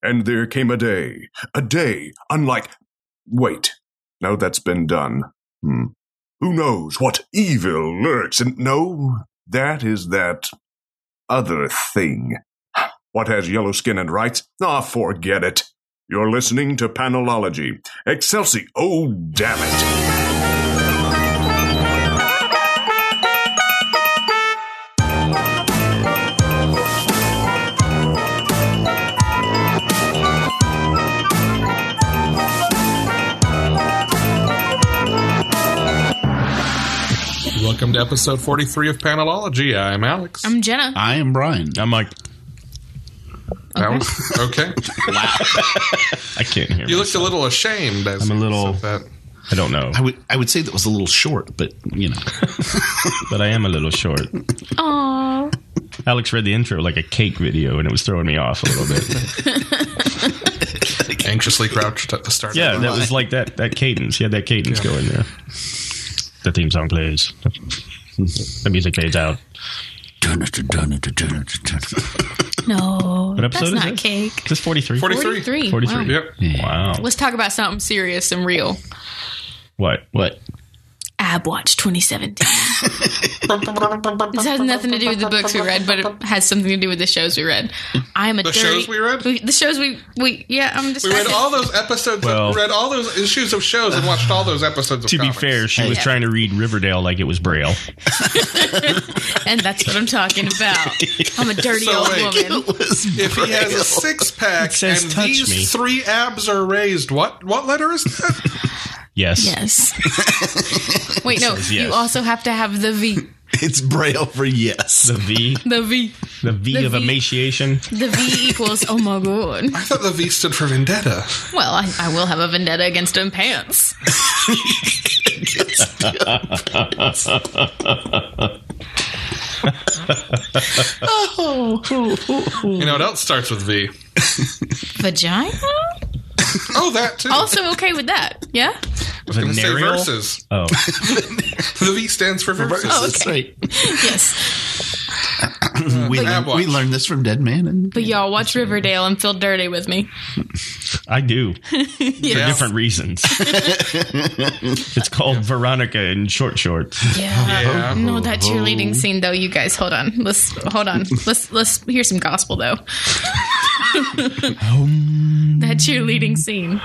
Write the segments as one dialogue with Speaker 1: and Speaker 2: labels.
Speaker 1: And there came a day, a day unlike. Wait, now that's been done. Hmm. Who knows what evil lurks in. No, that is that other thing. What has yellow skin and rights? Ah, forget it. You're listening to Panelology. Excelsi, oh, damn it.
Speaker 2: Welcome to episode 43 of Panelology. I'm Alex.
Speaker 3: I'm Jenna.
Speaker 4: I am Brian.
Speaker 5: I'm like,
Speaker 2: Alex? Okay.
Speaker 5: I can't hear.
Speaker 2: You looked a little ashamed as
Speaker 5: I'm
Speaker 2: you
Speaker 5: a little-
Speaker 2: said that.
Speaker 5: I don't know,
Speaker 4: I would I would say that was a little short, but you know,
Speaker 5: but I am a little short.
Speaker 3: Aw.
Speaker 5: Alex read the intro like a cake video, and it was throwing me off a little bit.
Speaker 2: Anxiously crouched at the start.
Speaker 5: yeah, that was like that that cadence. He had that cadence going there. The theme song plays. The music fades out.
Speaker 4: dun, dun, dun, dun, dun, dun, dun, dun.
Speaker 3: No.
Speaker 5: What episode
Speaker 3: that's
Speaker 5: is
Speaker 3: not
Speaker 5: this?
Speaker 3: cake.
Speaker 5: Is this 43?
Speaker 2: 43.
Speaker 3: 43.
Speaker 5: 43.
Speaker 3: Wow.
Speaker 2: Yep.
Speaker 5: Wow.
Speaker 3: Let's talk about something serious and real.
Speaker 5: What?
Speaker 4: what?
Speaker 3: Ab Watch 2017. this has nothing to do with the books we read, but it has something to do with the shows we read. I'm a
Speaker 2: The
Speaker 3: dirty-
Speaker 2: shows we read?
Speaker 3: The shows we we yeah. I'm just
Speaker 2: We read all those episodes,
Speaker 5: Well-
Speaker 2: we read all those issues of shows and watched all those episodes of
Speaker 5: To be
Speaker 2: comics.
Speaker 5: fair, she was
Speaker 3: Yeah.
Speaker 5: trying to read Riverdale like it was Braille.
Speaker 3: and that's what I'm talking about. I'm a dirty
Speaker 2: So
Speaker 3: old
Speaker 2: wait.
Speaker 3: woman.
Speaker 2: If he has a six
Speaker 5: It
Speaker 2: pack
Speaker 5: says
Speaker 2: and
Speaker 5: touch
Speaker 2: these
Speaker 5: me.
Speaker 2: three abs are raised, what what letter is that?
Speaker 5: Yes.
Speaker 3: Yes. Wait, no.
Speaker 5: says
Speaker 3: You
Speaker 5: yes.
Speaker 3: also have to have the V.
Speaker 4: It's braille for yes.
Speaker 5: The V,
Speaker 3: The V.
Speaker 5: the V
Speaker 3: The
Speaker 5: of
Speaker 3: V.
Speaker 5: emaciation.
Speaker 3: The V equals. Oh my god.
Speaker 2: I thought the V stood for vendetta.
Speaker 3: Well, I, I will have a vendetta against him pants.
Speaker 2: You know what else starts with V?
Speaker 3: Vagina?
Speaker 2: Oh, that too.
Speaker 3: Also okay with that. Yeah?
Speaker 2: I was gonna say
Speaker 5: venereal?
Speaker 2: versus.
Speaker 5: Oh,
Speaker 2: The V stands for versus.
Speaker 4: That's right.
Speaker 3: Yes.
Speaker 4: We,
Speaker 2: Ab
Speaker 4: learned,
Speaker 2: watch.
Speaker 4: we learned this from Dead Man. And
Speaker 3: But y'all watch Riverdale and feel dirty with me.
Speaker 5: I do. for
Speaker 2: Yeah.
Speaker 5: different reasons. it's called Veronica in short shorts.
Speaker 3: Yeah.
Speaker 2: Yeah.
Speaker 3: No, that cheerleading scene though, you guys, hold on. Let's hold on. Let's let's hear some gospel though. that cheerleading scene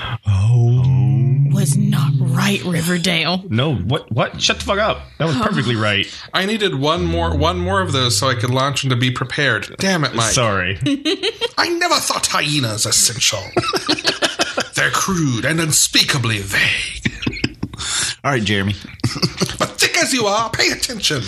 Speaker 3: was not right, Riverdale.
Speaker 5: No, what? What? Shut the fuck up. That was perfectly right.
Speaker 2: I needed one more one more of those so I could launch and to be prepared. Damn it, Mike.
Speaker 5: Sorry.
Speaker 2: I never thought hyenas essential. They're crude and unspeakably vague.
Speaker 4: all right, Jeremy.
Speaker 2: But thick as you are, pay attention.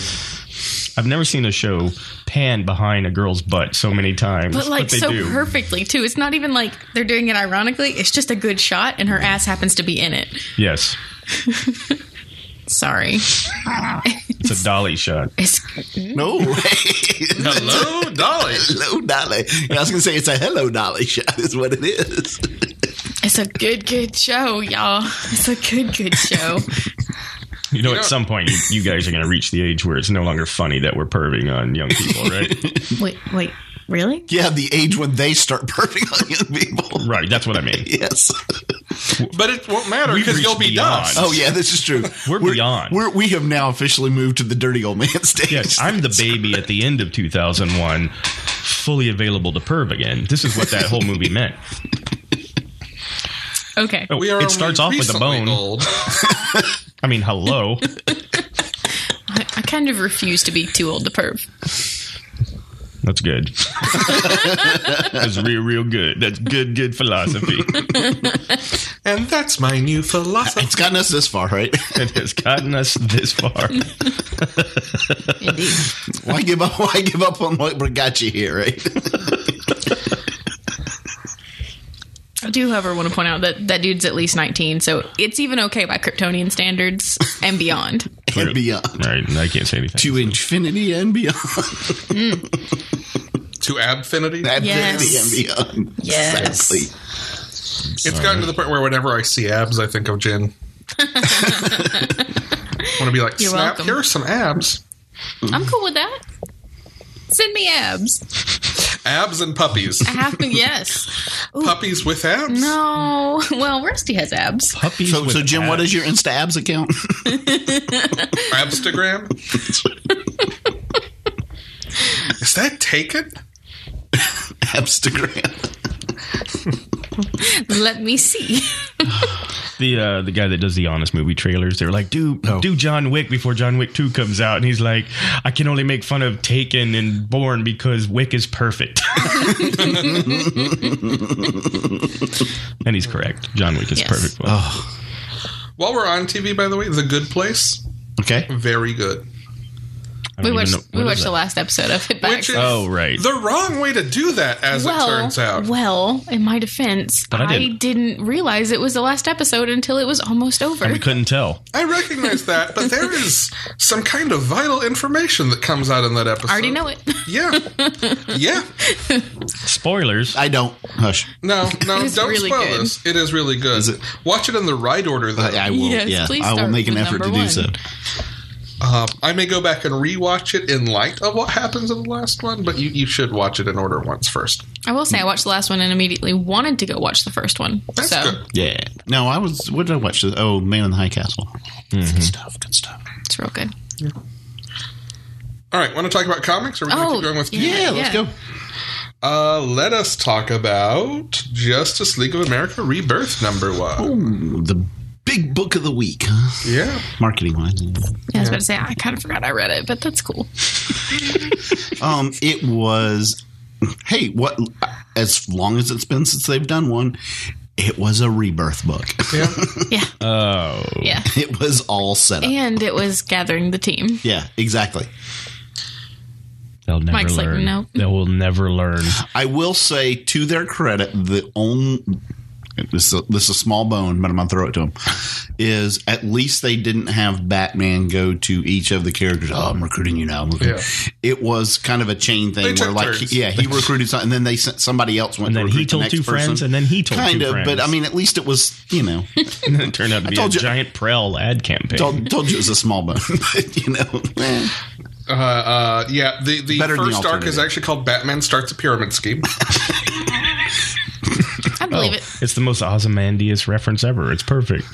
Speaker 5: I've never seen a show pan behind a girl's butt so many times.
Speaker 3: But like
Speaker 5: they
Speaker 3: so
Speaker 5: do.
Speaker 3: perfectly too. It's not even like they're doing it ironically. It's just a good shot and her ass happens to be in it.
Speaker 5: Yes,
Speaker 3: Sorry.
Speaker 5: it's a dolly shot.
Speaker 3: It's
Speaker 4: No way.
Speaker 2: Hello, Dolly.
Speaker 4: hello, Dolly. And I was going to say it's a hello, Dolly shot is what it is.
Speaker 3: It's a good, good show, y'all. It's a good, good show.
Speaker 5: You know,
Speaker 2: know-
Speaker 5: at some point, you, you guys are going to reach the age where it's no longer funny that we're perving on young people, right?
Speaker 3: wait, wait, really?
Speaker 4: Yeah, the age when they start perving on young people.
Speaker 5: right. That's what I mean.
Speaker 4: Yes.
Speaker 2: But it won't matter
Speaker 5: We've
Speaker 2: because you'll
Speaker 5: reached
Speaker 2: be
Speaker 5: beyond.
Speaker 2: dust.
Speaker 4: Oh, yeah, this is true.
Speaker 5: We're beyond.
Speaker 4: We're, we have now officially moved to the dirty old man stage.
Speaker 5: Yes, I'm the baby at the end of 2001, fully available to perv again. This is what that whole movie meant.
Speaker 3: Okay.
Speaker 5: Oh,
Speaker 2: We are
Speaker 5: it starts off
Speaker 2: only
Speaker 5: with a
Speaker 2: recently
Speaker 5: bone.
Speaker 2: old.
Speaker 5: I mean, hello.
Speaker 3: I, I kind of refuse to be too old to perv.
Speaker 5: That's good. That's real, real good. That's good, good philosophy.
Speaker 2: And that's my new philosophy.
Speaker 4: It's gotten us this far, right?
Speaker 5: It has gotten us this far.
Speaker 3: Indeed.
Speaker 4: Why give up? Why give up on what got you here? Right?
Speaker 3: I do, however, want to point out that that dude's at least 19, so it's even okay by Kryptonian standards and beyond.
Speaker 4: and beyond.
Speaker 5: All right, I can't say anything.
Speaker 4: To infinity and beyond.
Speaker 2: to abfinity.
Speaker 3: Yes.
Speaker 4: Infinity and beyond.
Speaker 3: Yes.
Speaker 4: Exactly.
Speaker 2: It's gotten to the point where whenever I see abs, I think of Jen. I want to be like,
Speaker 3: You're
Speaker 2: snap,
Speaker 3: welcome.
Speaker 2: here are some abs.
Speaker 3: I'm cool with that. Send me abs.
Speaker 2: abs and puppies.
Speaker 3: Ab- yes. Ooh,
Speaker 2: Puppies with abs?
Speaker 3: No. Oh, Well, Rusty has abs.
Speaker 5: Puppies.
Speaker 4: So,
Speaker 5: with
Speaker 4: so Jim, what is
Speaker 5: abs.
Speaker 4: your Insta abs account?
Speaker 2: Abstagram? Is that taken?
Speaker 4: Abstagram.
Speaker 3: Let me see.
Speaker 5: the uh, the guy that does the honest movie trailers? They were like, do
Speaker 4: Oh.
Speaker 5: do John Wick before John Wick Two comes out, and he's like, I can only make fun of Taken and Born because Wick is perfect. and he's correct. John Wick is
Speaker 3: Yes.
Speaker 5: perfect.
Speaker 2: While we're on TV, by the way, The Good Place,
Speaker 4: Okay.
Speaker 2: very good.
Speaker 5: I
Speaker 3: We
Speaker 5: don't
Speaker 3: watched
Speaker 5: even know-
Speaker 3: we
Speaker 5: what
Speaker 3: watched
Speaker 5: is
Speaker 3: the
Speaker 5: that?
Speaker 3: last episode of it back.
Speaker 2: Which is
Speaker 5: Oh, right.
Speaker 2: the wrong way to do that, as
Speaker 3: well,
Speaker 2: it turns out.
Speaker 3: well, in my defense,
Speaker 5: But I
Speaker 3: I,
Speaker 5: didn't.
Speaker 3: didn't realize it was the last episode until it was almost over.
Speaker 5: We couldn't tell.
Speaker 2: I recognize that, but there is some kind of vital information that comes out in that episode.
Speaker 3: I already know it.
Speaker 2: Yeah. Yeah.
Speaker 5: Spoilers.
Speaker 4: I don't. Hush.
Speaker 2: No, no,
Speaker 3: It's
Speaker 2: don't
Speaker 3: really
Speaker 2: spoil
Speaker 3: good.
Speaker 2: this. It is really good.
Speaker 4: Is it-
Speaker 2: Watch it in the right order, though.
Speaker 4: I, I will.
Speaker 3: Yes,
Speaker 4: yeah.
Speaker 3: please
Speaker 4: I will
Speaker 3: start
Speaker 4: make an
Speaker 3: with
Speaker 4: effort to
Speaker 3: number
Speaker 4: do so.
Speaker 3: one.
Speaker 2: Uh, I may go back and rewatch it in light of what happens in the last one, but you, you should watch it in order once first.
Speaker 3: I will say I watched the last one and immediately wanted to go watch the first one.
Speaker 2: That's
Speaker 3: so
Speaker 2: good.
Speaker 4: Yeah. No, I was. What did I watch? Oh, Man in the High Castle.
Speaker 5: Mm-hmm.
Speaker 4: Good stuff. Good stuff.
Speaker 3: it's real good.
Speaker 2: All right, want to talk about comics, or are we going to
Speaker 3: Oh,
Speaker 2: keep going with
Speaker 3: yeah.
Speaker 2: TV?
Speaker 4: Yeah, let's go.
Speaker 2: Uh, let us talk about Justice League of America Rebirth number one.
Speaker 4: Ooh, the big book of the week.
Speaker 2: Yeah,
Speaker 4: Marketing wise.
Speaker 3: Yeah, I was about to say I kind of forgot I read it, but that's cool.
Speaker 4: Um, it was. Hey, what? As long as it's been since they've done one, it was a rebirth book.
Speaker 2: yeah.
Speaker 3: Yeah,
Speaker 5: Oh,
Speaker 3: yeah.
Speaker 4: It was all set up.
Speaker 3: And it was gathering the team.
Speaker 4: Yeah, exactly.
Speaker 5: they'll never
Speaker 3: Mike's like,
Speaker 5: learn.
Speaker 3: no.
Speaker 5: They will never learn.
Speaker 4: I will say to their credit, the only this is a, this is a small bone, but I'm gonna throw it to them. Is at least they didn't have Batman go to each of the characters. Oh, I'm recruiting you now. I'm recruiting.
Speaker 2: Yeah.
Speaker 4: It was kind of a chain thing
Speaker 2: They
Speaker 4: where,
Speaker 2: took
Speaker 4: like,
Speaker 2: turns.
Speaker 4: he, yeah, he recruited some, and then they sent somebody else went.
Speaker 5: And
Speaker 4: to
Speaker 5: then
Speaker 4: recruit
Speaker 5: he
Speaker 4: the
Speaker 5: told
Speaker 4: next
Speaker 5: two
Speaker 4: person.
Speaker 5: friends, and then he told
Speaker 4: kind
Speaker 5: two
Speaker 4: of,
Speaker 5: friends.
Speaker 4: but I mean, at least it was you know
Speaker 5: And it turned out to be a
Speaker 4: told you-
Speaker 5: giant Prel ad campaign.
Speaker 4: told, told you it was a small bone, but you know. eh.
Speaker 2: Uh, uh, yeah, the, the
Speaker 4: Better than the
Speaker 2: first arc is
Speaker 4: alternative.
Speaker 2: actually called Batman Starts a Pyramid Scheme.
Speaker 3: I
Speaker 5: Oh,
Speaker 3: believe it.
Speaker 5: It's the most Ozymandias reference ever. It's perfect.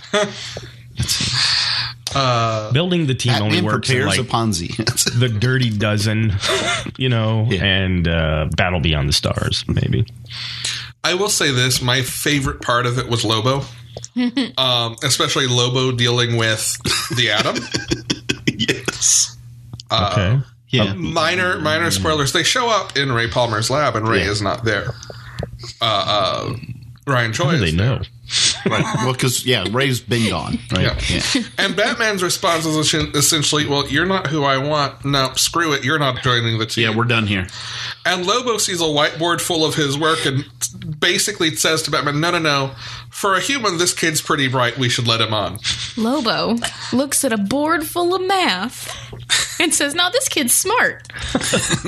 Speaker 5: Building the team only
Speaker 4: Batman
Speaker 5: works in
Speaker 4: prepares
Speaker 5: like
Speaker 4: a Ponzi.
Speaker 5: the Dirty Dozen, you know,
Speaker 4: Yeah.
Speaker 5: and uh, Battle Beyond the Stars, maybe.
Speaker 2: I will say this: my favorite part of it was Lobo, um, especially Lobo dealing with the Atom.
Speaker 4: yes.
Speaker 2: Uh,
Speaker 4: Um,
Speaker 5: Okay.
Speaker 4: Yeah.
Speaker 2: minor, minor spoilers. They show up in Ray Palmer's lab, and Ray
Speaker 4: Yeah.
Speaker 2: is not there. Uh, uh, Ryan Joy
Speaker 5: How do
Speaker 2: is
Speaker 5: they know?
Speaker 4: Well, because yeah, Ray's been gone, right?
Speaker 2: Yeah. And Batman's response is essen- essentially, "Well, you're not who I want. No, screw it. You're not joining the team."
Speaker 4: Yeah, we're done here.
Speaker 2: and Lobo sees a whiteboard full of his work and basically says to Batman, "No, no, no. For a human, this kid's pretty bright. We should let him on."
Speaker 3: Lobo looks at a board full of math and says, "No, this kid's smart."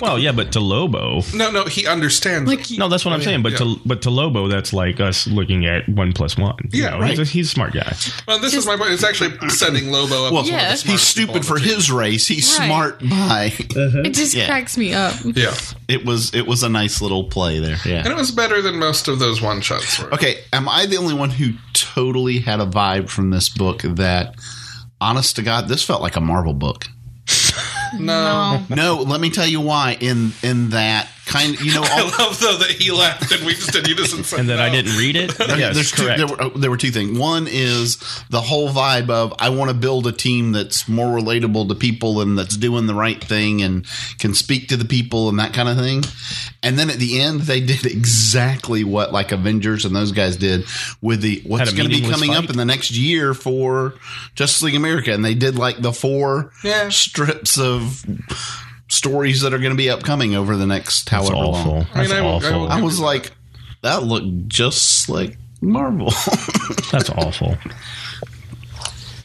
Speaker 5: Well, yeah, but to Lobo.
Speaker 2: No, no, he understands.
Speaker 3: Like,
Speaker 5: No, that's what
Speaker 2: Oh,
Speaker 5: I'm saying. But to but to Lobo, that's like us looking at one plus one. You
Speaker 2: Yeah,
Speaker 5: know, he's, a, he's a smart guy.
Speaker 2: well, this is my point. It's actually setting Lobo up. as one
Speaker 4: Well,
Speaker 2: of the
Speaker 3: Yeah.
Speaker 2: smartest
Speaker 4: he's
Speaker 2: people
Speaker 4: stupid for
Speaker 2: on the team.
Speaker 4: his race. He's
Speaker 3: Right.
Speaker 4: smart by.
Speaker 3: it just
Speaker 4: Yeah.
Speaker 3: cracks me up.
Speaker 2: Yeah,
Speaker 4: It was it was a nice little play there.
Speaker 2: and it
Speaker 4: Yeah.
Speaker 2: was better than most of those one shots. were.
Speaker 4: Okay, am I the only one who totally had a vibe from this book that honest to god this felt like a Marvel book?
Speaker 2: No.
Speaker 3: Oh,
Speaker 4: No, let me tell you why in in that kind you know all,
Speaker 2: I love though that he laughed and we just did unison. said
Speaker 5: And then I
Speaker 2: no.
Speaker 5: didn't read it. yes,
Speaker 4: there's two,
Speaker 5: correct.
Speaker 4: there were oh, there were two things. One is the whole vibe of I want to build a team that's more relatable to people and that's doing the right thing and can speak to the people and that kind of thing. And then at the end, they did exactly what like Avengers and those guys did with the what's
Speaker 5: a
Speaker 4: going to be
Speaker 5: meaningless
Speaker 4: coming up
Speaker 5: fight.
Speaker 4: in the next year for Justice League America, and they did like the four
Speaker 2: Yeah.
Speaker 4: strips of stories that are going to be upcoming over the next
Speaker 5: That's
Speaker 4: however
Speaker 5: awful.
Speaker 4: long.
Speaker 2: I mean,
Speaker 5: That's
Speaker 2: I will- I
Speaker 5: awful.
Speaker 2: will-
Speaker 4: I was like, that looked just like Marvel.
Speaker 5: That's awful.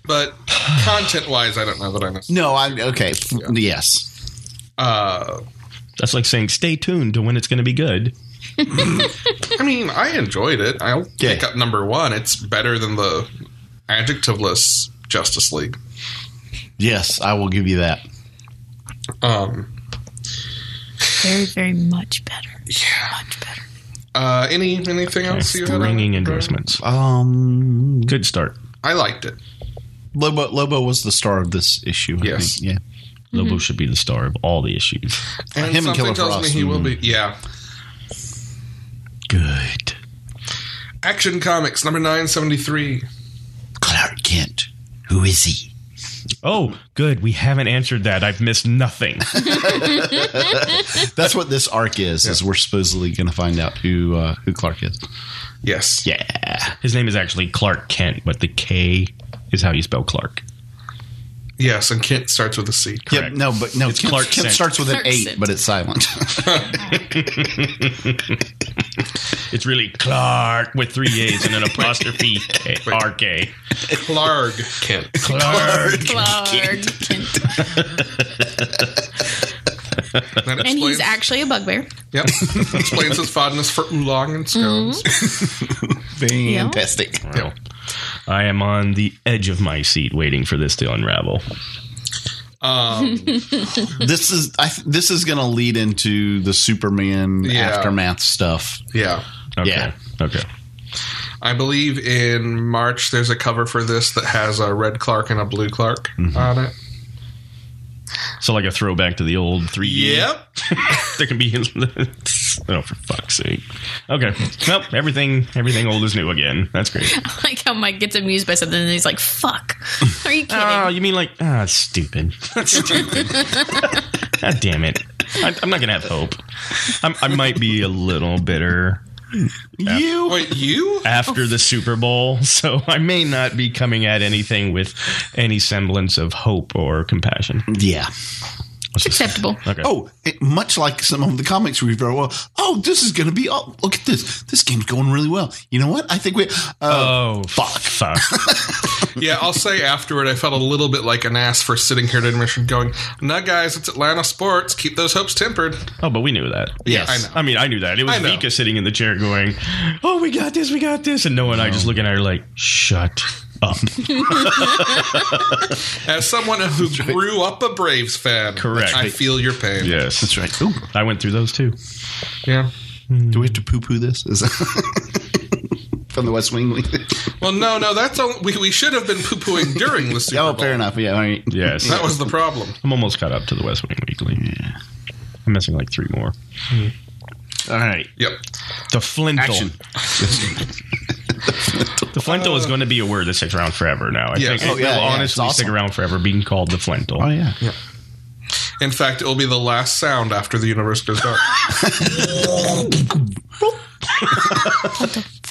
Speaker 2: But content wise, I don't know that I missed.
Speaker 4: no, I okay. f- Yes,
Speaker 2: Uh,
Speaker 5: That's like saying stay tuned to when it's going to be good.
Speaker 2: I mean, I enjoyed it. I'll
Speaker 4: Yeah.
Speaker 2: pick up number one. It's better than the adjectiveless Justice League.
Speaker 4: yes, I will give you that.
Speaker 2: Um,
Speaker 3: very, very much better.
Speaker 2: Yeah.
Speaker 3: Much better.
Speaker 2: Uh, any anything else you had? on it?
Speaker 5: ringing endorsements.
Speaker 4: Um,
Speaker 5: Good start.
Speaker 2: I liked it.
Speaker 4: Lobo Lobo was the star of this issue. I
Speaker 2: Yes.
Speaker 4: think. yeah.
Speaker 5: Lobo should be the star of all the issues.
Speaker 2: And
Speaker 4: Him and
Speaker 2: something
Speaker 4: Killer
Speaker 2: tells
Speaker 4: Frost.
Speaker 2: me he will be. Yeah.
Speaker 5: Good.
Speaker 2: Action Comics number nine seventy three.
Speaker 4: Clark Kent. Who is he?
Speaker 5: Oh, good. We haven't answered that. I've missed nothing.
Speaker 4: That's what this arc is. Is we're supposedly going to find out who uh, who Clark is.
Speaker 2: Yes.
Speaker 4: Yeah.
Speaker 5: His name is actually Clark Kent, but the K is how you spell Clark.
Speaker 2: Yes, and Kent starts with a C.
Speaker 4: Yep.
Speaker 5: Correct.
Speaker 4: No, but no.
Speaker 5: It's
Speaker 4: Kent,
Speaker 5: Clark
Speaker 4: Kent
Speaker 5: Kent.
Speaker 4: starts with
Speaker 3: Clark
Speaker 4: an eight,
Speaker 3: Kent.
Speaker 4: but it's silent.
Speaker 5: It's really Clark with three A's and an apostrophe K- RK.
Speaker 2: Clark Kent.
Speaker 5: Clark.
Speaker 3: Clark Kent.
Speaker 2: That
Speaker 3: And
Speaker 2: explains-
Speaker 3: he's actually a bugbear.
Speaker 2: Yep. explains his fondness for oolong and scones.
Speaker 4: Fantastic.
Speaker 5: Well, I am on the edge of my seat waiting for this to unravel.
Speaker 2: Um,
Speaker 4: This is I th- this is going to lead into the Superman
Speaker 2: Yeah.
Speaker 4: aftermath stuff.
Speaker 3: Mm-hmm.
Speaker 2: yeah.
Speaker 5: Okay.
Speaker 4: Yeah.
Speaker 5: Okay.
Speaker 2: I believe in March there's a cover for this that has a red Clark and a blue Clark on it.
Speaker 5: So like a throwback to the old 3D.
Speaker 2: Yep.
Speaker 5: there can be Oh for fuck's sake. Okay. Nope. Everything everything old is new again. That's great.
Speaker 3: like how Mike gets amused by something and he's like, fuck. Are you kidding?
Speaker 5: Oh, you mean like ah, it's stupid. That's stupid. God damn it. I, I'm not gonna have hope. I'm, I might be a little bitter
Speaker 4: You
Speaker 2: Wait, you?
Speaker 5: after the Super Bowl, so I may not be coming at anything with any semblance of hope or compassion.
Speaker 4: Yeah.
Speaker 5: What's this?
Speaker 3: Acceptable.
Speaker 5: Okay.
Speaker 4: Oh, it, much like some of the comics we've read. Well, oh, this is going to be. Oh, look at this. This game's going really well. You know what? I think we. Uh,
Speaker 5: Oh, fuck. Fuck.
Speaker 2: Yeah, I'll say afterward, I felt a little bit like an ass for sitting here at intermission going, nah, guys, it's Atlanta sports. Keep those hopes tempered.
Speaker 5: Oh, but we knew that.
Speaker 4: yes.
Speaker 2: I know.
Speaker 5: I mean, I knew that. It was
Speaker 2: I know.
Speaker 5: Vika sitting in the chair going, Oh, we got this, we got this. And Noah and I just looking at her like, Shut up.
Speaker 2: As someone who grew up a Braves fan,
Speaker 5: Correct.
Speaker 2: I feel your pain.
Speaker 5: yes.
Speaker 4: That's right. Ooh,
Speaker 5: I went through those too.
Speaker 2: Yeah.
Speaker 4: do we have to poo poo this? Is From the West Wing.
Speaker 2: Well, no, no, that's all. We, we should have been poo pooing during the Super
Speaker 4: oh,
Speaker 2: Bowl.
Speaker 4: fair enough. Yeah, all right.
Speaker 5: Yes.
Speaker 2: That was the problem.
Speaker 5: I'm almost caught up to the West Wing Weekly. I'm missing like three more.
Speaker 4: Mm-hmm. All right.
Speaker 2: Yep.
Speaker 5: The Flintle.
Speaker 4: Action.
Speaker 5: The Flintle is going to be a word that sticks around forever now. I
Speaker 2: Yes.
Speaker 5: think
Speaker 2: Oh,
Speaker 5: it
Speaker 4: yeah,
Speaker 5: will
Speaker 4: yeah, it's
Speaker 5: honestly
Speaker 4: awesome.
Speaker 5: stick around forever being called the Flintle.
Speaker 4: Oh, yeah.
Speaker 2: In fact, it will be the last sound after the universe goes dark.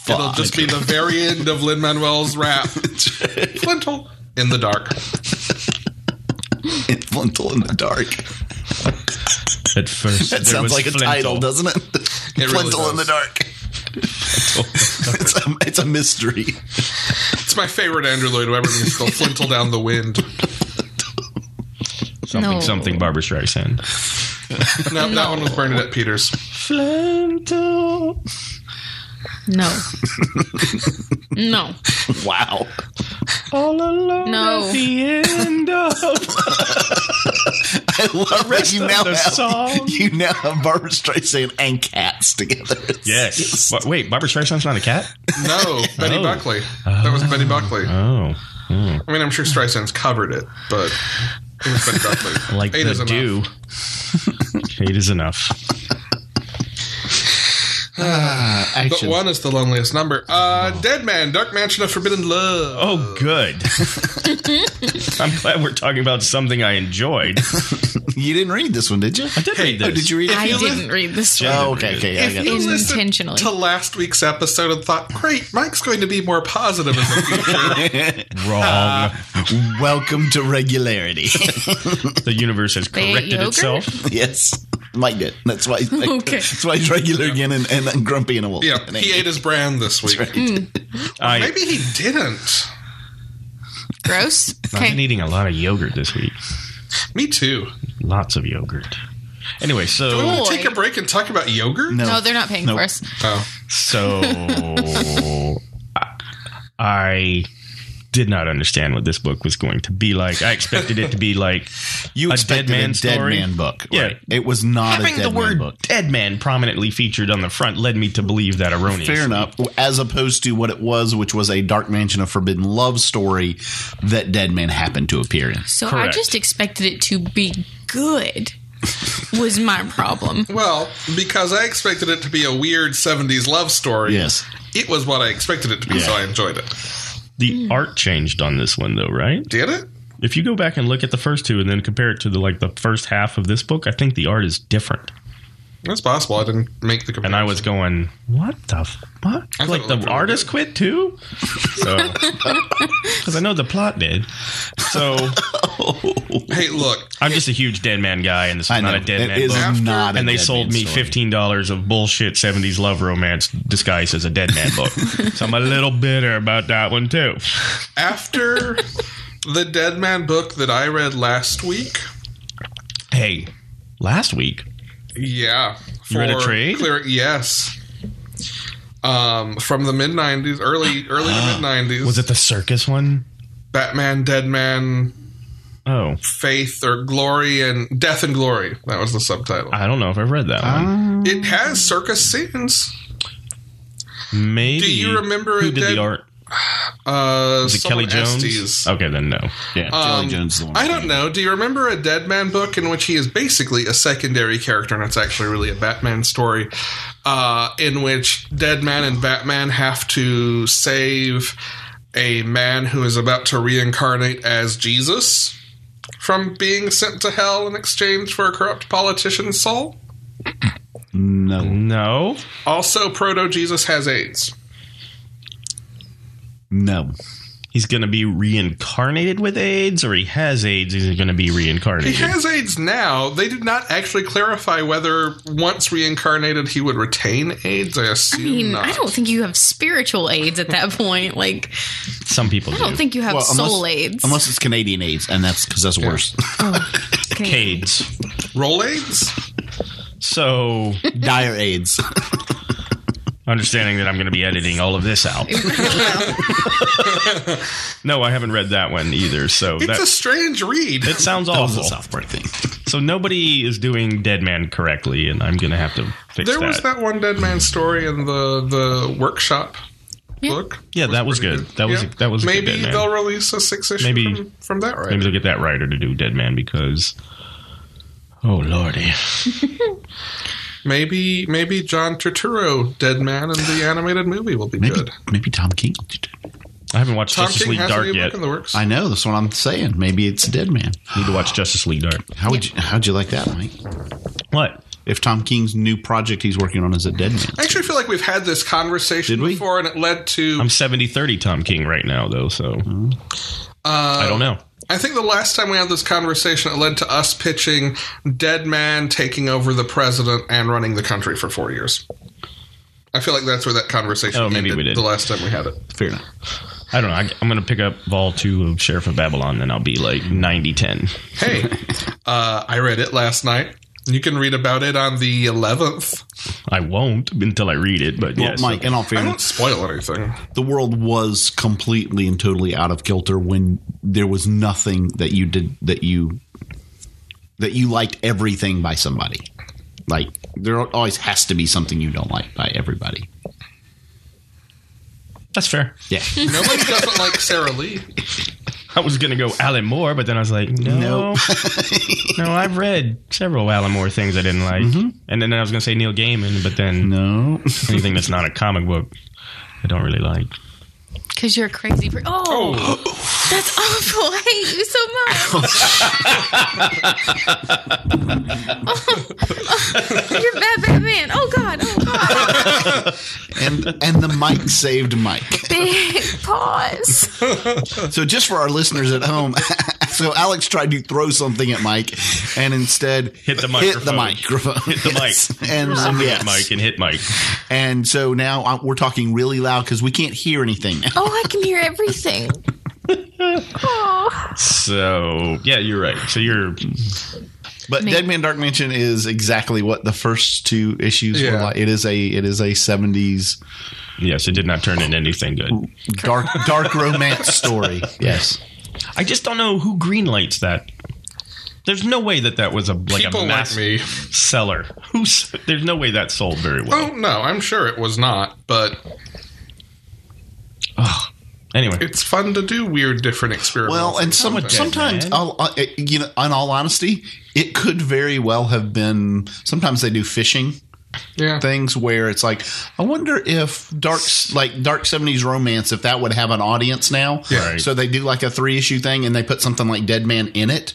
Speaker 2: It'll just be the very end of Lin Manuel's rap. Flintle in the dark.
Speaker 4: Flintle in the dark.
Speaker 5: At first,
Speaker 4: That sounds like a title, doesn't it?
Speaker 2: It really
Speaker 4: Flintle in the
Speaker 2: does.
Speaker 4: dark. it's, a, it's a mystery.
Speaker 2: It's my favorite Andrew Lloyd Webber musical, Flintle Down the Wind.
Speaker 5: Something,
Speaker 3: No.
Speaker 5: something, Barbara Streisand.
Speaker 2: No, that one was Bernadette Peters.
Speaker 5: Flintle.
Speaker 3: No. no.
Speaker 4: Wow.
Speaker 5: All alone
Speaker 3: No.
Speaker 5: at the end of
Speaker 4: I love that you now
Speaker 5: of the
Speaker 4: have
Speaker 5: song.
Speaker 4: you now have Barbara Streisand and cats together.
Speaker 5: Yes. Wa- Wait, Barbara Streisand's not a cat?
Speaker 2: No, Betty
Speaker 5: Oh.
Speaker 2: Buckley. That was Betty Buckley.
Speaker 5: Oh.
Speaker 2: I mean, I'm sure Streisand's covered it, but it was Betty Buckley.
Speaker 5: Like
Speaker 2: Eight is
Speaker 5: the
Speaker 2: enough.
Speaker 5: dew. Eight is enough.
Speaker 2: But
Speaker 4: Action.
Speaker 2: one is the loneliest number. Uh, Dead Man, Dark Mansion of Forbidden Love.
Speaker 5: Oh, good. I'm glad we're talking about something I enjoyed.
Speaker 4: you didn't read this one, did you?
Speaker 5: I did read this.
Speaker 4: Oh, did you read
Speaker 3: I
Speaker 4: it?
Speaker 3: didn't read this one.
Speaker 4: Oh, okay, okay. Yeah, I got
Speaker 2: you
Speaker 4: it.
Speaker 2: listened
Speaker 3: Intentionally.
Speaker 2: to last week's episode and thought, great, Mike's going to be more positive in the future.
Speaker 5: Wrong.
Speaker 4: Welcome to regularity.
Speaker 5: the universe has
Speaker 3: They ate
Speaker 5: corrected
Speaker 3: yogurt?
Speaker 5: itself.
Speaker 4: yes. Mike did. That's why.
Speaker 3: Okay.
Speaker 4: That's why he's regular again and, and, and grumpy and a wolf.
Speaker 2: yeah, he ate his brand this week.
Speaker 5: I,
Speaker 2: Maybe he didn't.
Speaker 3: Gross.
Speaker 5: I've been
Speaker 3: Okay.
Speaker 5: eating a lot of yogurt this week.
Speaker 2: Me too.
Speaker 5: Lots of yogurt. Anyway,
Speaker 2: Do we
Speaker 5: so
Speaker 2: want to
Speaker 3: Boy.
Speaker 2: take a break and talk about yogurt?
Speaker 3: No, they're not paying
Speaker 4: Nope.
Speaker 3: for us.
Speaker 2: Oh.
Speaker 5: so I did not understand what this book was going to be like. I expected it to be like
Speaker 4: You
Speaker 5: a
Speaker 4: expected
Speaker 5: dead man
Speaker 4: a dead
Speaker 5: story.
Speaker 4: man book.
Speaker 5: Yeah.
Speaker 4: Right. It was not a
Speaker 5: Having
Speaker 4: dead
Speaker 5: the word
Speaker 4: man book.
Speaker 5: "dead man" prominently featured on the front led me to believe that erroneously.
Speaker 4: Fair enough. As opposed to what it was, which was a Dark Mansion of Forbidden Love story that Dead Man happened to appear in.
Speaker 3: So
Speaker 5: Correct.
Speaker 3: I just expected it to be good. Was my problem.
Speaker 2: Well, because I expected it to be a weird 70s love story.
Speaker 4: Yes.
Speaker 2: It was what I expected it to be, so I enjoyed it.
Speaker 5: The art changed on this one, though, right?
Speaker 2: Did it?
Speaker 5: If you go back and look at the first two and then compare it to the like the first half of this book, I think the art is different.
Speaker 2: It's possible. I didn't make the comparison.
Speaker 5: And I was going, "What the fuck?"
Speaker 2: I thought it
Speaker 5: Like
Speaker 2: looked
Speaker 5: the
Speaker 2: really
Speaker 5: artist
Speaker 2: good.
Speaker 5: quit too, because I know the plot did. So
Speaker 2: Hey, look.
Speaker 5: I'm just a huge Dead Man guy, and this is
Speaker 4: I know.
Speaker 5: not a Dead
Speaker 4: It
Speaker 5: Man
Speaker 4: is
Speaker 5: book.
Speaker 4: not a
Speaker 5: and they
Speaker 4: Dead
Speaker 5: sold
Speaker 4: Man
Speaker 5: me
Speaker 4: story.
Speaker 5: fifteen dollars of bullshit seventies love romance disguised as a Dead Man book. so I'm a little bitter about that one too.
Speaker 2: After the Dead Man book that I read last week,
Speaker 5: Hey, last week
Speaker 2: yeah.
Speaker 5: You read a
Speaker 2: for
Speaker 5: trade?
Speaker 2: Clear, yes. Um, from the mid 90s, early early to mid 90s.
Speaker 5: was it the circus one?
Speaker 2: Batman, Dead Man,
Speaker 5: Oh,
Speaker 2: Faith or Glory and Death and Glory? That was the subtitle.
Speaker 5: I don't know if I've read
Speaker 4: Ah.
Speaker 5: that one.
Speaker 2: it has circus scenes.
Speaker 5: Maybe.
Speaker 2: Do you remember
Speaker 5: who
Speaker 2: it
Speaker 5: did
Speaker 2: did-
Speaker 5: the art?
Speaker 2: Uh,
Speaker 5: Was it Kelly
Speaker 2: someone
Speaker 5: Jones? Oh.
Speaker 2: Estes.
Speaker 5: Okay, then no.
Speaker 4: Yeah,
Speaker 2: Um,
Speaker 4: Kelly Jones is the one.
Speaker 2: I don't know. Do you remember a Dead Man book in which he is basically a secondary character, and it's actually really a Batman story, uh, in which Dead Man and Batman have to save a man who is about to reincarnate as Jesus from being sent to hell in exchange for a corrupt politician's soul?
Speaker 4: No,
Speaker 5: No.
Speaker 2: Also, Proto Jesus has AIDS.
Speaker 4: no.
Speaker 5: He's going to be reincarnated with AIDS, or he has AIDS. He's going to be
Speaker 2: He
Speaker 5: reincarnated.
Speaker 2: has AIDS now. They did not actually clarify whether once reincarnated he would retain AIDS. I
Speaker 3: I
Speaker 2: assume
Speaker 3: mean,
Speaker 2: not.
Speaker 3: I don't think you have spiritual aids at that point. Like,
Speaker 5: Some people
Speaker 3: I don't
Speaker 5: do.
Speaker 3: think you have
Speaker 4: Well, unless-
Speaker 3: soul aids.
Speaker 4: Unless it's Canadian AIDS, and that's because that's worse.
Speaker 3: Okay.
Speaker 5: AIDS.
Speaker 2: Roll AIDS?
Speaker 5: So,
Speaker 4: Dire AIDS.
Speaker 5: understanding that I'm going to be editing all of this out. no, I haven't read that one either. So
Speaker 2: It's a
Speaker 5: that
Speaker 2: strange read.
Speaker 5: it sounds
Speaker 4: that was
Speaker 5: awful.
Speaker 4: a South Park thing.
Speaker 5: So nobody is doing Dead Man correctly, and I'm going to have to fix
Speaker 2: There was that one dead man story in the the workshop book.
Speaker 5: Yeah, that was
Speaker 2: pretty
Speaker 5: good. That was- that was a good
Speaker 2: maybe
Speaker 5: Dead Man.
Speaker 2: they'll release a six issue
Speaker 5: Maybe-
Speaker 2: from, from that right.
Speaker 5: Maybe they'll get that writer to do Dead Man because. Oh lordy!
Speaker 2: Maybe maybe John Turturro dead man in the animated movie will be
Speaker 4: Maybe,
Speaker 2: good.
Speaker 4: maybe Tom King. did it.
Speaker 5: I haven't watched
Speaker 2: Tom
Speaker 5: Justice
Speaker 2: King
Speaker 5: League
Speaker 2: has a
Speaker 5: Dark
Speaker 2: new
Speaker 5: yet.
Speaker 2: book in the works.
Speaker 4: I know. That's what I'm saying. Maybe it's Dead Man.
Speaker 5: Need to watch Justice League Dark.
Speaker 4: How would you, how'd you like that, Mike?
Speaker 5: What?
Speaker 4: If Tom King's new project he's working on is a Dead Man,
Speaker 2: I actually feel like we've had this conversation
Speaker 4: Did we?
Speaker 2: before, and it led to.
Speaker 5: I'm 70 30 Tom King right now, though, so
Speaker 2: Uh,
Speaker 5: I don't know.
Speaker 2: I think the last time we had this conversation, it led to us pitching dead man taking over the president and running the country for four years. I feel like that's where that conversation.
Speaker 5: Oh, maybe
Speaker 2: ended
Speaker 5: we did.
Speaker 2: the last time we had it.
Speaker 4: fair enough.
Speaker 5: I don't know. I, I'm going to pick up Vol 2 of Sheriff of Babylon, and I'll be like 90 10.
Speaker 2: Hey, uh, I read it last night. You can read about it on the 11th.
Speaker 5: I won't until I read it, but
Speaker 4: Well,
Speaker 5: yes.
Speaker 4: Mike, in all
Speaker 2: I
Speaker 4: fairness,
Speaker 2: won't spoil anything.
Speaker 4: the world was completely and totally out of kilter when there was nothing that you did that you that you liked everything by somebody. Like there always has to be something you don't like by everybody.
Speaker 5: That's fair.
Speaker 4: Yeah.
Speaker 2: Nobody doesn't like Sarah Lee.
Speaker 5: I was going to go Alan Moore, but then I was like, no. No, I've read several Alan Moore things I didn't like.
Speaker 2: Mm-hmm.
Speaker 5: And then I was going to say Neil Gaiman, but then
Speaker 4: no.
Speaker 5: anything that's not a comic book, I don't really like.
Speaker 3: Because you're a crazy person. Oh, that's awful. I hate you so much. you're a bad, bad man. Oh, God. Oh, God.
Speaker 4: And and the mic saved Mike.
Speaker 3: Big pause.
Speaker 4: So just for our listeners at home, so Alex tried to throw something at Mike and instead
Speaker 5: Hit the
Speaker 4: Hit the
Speaker 5: microphone.
Speaker 4: microphone.
Speaker 5: Hit the
Speaker 4: mic. And something yes.
Speaker 5: Mike and hit Mike.
Speaker 4: And so now uh, we're talking really loud because we can't hear anything now.
Speaker 3: Oh, I can hear everything. Oh.
Speaker 5: So yeah, you're right. So you're
Speaker 4: But
Speaker 3: Maybe.
Speaker 4: Dead Man Dark Mansion is exactly what the first two issues were
Speaker 2: Yeah.
Speaker 4: like. It is a it is a seventies
Speaker 5: Yes, it did not turn into anything good.
Speaker 4: dark dark romance story. Yes.
Speaker 5: I just don't know who greenlights that. There's no way that that was a like
Speaker 2: People
Speaker 5: a
Speaker 2: like
Speaker 5: mass
Speaker 2: me.
Speaker 5: seller. Who's there's no way that sold very well.
Speaker 2: Oh no, I'm sure it was not, but
Speaker 5: Anyway,
Speaker 2: it's fun to do weird, different experiments. Oh,
Speaker 4: Well, and some,
Speaker 5: dead
Speaker 4: sometimes,
Speaker 5: man.
Speaker 4: I'll, I, you know, in all honesty, it could very well have been. Sometimes they do fishing
Speaker 2: yeah,
Speaker 4: things where it's like, I wonder if dark, like dark seventies romance, if that would have an audience now.
Speaker 2: Yeah.
Speaker 5: Right.
Speaker 4: So they do like a three issue thing, and they put something like Dead Man in it,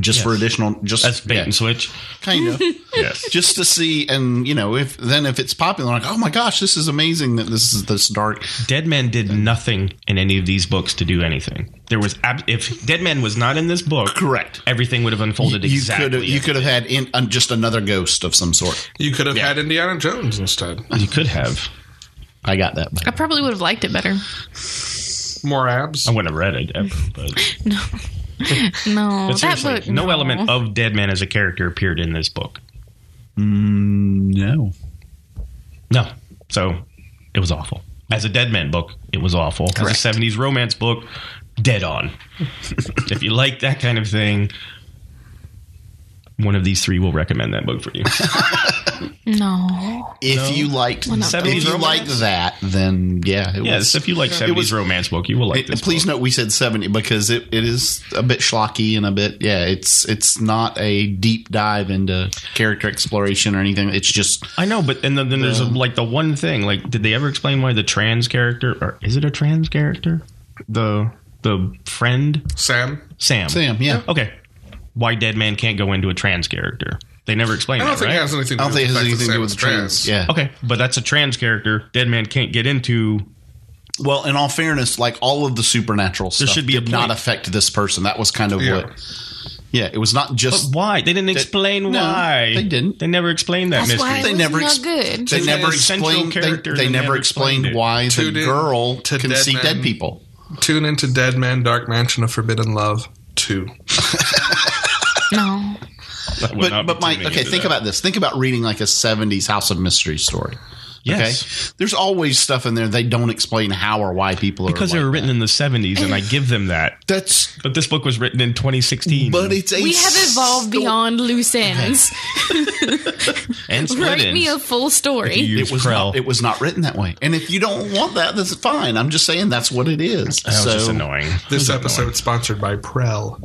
Speaker 4: just for additional, just
Speaker 5: that's bait
Speaker 4: yeah,
Speaker 5: and switch.
Speaker 4: kind of.
Speaker 5: Yes.
Speaker 4: Just to see, and you know, if then if it's popular, like, oh my gosh, this is amazing that this is this dark.
Speaker 5: Dead Man did nothing in any of these books to do anything. There was ab- if Dead Man was not in this book,
Speaker 4: Correct.
Speaker 5: Everything would have unfolded
Speaker 4: you could
Speaker 5: exactly.
Speaker 4: have, you could have had in, uh, just another ghost of some sort.
Speaker 2: you could have had Indiana Jones instead.
Speaker 5: you could have.
Speaker 4: I got that.
Speaker 3: I probably would have liked it better.
Speaker 2: More abs.
Speaker 5: I wouldn't have read it ever, but,
Speaker 3: No. no.
Speaker 5: but
Speaker 3: that
Speaker 5: seriously,
Speaker 3: book.
Speaker 5: no, element of Dead Man as a character appeared in this book.
Speaker 4: No.
Speaker 5: No. So it was awful. As a Dead Man book, it was awful. As a 70s romance book, dead on. if you like that kind of thing, one of these three will recommend that book for you.
Speaker 3: No.
Speaker 4: If you liked
Speaker 3: Well, not
Speaker 4: if
Speaker 5: Seventies
Speaker 4: you
Speaker 5: romance?
Speaker 4: like that, then yeah, it was.
Speaker 5: yes, if you like 70s
Speaker 4: was-
Speaker 5: romance book, you will like
Speaker 4: it-
Speaker 5: this.
Speaker 4: please
Speaker 5: book.
Speaker 4: note we said seventy because it, it is a bit schlocky and a bit yeah it's it's not a deep dive into character exploration or anything it's just
Speaker 5: I know, but and then, then there's like the one thing. Like, did they ever explain why the trans character, or is it a trans character? The the friend
Speaker 2: Sam,
Speaker 5: Sam.
Speaker 4: Sam yeah
Speaker 5: Okay. Why Dead Man can't go into a trans character? They never explain
Speaker 2: I don't
Speaker 5: that,
Speaker 2: think
Speaker 5: right?
Speaker 2: it has anything. To
Speaker 4: I don't
Speaker 2: do
Speaker 4: think it
Speaker 2: with
Speaker 4: has
Speaker 2: the fact that Sam
Speaker 4: anything to do with
Speaker 2: is
Speaker 4: the trans yeah
Speaker 5: Okay, but that's a trans character. Dead man can't get into.
Speaker 4: well in all fairness like all of the supernatural stuff
Speaker 5: should be a
Speaker 4: did not
Speaker 5: point.
Speaker 4: affect this person that was kind of
Speaker 2: Yeah.
Speaker 4: what yeah it was not
Speaker 5: But
Speaker 4: just
Speaker 5: why? They didn't explain
Speaker 4: no,
Speaker 5: why.
Speaker 4: they didn't.
Speaker 5: They never explained that
Speaker 3: That's
Speaker 5: mystery.
Speaker 3: why it
Speaker 4: They
Speaker 3: was
Speaker 4: never
Speaker 3: not
Speaker 4: ex-
Speaker 3: good.
Speaker 4: they
Speaker 2: To
Speaker 4: never
Speaker 2: the
Speaker 5: central
Speaker 4: explained they,
Speaker 5: character,
Speaker 4: they
Speaker 5: they
Speaker 4: never
Speaker 5: never
Speaker 4: explained
Speaker 5: explained it.
Speaker 4: why the
Speaker 2: To the-
Speaker 4: girl
Speaker 2: to
Speaker 4: can
Speaker 2: Dead
Speaker 4: see dead
Speaker 2: Man.
Speaker 4: people
Speaker 2: Tune into Dead Man Dark Mansion of Forbidden Love two.
Speaker 3: No.
Speaker 5: That would
Speaker 4: but
Speaker 5: not
Speaker 4: but
Speaker 5: be
Speaker 4: Mike,
Speaker 5: tuning
Speaker 4: okay,
Speaker 5: into
Speaker 4: think
Speaker 5: that.
Speaker 4: about this. Think about reading like a '70s House of Mystery story.
Speaker 5: yes
Speaker 4: Okay, there's always stuff in there they don't explain how or why people are
Speaker 5: because they
Speaker 4: like
Speaker 5: were written in the '70s, and I give them that.
Speaker 4: that. That's
Speaker 5: But this book was written in 2016,
Speaker 4: but it's a
Speaker 3: We have evolved
Speaker 4: sto-
Speaker 3: beyond loose ends.
Speaker 5: and split
Speaker 3: Write me a
Speaker 5: ends.
Speaker 3: full
Speaker 5: If you
Speaker 3: story.
Speaker 5: use
Speaker 4: It was
Speaker 5: Krell.
Speaker 4: not, it was not written that way. And if you don't want that, that's fine. I'm just saying that's what it is.
Speaker 5: that was
Speaker 4: so
Speaker 5: just annoying. It was
Speaker 2: This
Speaker 5: annoying.
Speaker 2: episode sponsored by Prel.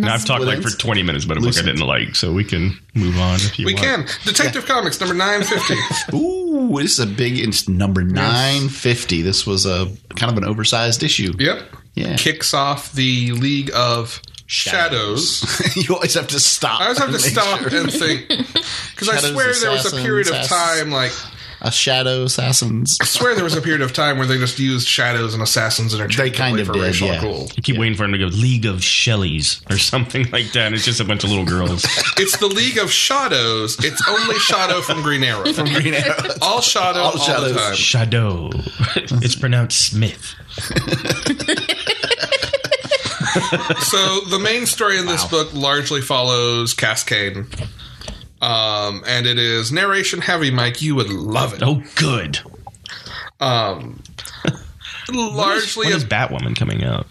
Speaker 5: Now, I've talked like for 20 minutes about a book I didn't like, so we can move on if you
Speaker 2: We
Speaker 5: want.
Speaker 2: can Detective Comics number nine fifty.
Speaker 4: ooh, this is a big it's number nine fifty. This was a kind of an oversized issue.
Speaker 2: Yep.
Speaker 4: Yeah.
Speaker 2: Kicks off the League of Shadows.
Speaker 4: you always have to stop.
Speaker 2: I always have to
Speaker 4: and make
Speaker 2: stop
Speaker 4: sure.
Speaker 2: and think because I
Speaker 4: Shadows,
Speaker 2: swear there was a
Speaker 4: assassins,
Speaker 2: period of
Speaker 4: ass-
Speaker 2: time like
Speaker 4: A shadow assassins.
Speaker 2: swear there was a period of time where they just used shadows and assassins interchangeably
Speaker 4: kind of
Speaker 2: for
Speaker 4: did,
Speaker 2: racial
Speaker 4: yeah.
Speaker 2: Cool.
Speaker 5: I keep waiting for him to go League of Shelleys or something like that. It's just a bunch of little girls.
Speaker 2: It's the League of Shadows. It's only Shadow from Green Arrow. From Green Arrow. All Shadow all,
Speaker 4: All Shadows.
Speaker 2: the time.
Speaker 5: Shadow. it's pronounced Smith.
Speaker 2: So the main story in this book largely follows Cascade. Um, and it is narration heavy, Mike. You would love it.
Speaker 5: Oh, good.
Speaker 2: Um, largely,
Speaker 5: When is
Speaker 2: a-
Speaker 5: Batwoman coming out?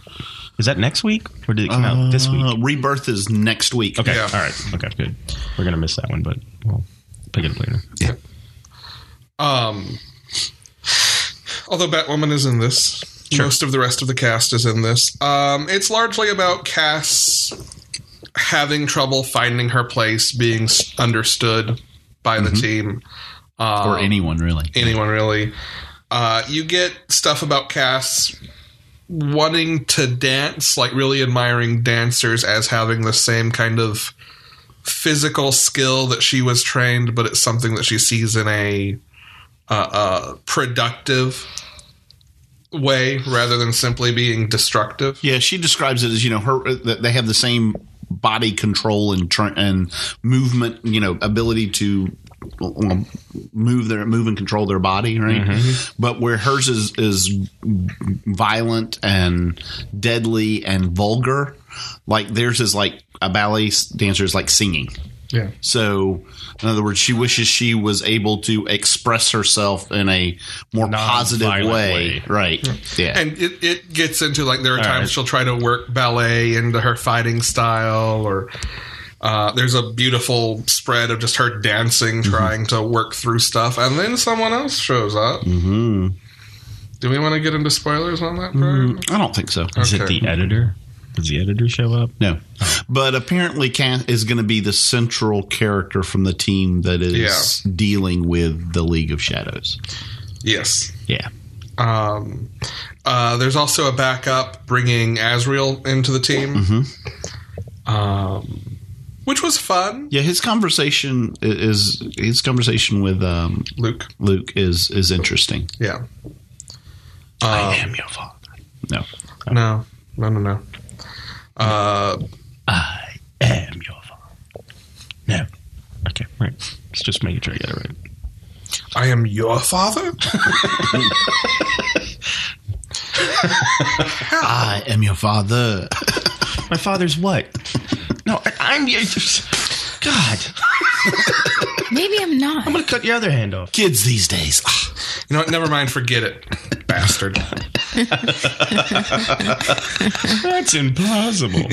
Speaker 5: Is that next week or did it come out this week?
Speaker 4: Uh, rebirth is next week.
Speaker 5: Okay,
Speaker 2: yeah.
Speaker 5: all right, okay, good. We're gonna miss that one, but we'll pick it up later.
Speaker 2: Um, although Batwoman is in this, most of the rest of the cast is in this. Um, it's largely about Cass having trouble finding her place, being s- understood by
Speaker 5: Mm-hmm.
Speaker 2: the team, um,
Speaker 5: Uh,
Speaker 4: Or anyone really.
Speaker 2: anyone really. Uh, you get stuff about Cass wanting to dance, like really admiring dancers as having the same kind of physical skill that she was trained, but it's something that she sees in a uh, uh, productive way rather than simply being destructive.
Speaker 4: Yeah, she describes it as you know her. uh, that They have the same body control and tr- and movement. You know, ability to well, move their move and control their body, right?
Speaker 5: Mm-hmm.
Speaker 4: But where hers is is violent and deadly and vulgar. like theirs is like a ballet s- dancer is like singing.
Speaker 2: Yeah.
Speaker 4: So, in other words, she wishes she was able to express herself in a more positive
Speaker 5: Non-violent
Speaker 4: way.
Speaker 5: way. Hmm.
Speaker 4: Right. Yeah.
Speaker 2: And it, it gets into like there are times
Speaker 5: right.
Speaker 2: she'll try to work ballet into her fighting style, or uh, there's a beautiful spread of just her dancing, trying to work through stuff, and then someone else shows up.
Speaker 4: hmm
Speaker 2: Do we want to get into spoilers on that? Brian?
Speaker 4: I don't think so.
Speaker 5: Is it
Speaker 2: Okay.
Speaker 5: the editor? Does the editor show up?
Speaker 4: No. But apparently, Cat is going to be the central character from the team that is dealing with the League of Shadows.
Speaker 2: Yes.
Speaker 4: Yeah.
Speaker 2: Um, uh, there's also a backup bringing Azriel into the team, um, which was fun.
Speaker 4: Yeah. His conversation i- is his conversation with um,
Speaker 2: Luke,
Speaker 4: Luke is is interesting.
Speaker 2: yeah.
Speaker 5: I
Speaker 2: Uh,
Speaker 5: am your father.
Speaker 4: No.
Speaker 2: no, no, no, no. Uh,
Speaker 5: I am your father. No. Okay, right. Let's just making sure I get it right.
Speaker 2: I am your father.
Speaker 4: I am your father.
Speaker 5: My father's what? No, I, I'm your. God,
Speaker 3: Maybe I'm not.
Speaker 5: I'm gonna cut your other hand off.
Speaker 4: Kids these days. Ah.
Speaker 2: You know what? Never mind. Forget it, bastard.
Speaker 5: That's implausible.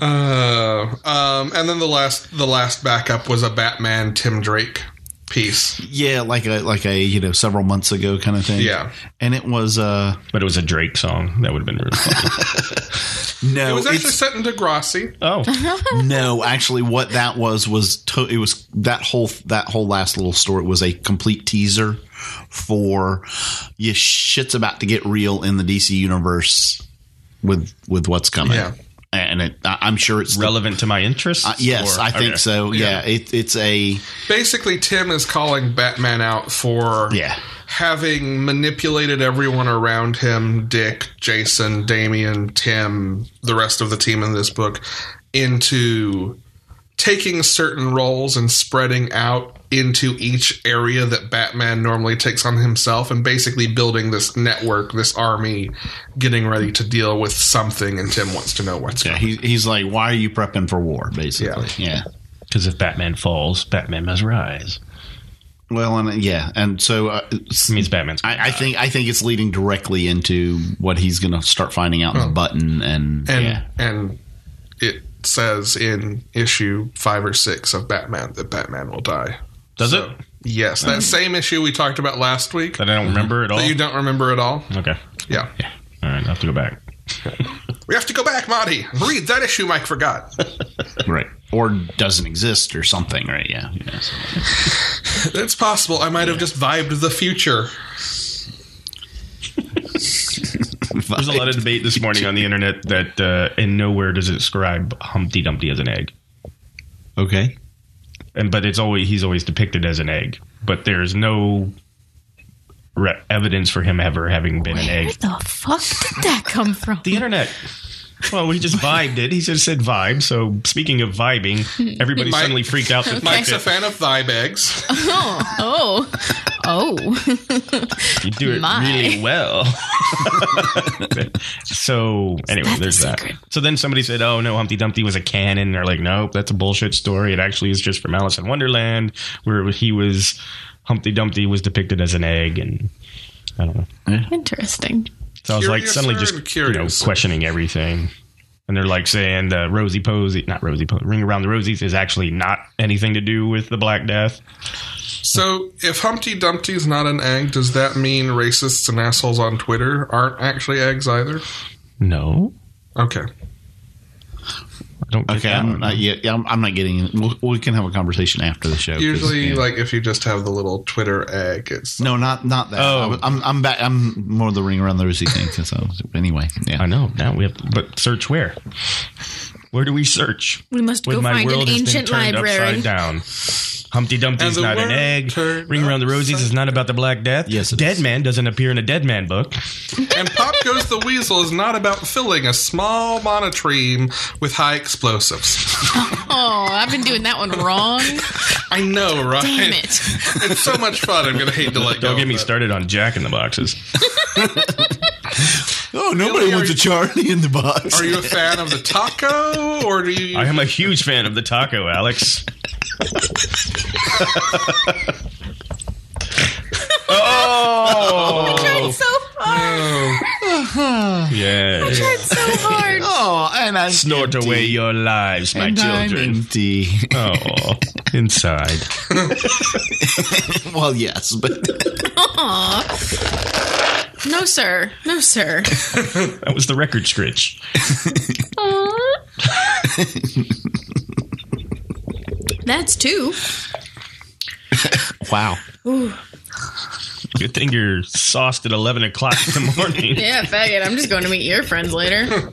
Speaker 2: Uh, um, and then the last, the last backup was a Batman Tim Drake piece.
Speaker 4: Yeah, like a like a you know several months ago kind of thing.
Speaker 2: Yeah.
Speaker 4: and it was uh
Speaker 5: but it was a Drake song. That would have been really funny.
Speaker 4: no,
Speaker 2: It was actually
Speaker 4: it's-
Speaker 2: set in Degrassi.
Speaker 5: Oh,
Speaker 4: no, actually, what that was was to, it was that whole that whole last little story was a complete teaser for yeah shit's about to get real in the DC universe with with what's coming.
Speaker 2: Yeah.
Speaker 4: and it, I, I'm sure it's
Speaker 5: relevant to my interests?
Speaker 4: Uh, yes,
Speaker 5: Or-
Speaker 4: I think
Speaker 5: okay.
Speaker 4: so. Yeah, it, it's a
Speaker 2: Basically, Tim is calling Batman out for
Speaker 4: yeah.
Speaker 2: having manipulated everyone around him Dick, Jason, Damien, Tim, the rest of the team in this book into taking certain roles and spreading out into each area that Batman normally takes on himself and basically building this network, this army, getting ready to deal with something. And Tim wants to know what's
Speaker 4: Yeah,
Speaker 2: going
Speaker 4: he, he's like, why are you prepping for war? Basically, yeah.
Speaker 5: Because if Batman falls, Batman must rise.
Speaker 4: Well, and uh, yeah, and so uh,
Speaker 5: It means Batman's.
Speaker 4: I, I think I think it's leading directly into what he's going to start finding out in the button, Oh. and,
Speaker 2: and
Speaker 4: yeah,
Speaker 2: and it says in issue five or six of Batman that Batman will die.
Speaker 5: Does
Speaker 2: So,
Speaker 5: it?
Speaker 2: Yes, that same issue we talked about last week
Speaker 5: That I
Speaker 4: Mm-hmm.
Speaker 5: don't remember at all.
Speaker 2: that you don't remember at all.
Speaker 5: okay.
Speaker 2: Yeah,
Speaker 5: All right, I have to go back.
Speaker 2: we have to go back, Marty. Read that issue Mike forgot.
Speaker 4: right, or doesn't exist or something, right? Yeah, yeah, so-
Speaker 2: it's possible I might have just vibed the future.
Speaker 5: There's a lot of debate this morning on the internet that uh, in nowhere does it describe Humpty Dumpty as an egg,
Speaker 4: okay,
Speaker 5: and but it's always he's always depicted as an egg, but there's no re- evidence for him ever having been an
Speaker 3: Where
Speaker 5: egg.
Speaker 3: the fuck did that come from?
Speaker 5: The internet. Well, we just vibed it. He just said vibe. So speaking of vibing, everybody
Speaker 2: Mike-
Speaker 5: suddenly freaked out. That
Speaker 2: Mike's a
Speaker 5: that
Speaker 2: fan of vibe eggs.
Speaker 3: Oh, oh,
Speaker 5: you do it
Speaker 3: My.
Speaker 5: really well. so anyway,
Speaker 3: That's a
Speaker 5: there's that.
Speaker 3: secret.
Speaker 5: So then somebody said, "Oh no, Humpty Dumpty was a cannon." They're like, "Nope, that's a bullshit story. It actually is just from Alice in Wonderland, where he was Humpty Dumpty was depicted as an egg, and I don't know."
Speaker 3: interesting.
Speaker 5: So I was like
Speaker 2: Curiouser
Speaker 5: suddenly
Speaker 2: and
Speaker 5: just you know
Speaker 2: curiouser.
Speaker 5: questioning everything. And they're like saying the Rosie Posy, not Rosie Posy, Ring Around the Rosies is actually not anything to do with the Black Death.
Speaker 2: So if Humpty Dumpty's not an egg, does that mean racists and assholes on Twitter aren't actually eggs either?
Speaker 5: No,
Speaker 2: Okay.
Speaker 5: I don't. Get
Speaker 4: okay.
Speaker 5: that
Speaker 4: I'm
Speaker 5: one.
Speaker 4: not, yeah, yeah, I'm, I'm not getting. We'll, we can have a conversation after the show. 'cause,
Speaker 2: Usually,
Speaker 4: yeah.
Speaker 2: like if you just have the little Twitter egg, it's
Speaker 4: no, not not that.
Speaker 5: Oh.
Speaker 4: I was- I'm I'm back. I'm more the ring around the rosy thing. So anyway, yeah.
Speaker 5: I know. Now we have, but search where? Where do we search?
Speaker 3: We must go find an
Speaker 5: has been
Speaker 3: ancient
Speaker 5: turned
Speaker 3: library.
Speaker 5: upside down. Humpty Dumpty
Speaker 2: And
Speaker 5: is
Speaker 2: the
Speaker 5: not an
Speaker 2: world
Speaker 5: egg.
Speaker 2: turned
Speaker 5: Ring Around the Rosies is not about the Black Death.
Speaker 4: Yes, it
Speaker 5: Dead
Speaker 4: is.
Speaker 5: Man doesn't appear in a Dead Man book.
Speaker 2: And Pop Goes the Weasel is not about filling a small monotreme with high explosives.
Speaker 3: Oh, I've been doing that one wrong.
Speaker 2: I know, right?
Speaker 3: Damn it.
Speaker 2: It's so Oh, much fun. I'm going to hate to let go.
Speaker 5: Don't get
Speaker 2: of
Speaker 5: me
Speaker 2: it.
Speaker 5: started on Jack in the Boxes.
Speaker 4: Oh, nobody
Speaker 2: Billy, are
Speaker 4: wants a
Speaker 2: you-
Speaker 4: Charlie in the box.
Speaker 2: Are you a fan of the taco, or do you?
Speaker 5: I am a huge fan of the taco, Alex. oh
Speaker 3: tried so hard.
Speaker 5: yeah!
Speaker 3: tried so hard.
Speaker 4: oh, and I'm
Speaker 5: Snort
Speaker 4: empty.
Speaker 5: away your lives, my
Speaker 4: and I'm
Speaker 5: children.
Speaker 4: empty.
Speaker 5: Oh, inside.
Speaker 4: well, yes, but
Speaker 3: No, sir. No, sir.
Speaker 5: That was the record scritch.
Speaker 3: That's two.
Speaker 4: wow.
Speaker 5: Good thing you're sauced at eleven o'clock in the morning.
Speaker 3: Yeah, faggot. I'm just going to meet your friends later.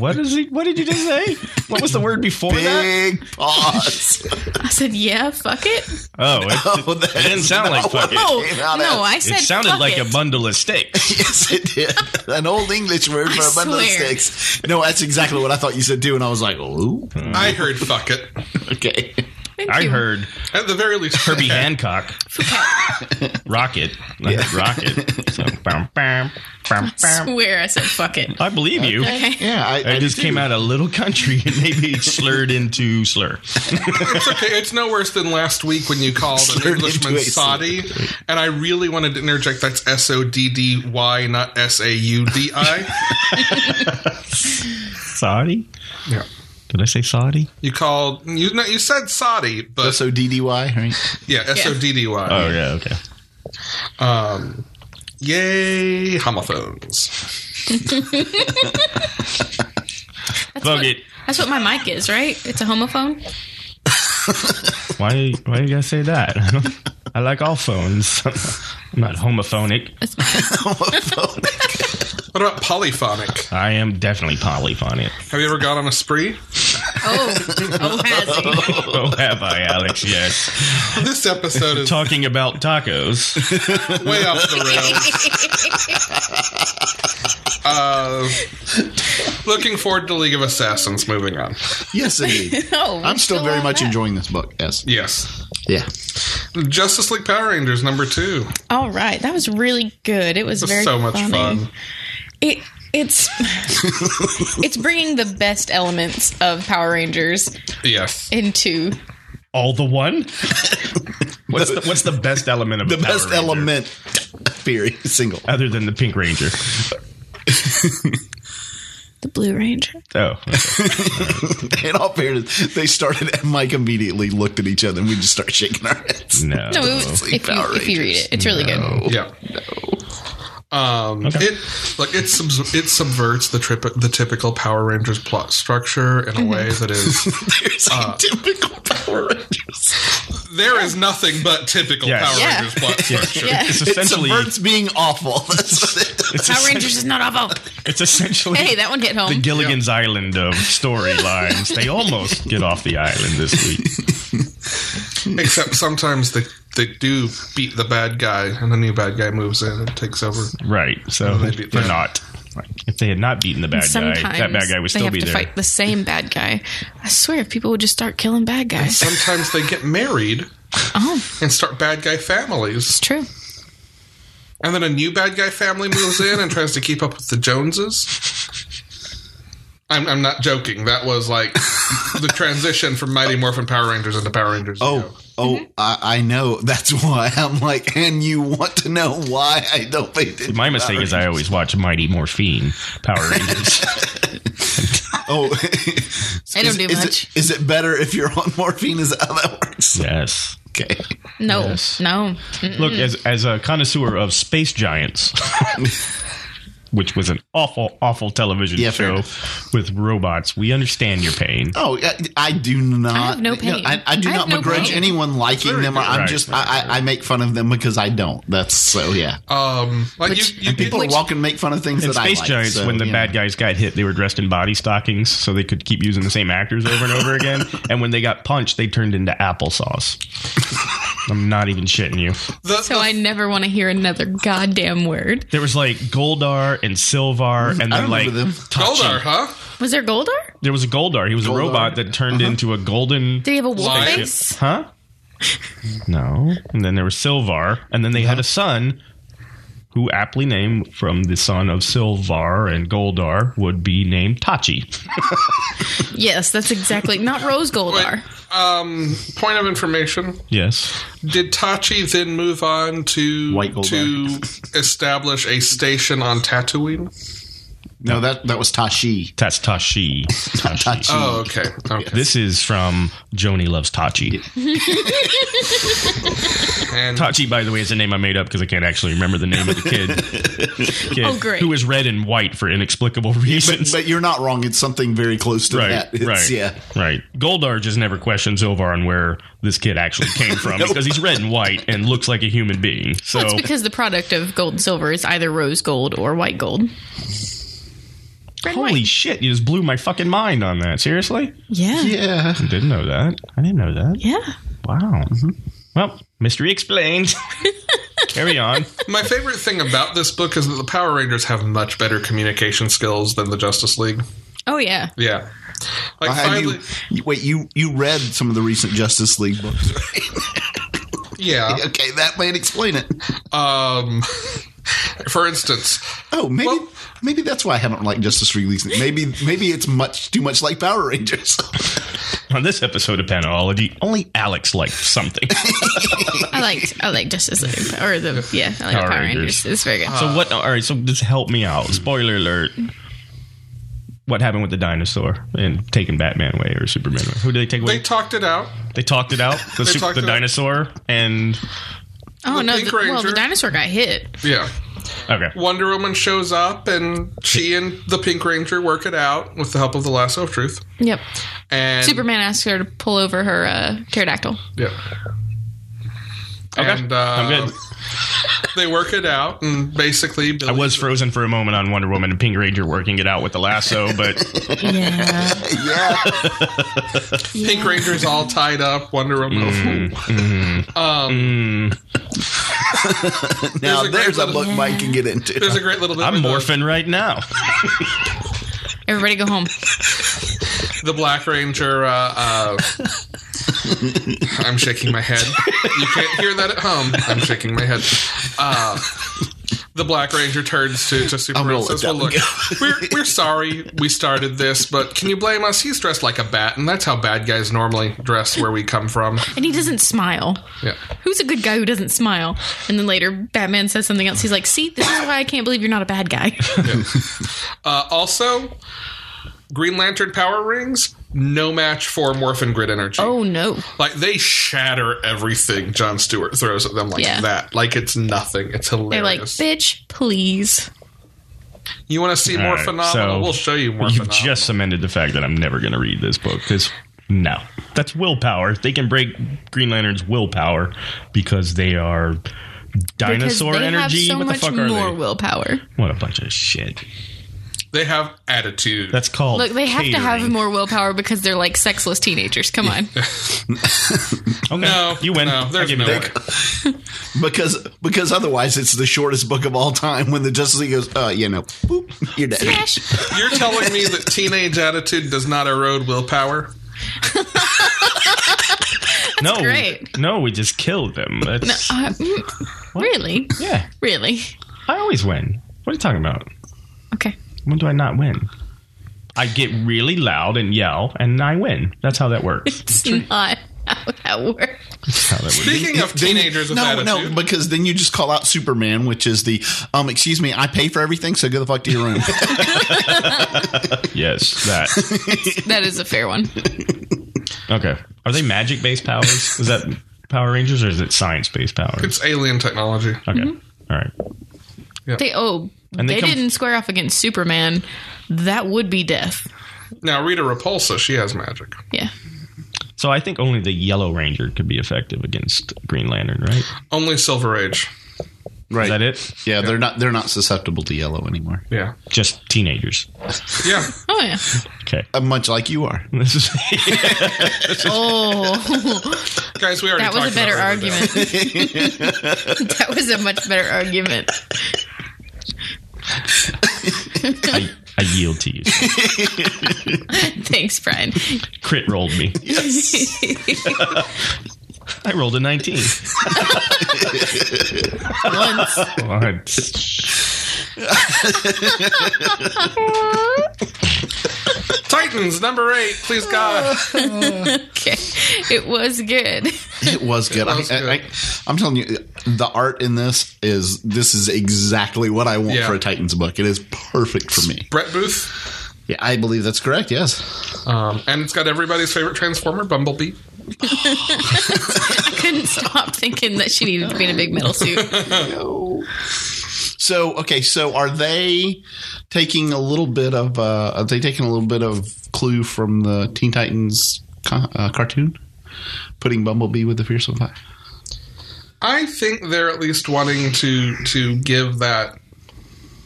Speaker 5: What is he? What did you just say? What was the word before that?
Speaker 4: Big pause.
Speaker 3: I said, yeah, fuck it.
Speaker 5: Oh, it,
Speaker 4: Oh,
Speaker 5: it didn't sound like fuck it.
Speaker 3: Oh,
Speaker 4: Came out
Speaker 3: no,
Speaker 4: as-
Speaker 3: I
Speaker 5: It
Speaker 3: said
Speaker 5: sounded
Speaker 3: fuck
Speaker 5: like
Speaker 3: it.
Speaker 5: a bundle of steaks.
Speaker 4: Yes, it did. An old English word for
Speaker 3: I
Speaker 4: a bundle of
Speaker 3: swear.
Speaker 4: sticks. No, that's exactly what I thought you said too, and I was like, "Ooh,
Speaker 2: I heard fuck it.
Speaker 4: okay."
Speaker 3: Thank
Speaker 5: I
Speaker 3: you.
Speaker 5: heard
Speaker 2: At the very least,
Speaker 5: Herbie Hancock. Rocket. I heard Rocket. So, bam, bam, bam, bam.
Speaker 3: Swear I said fuck it.
Speaker 5: I believe you.
Speaker 3: Okay.
Speaker 4: Yeah, I,
Speaker 5: I
Speaker 4: I
Speaker 5: just
Speaker 4: did
Speaker 5: came
Speaker 4: too.
Speaker 5: out a little country and maybe slurred into slur.
Speaker 2: It's okay. It's no worse than last week when you called an
Speaker 4: Slurred
Speaker 2: Englishman
Speaker 4: into a
Speaker 2: Saudi, and I really wanted to interject. That's S O D D Y, not S A U D I.
Speaker 5: Saudi?
Speaker 2: Yeah.
Speaker 5: Did I say Saudi?
Speaker 2: You called you. No, you said Saudi, but
Speaker 4: S O D D Y. Right?
Speaker 2: yeah, S O D D Y.
Speaker 5: Oh, yeah, okay.
Speaker 2: Um,
Speaker 4: Oh,
Speaker 2: yay, homophones.
Speaker 3: That's
Speaker 5: Fuck
Speaker 3: what,
Speaker 5: it.
Speaker 3: That's what my mic is, right? It's a homophone.
Speaker 5: Why, why you gotta say that? I, don't- I like all phones. I'm not homophonic.
Speaker 2: What about polyphonic?
Speaker 5: I am definitely polyphonic.
Speaker 2: Have you ever gone on a spree?
Speaker 3: Oh, oh, has he?
Speaker 5: Oh, have I, Alex? Yes.
Speaker 2: This episode is
Speaker 5: Talking about tacos.
Speaker 2: way off the rails. Uh, looking forward to League of Assassins. Moving on.
Speaker 4: Yes, indeed.
Speaker 3: No, we're
Speaker 4: I'm still, very
Speaker 3: on
Speaker 4: much
Speaker 3: that.
Speaker 4: enjoying this book. Yes.
Speaker 2: Yes,
Speaker 4: Yeah.
Speaker 2: Justice League Power Rangers number two.
Speaker 3: All right, that was really good. It was
Speaker 2: It was
Speaker 3: very
Speaker 2: so much
Speaker 3: funny.
Speaker 2: fun.
Speaker 3: It it's it's bringing the best elements of Power Rangers
Speaker 2: Yes.
Speaker 3: into
Speaker 5: All the one? What's the, what's the best element of
Speaker 4: The
Speaker 5: a Power
Speaker 4: best
Speaker 5: Ranger?
Speaker 4: element. Period. Single.
Speaker 5: Other than the Pink Ranger.
Speaker 3: the Blue Ranger.
Speaker 5: Oh,
Speaker 4: In all fairness, they started and Mike immediately looked at each other and we just started shaking our heads.
Speaker 5: no.
Speaker 3: No, it was,
Speaker 4: Like
Speaker 3: if you
Speaker 4: Power
Speaker 3: if you read
Speaker 4: Rangers.
Speaker 3: it, it's really good.
Speaker 2: Yeah. Um,
Speaker 5: Okay.
Speaker 2: it like it subs- it subverts the trip the typical Power Rangers plot structure in
Speaker 3: Mm-hmm.
Speaker 2: a way that is
Speaker 4: There's a typical Power Rangers.
Speaker 2: there is nothing but typical
Speaker 5: Yes.
Speaker 2: Power
Speaker 3: Yeah.
Speaker 2: Rangers plot structure.
Speaker 3: Yeah.
Speaker 5: It's
Speaker 4: It
Speaker 5: essentially
Speaker 4: subverts being awful. That's what it
Speaker 5: it's,
Speaker 3: Power
Speaker 5: essen-
Speaker 3: Rangers is not awful.
Speaker 5: it's essentially
Speaker 3: Hey, that one hit
Speaker 5: the
Speaker 3: home.
Speaker 5: Gilligan's Island of storylines. they almost get off the island this week.
Speaker 2: Except sometimes they they do beat the bad guy and the new bad guy moves in and takes over.
Speaker 5: Right. So
Speaker 2: they
Speaker 5: they
Speaker 2: beat
Speaker 5: are
Speaker 2: them.
Speaker 5: not. If they had not beaten the bad guy,
Speaker 3: Sometimes
Speaker 5: that bad guy would
Speaker 3: they
Speaker 5: still
Speaker 3: have
Speaker 5: be
Speaker 3: to
Speaker 5: there.
Speaker 3: fight the same bad guy. I swear, if people would just start killing bad guys,
Speaker 2: Sometimes they get married
Speaker 3: oh,
Speaker 2: and start bad guy families.
Speaker 3: it's true.
Speaker 2: And then a new bad guy family moves in and tries to keep up with the Joneses. I'm, I'm not joking. That was like the transition from Mighty Morphin Power Rangers into Power Rangers. Zeo.
Speaker 4: Oh, oh, I, I know. That's why I'm like, and you want to know why I don't think that-
Speaker 5: My mistake is I always watch Mighty Morphine Power Rangers.
Speaker 4: Oh,
Speaker 3: I don't do
Speaker 4: is
Speaker 3: much.
Speaker 4: It, is it better if you're on morphine? Is that how that works?
Speaker 5: yes.
Speaker 4: Okay.
Speaker 3: No,
Speaker 5: Yes.
Speaker 3: no.
Speaker 5: Look, as as a connoisseur of space giants, which was an awful, awful television
Speaker 4: Yeah, fair
Speaker 5: show with robots, we understand your pain.
Speaker 4: Oh, I, I do not.
Speaker 3: have no
Speaker 4: you know,
Speaker 3: pain.
Speaker 4: I, I do
Speaker 3: I
Speaker 4: not
Speaker 3: have no
Speaker 4: begrudge
Speaker 3: pain.
Speaker 4: anyone liking them. I'm
Speaker 5: Right,
Speaker 4: just,
Speaker 5: right,
Speaker 4: I, I, I make fun of them because I don't. That's so, yeah.
Speaker 2: Um, like
Speaker 3: Which-
Speaker 2: you, you
Speaker 3: and
Speaker 2: people
Speaker 4: People walk and make fun of things
Speaker 5: And
Speaker 4: that
Speaker 5: Space
Speaker 4: I like.
Speaker 5: Giants,
Speaker 4: so,
Speaker 5: when the
Speaker 4: you
Speaker 5: bad
Speaker 4: know.
Speaker 5: guys got hit, they were dressed in body stockings so they could keep using the same actors over and over again. And when they got punched, they turned into applesauce. I'm not even shitting you.
Speaker 2: the,
Speaker 3: So I never want to hear another goddamn word.
Speaker 5: There was like Goldar and Silvar, and
Speaker 4: I remember
Speaker 5: then like
Speaker 4: them.
Speaker 5: Tachi.
Speaker 2: Goldar, huh?
Speaker 3: Was there Goldar?
Speaker 5: There was a Goldar. He was a
Speaker 4: Goldar. Uh-huh.
Speaker 5: robot that turned into a golden.
Speaker 3: Did he have a wolf
Speaker 2: Lion.
Speaker 3: face?
Speaker 4: Uh-huh.
Speaker 5: Huh? No. And then there was Silvar, and then they had a son who aptly named from the son of Silvar and Goldar would be named Tachi.
Speaker 3: Yes, that's exactly not Rose Goldar.
Speaker 2: Um, point of information:
Speaker 5: Yes.
Speaker 2: Did Tachi then move on to
Speaker 4: White Goldar.
Speaker 2: to establish a station on Tatooine?
Speaker 4: No, that that was Tashi.
Speaker 5: That's Tashi. Tashi.
Speaker 4: Tachi.
Speaker 2: Oh, okay. Okay.
Speaker 5: This is from Joni Loves Tachi.
Speaker 2: And
Speaker 5: Tachi, by the way, is a name I made up because I can't actually remember the name of the kid. Kid
Speaker 3: Oh, great.
Speaker 5: Who was red and white for inexplicable reasons.
Speaker 4: But you're not wrong. It's something very close to
Speaker 5: Right,
Speaker 4: that. It's,
Speaker 5: right,
Speaker 4: Yeah.
Speaker 5: right. Goldar just never questions Silvar on where this kid actually came from because he's red and white and looks like a human being. So
Speaker 3: Well, it's because the product of gold and silver is either rose gold or white gold. Red and
Speaker 5: holy
Speaker 3: white.
Speaker 5: shit, you just blew my fucking mind on that. Seriously,
Speaker 3: yeah. yeah.
Speaker 4: Yeah.
Speaker 5: I didn't know that. I didn't know that. Wow. Mm-hmm. Well, mystery explained. Carry on.
Speaker 2: my favorite thing about this book is that the Power Rangers have much better communication skills than the Justice League.
Speaker 3: Oh yeah.
Speaker 2: Yeah. Like
Speaker 4: Have
Speaker 2: finally,
Speaker 4: you, you- wait, you you read some of the recent Justice League books?
Speaker 2: yeah.
Speaker 4: okay, that might explain it.
Speaker 2: Um, for instance,
Speaker 4: Oh, maybe
Speaker 2: Well-
Speaker 4: maybe that's why I haven't liked Justice League recently. Maybe maybe it's much too much like Power Rangers.
Speaker 5: On this episode of Panology, only Alex liked something.
Speaker 3: I liked I liked Justice League or the yeah I like
Speaker 5: Power
Speaker 3: Power Rangers.
Speaker 5: Rangers. Uh,
Speaker 3: It's very good.
Speaker 5: So what? All right. So just help me out. Spoiler alert. What happened with the dinosaur and taking Batman away or Superman away? Who did they take away?
Speaker 2: they talked it out.
Speaker 5: They talked it out. The,
Speaker 2: They
Speaker 5: sup-
Speaker 2: talked
Speaker 5: the
Speaker 2: it out.
Speaker 5: dinosaur and
Speaker 3: oh
Speaker 2: the
Speaker 3: no!
Speaker 2: Pink
Speaker 3: the- well, the
Speaker 2: Ranger.
Speaker 3: dinosaur got hit.
Speaker 2: Yeah.
Speaker 5: okay.
Speaker 2: Wonder Woman shows up, and she and the Pink Ranger work it out with the help of the Lasso of Truth.
Speaker 3: Yep.
Speaker 2: And
Speaker 3: Superman asked her to pull over her uh, pterodactyl.
Speaker 2: Yeah.
Speaker 5: Okay.
Speaker 2: And, uh,
Speaker 5: I'm good.
Speaker 2: They work it out, and basically, Billy,
Speaker 5: I was frozen for a moment on Wonder Woman and Pink Ranger working it out with the lasso, but
Speaker 3: Yeah.
Speaker 4: yeah.
Speaker 2: Pink Ranger's all tied up. Wonder Woman.
Speaker 5: Mm.
Speaker 4: Now
Speaker 2: a great
Speaker 4: there's a,
Speaker 2: little-
Speaker 4: book Mike can get
Speaker 2: There's
Speaker 4: into.
Speaker 2: a great little bit.
Speaker 5: I'm
Speaker 2: where the-
Speaker 5: morphing right now.
Speaker 3: Everybody go home.
Speaker 2: the Black Ranger. Uh, uh, I'm shaking my head. You can't hear that at home. I'm shaking my head. Uh, the Black Ranger turns to, to Superman and
Speaker 4: gonna let
Speaker 2: says, "Well,
Speaker 4: that one
Speaker 2: look, we're, we're sorry we started this, but can you blame us? He's dressed like a bat, and that's how bad guys normally dress where we come from."
Speaker 3: And he doesn't smile.
Speaker 2: Yeah.
Speaker 3: Who's a good guy who doesn't smile? And then later, Batman says something else. He's like, "See, this is why I can't believe you're not a bad guy."
Speaker 2: Uh, also, Green Lantern power rings. No match for Morphin Grid Energy.
Speaker 3: oh no!
Speaker 2: Like they shatter everything John Stewart throws at them like
Speaker 3: Yeah.
Speaker 2: that. Like it's nothing. It's
Speaker 3: They're
Speaker 2: hilarious.
Speaker 3: like, "Bitch, please."
Speaker 2: You want to see
Speaker 5: All
Speaker 2: more
Speaker 5: right,
Speaker 2: phenomenal?
Speaker 5: so
Speaker 2: we'll show you more
Speaker 5: You've
Speaker 2: phenomenal.
Speaker 5: just cemented the fact that I'm never going to read this book because no, that's willpower. They can break Green Lantern's willpower because they are
Speaker 3: Because
Speaker 5: dinosaur
Speaker 3: they
Speaker 5: energy.
Speaker 3: have so
Speaker 5: what the
Speaker 3: much
Speaker 5: fuck are
Speaker 3: more
Speaker 5: they?
Speaker 3: willpower.
Speaker 5: What a bunch of shit.
Speaker 2: they have attitude.
Speaker 5: That's called.
Speaker 3: Look, they have to have
Speaker 5: catering.
Speaker 3: more willpower because they're like sexless teenagers. Come on.
Speaker 5: Okay,
Speaker 2: no,
Speaker 5: you win.
Speaker 2: No,
Speaker 5: I
Speaker 2: there's
Speaker 5: give
Speaker 2: no
Speaker 5: you
Speaker 2: way.
Speaker 5: that.
Speaker 4: because because otherwise it's the shortest book of all time when the Justice League goes, uh, you know, boop, you're dead.
Speaker 3: Smash.
Speaker 2: You're telling me that teenage attitude does not erode willpower?
Speaker 5: no,
Speaker 3: great.
Speaker 5: no, we just killed them. That's,
Speaker 3: Uh, mm, really?
Speaker 5: yeah,
Speaker 3: Really?
Speaker 5: I always win. What are you talking about?
Speaker 3: Okay.
Speaker 5: When do I not win? I get really loud and yell, and I win. That's how that works.
Speaker 3: It's not how that works.
Speaker 5: That's how that works.
Speaker 2: Speaking of teenagers with
Speaker 4: no,
Speaker 2: attitude,
Speaker 4: no, because then you just call out Superman, which is the, um, excuse me, I pay for everything, so go the fuck to your room.
Speaker 5: Yes, that.
Speaker 3: That is a fair one.
Speaker 5: Okay. Are they magic based powers? Is that Power Rangers or is it science based powers?
Speaker 2: it's alien technology.
Speaker 5: Okay. All right.
Speaker 3: They oh
Speaker 5: And they
Speaker 3: they,
Speaker 5: come-
Speaker 3: didn't square off against Superman. That would be death.
Speaker 2: Now Rita Repulsa, she has magic.
Speaker 3: Yeah.
Speaker 5: So I think only the Yellow Ranger could be effective against Green Lantern, right?
Speaker 2: Only Silver Age.
Speaker 4: right.
Speaker 5: Is that it?
Speaker 4: Yeah, they're not they're not susceptible to yellow anymore.
Speaker 2: Yeah,
Speaker 5: Just teenagers.
Speaker 2: yeah.
Speaker 3: Oh yeah.
Speaker 5: Okay.
Speaker 4: Uh, much like you are.
Speaker 5: This is
Speaker 3: Oh,
Speaker 2: Guys, we already
Speaker 3: that was a
Speaker 2: talked
Speaker 3: better
Speaker 2: about Rita.
Speaker 3: argument. that was a much better argument.
Speaker 5: I, I yield to you.
Speaker 3: Thanks, Brian.
Speaker 5: Crit rolled me. I rolled a 19.
Speaker 3: Once.
Speaker 5: Once.
Speaker 2: Titans number eight, please God.
Speaker 3: Okay. It was good.
Speaker 4: It was good.
Speaker 2: was
Speaker 4: I, I,
Speaker 2: good.
Speaker 4: I, am telling you, the art in this is this is exactly what I want
Speaker 2: Yeah.
Speaker 4: for a Titans book. It is perfect for me.
Speaker 2: Brett Booth,
Speaker 4: Yeah, I believe that's correct. Yes,
Speaker 2: um, and it's got everybody's favorite Transformer, Bumblebee.
Speaker 3: I couldn't stop thinking that she needed to be in a big metal suit.
Speaker 4: So okay, so are they taking a little bit of? Uh, are they taking a little bit of clue from the Teen Titans ca- uh, cartoon, putting Bumblebee with the fearsome five?
Speaker 2: I think they're at least wanting to to give that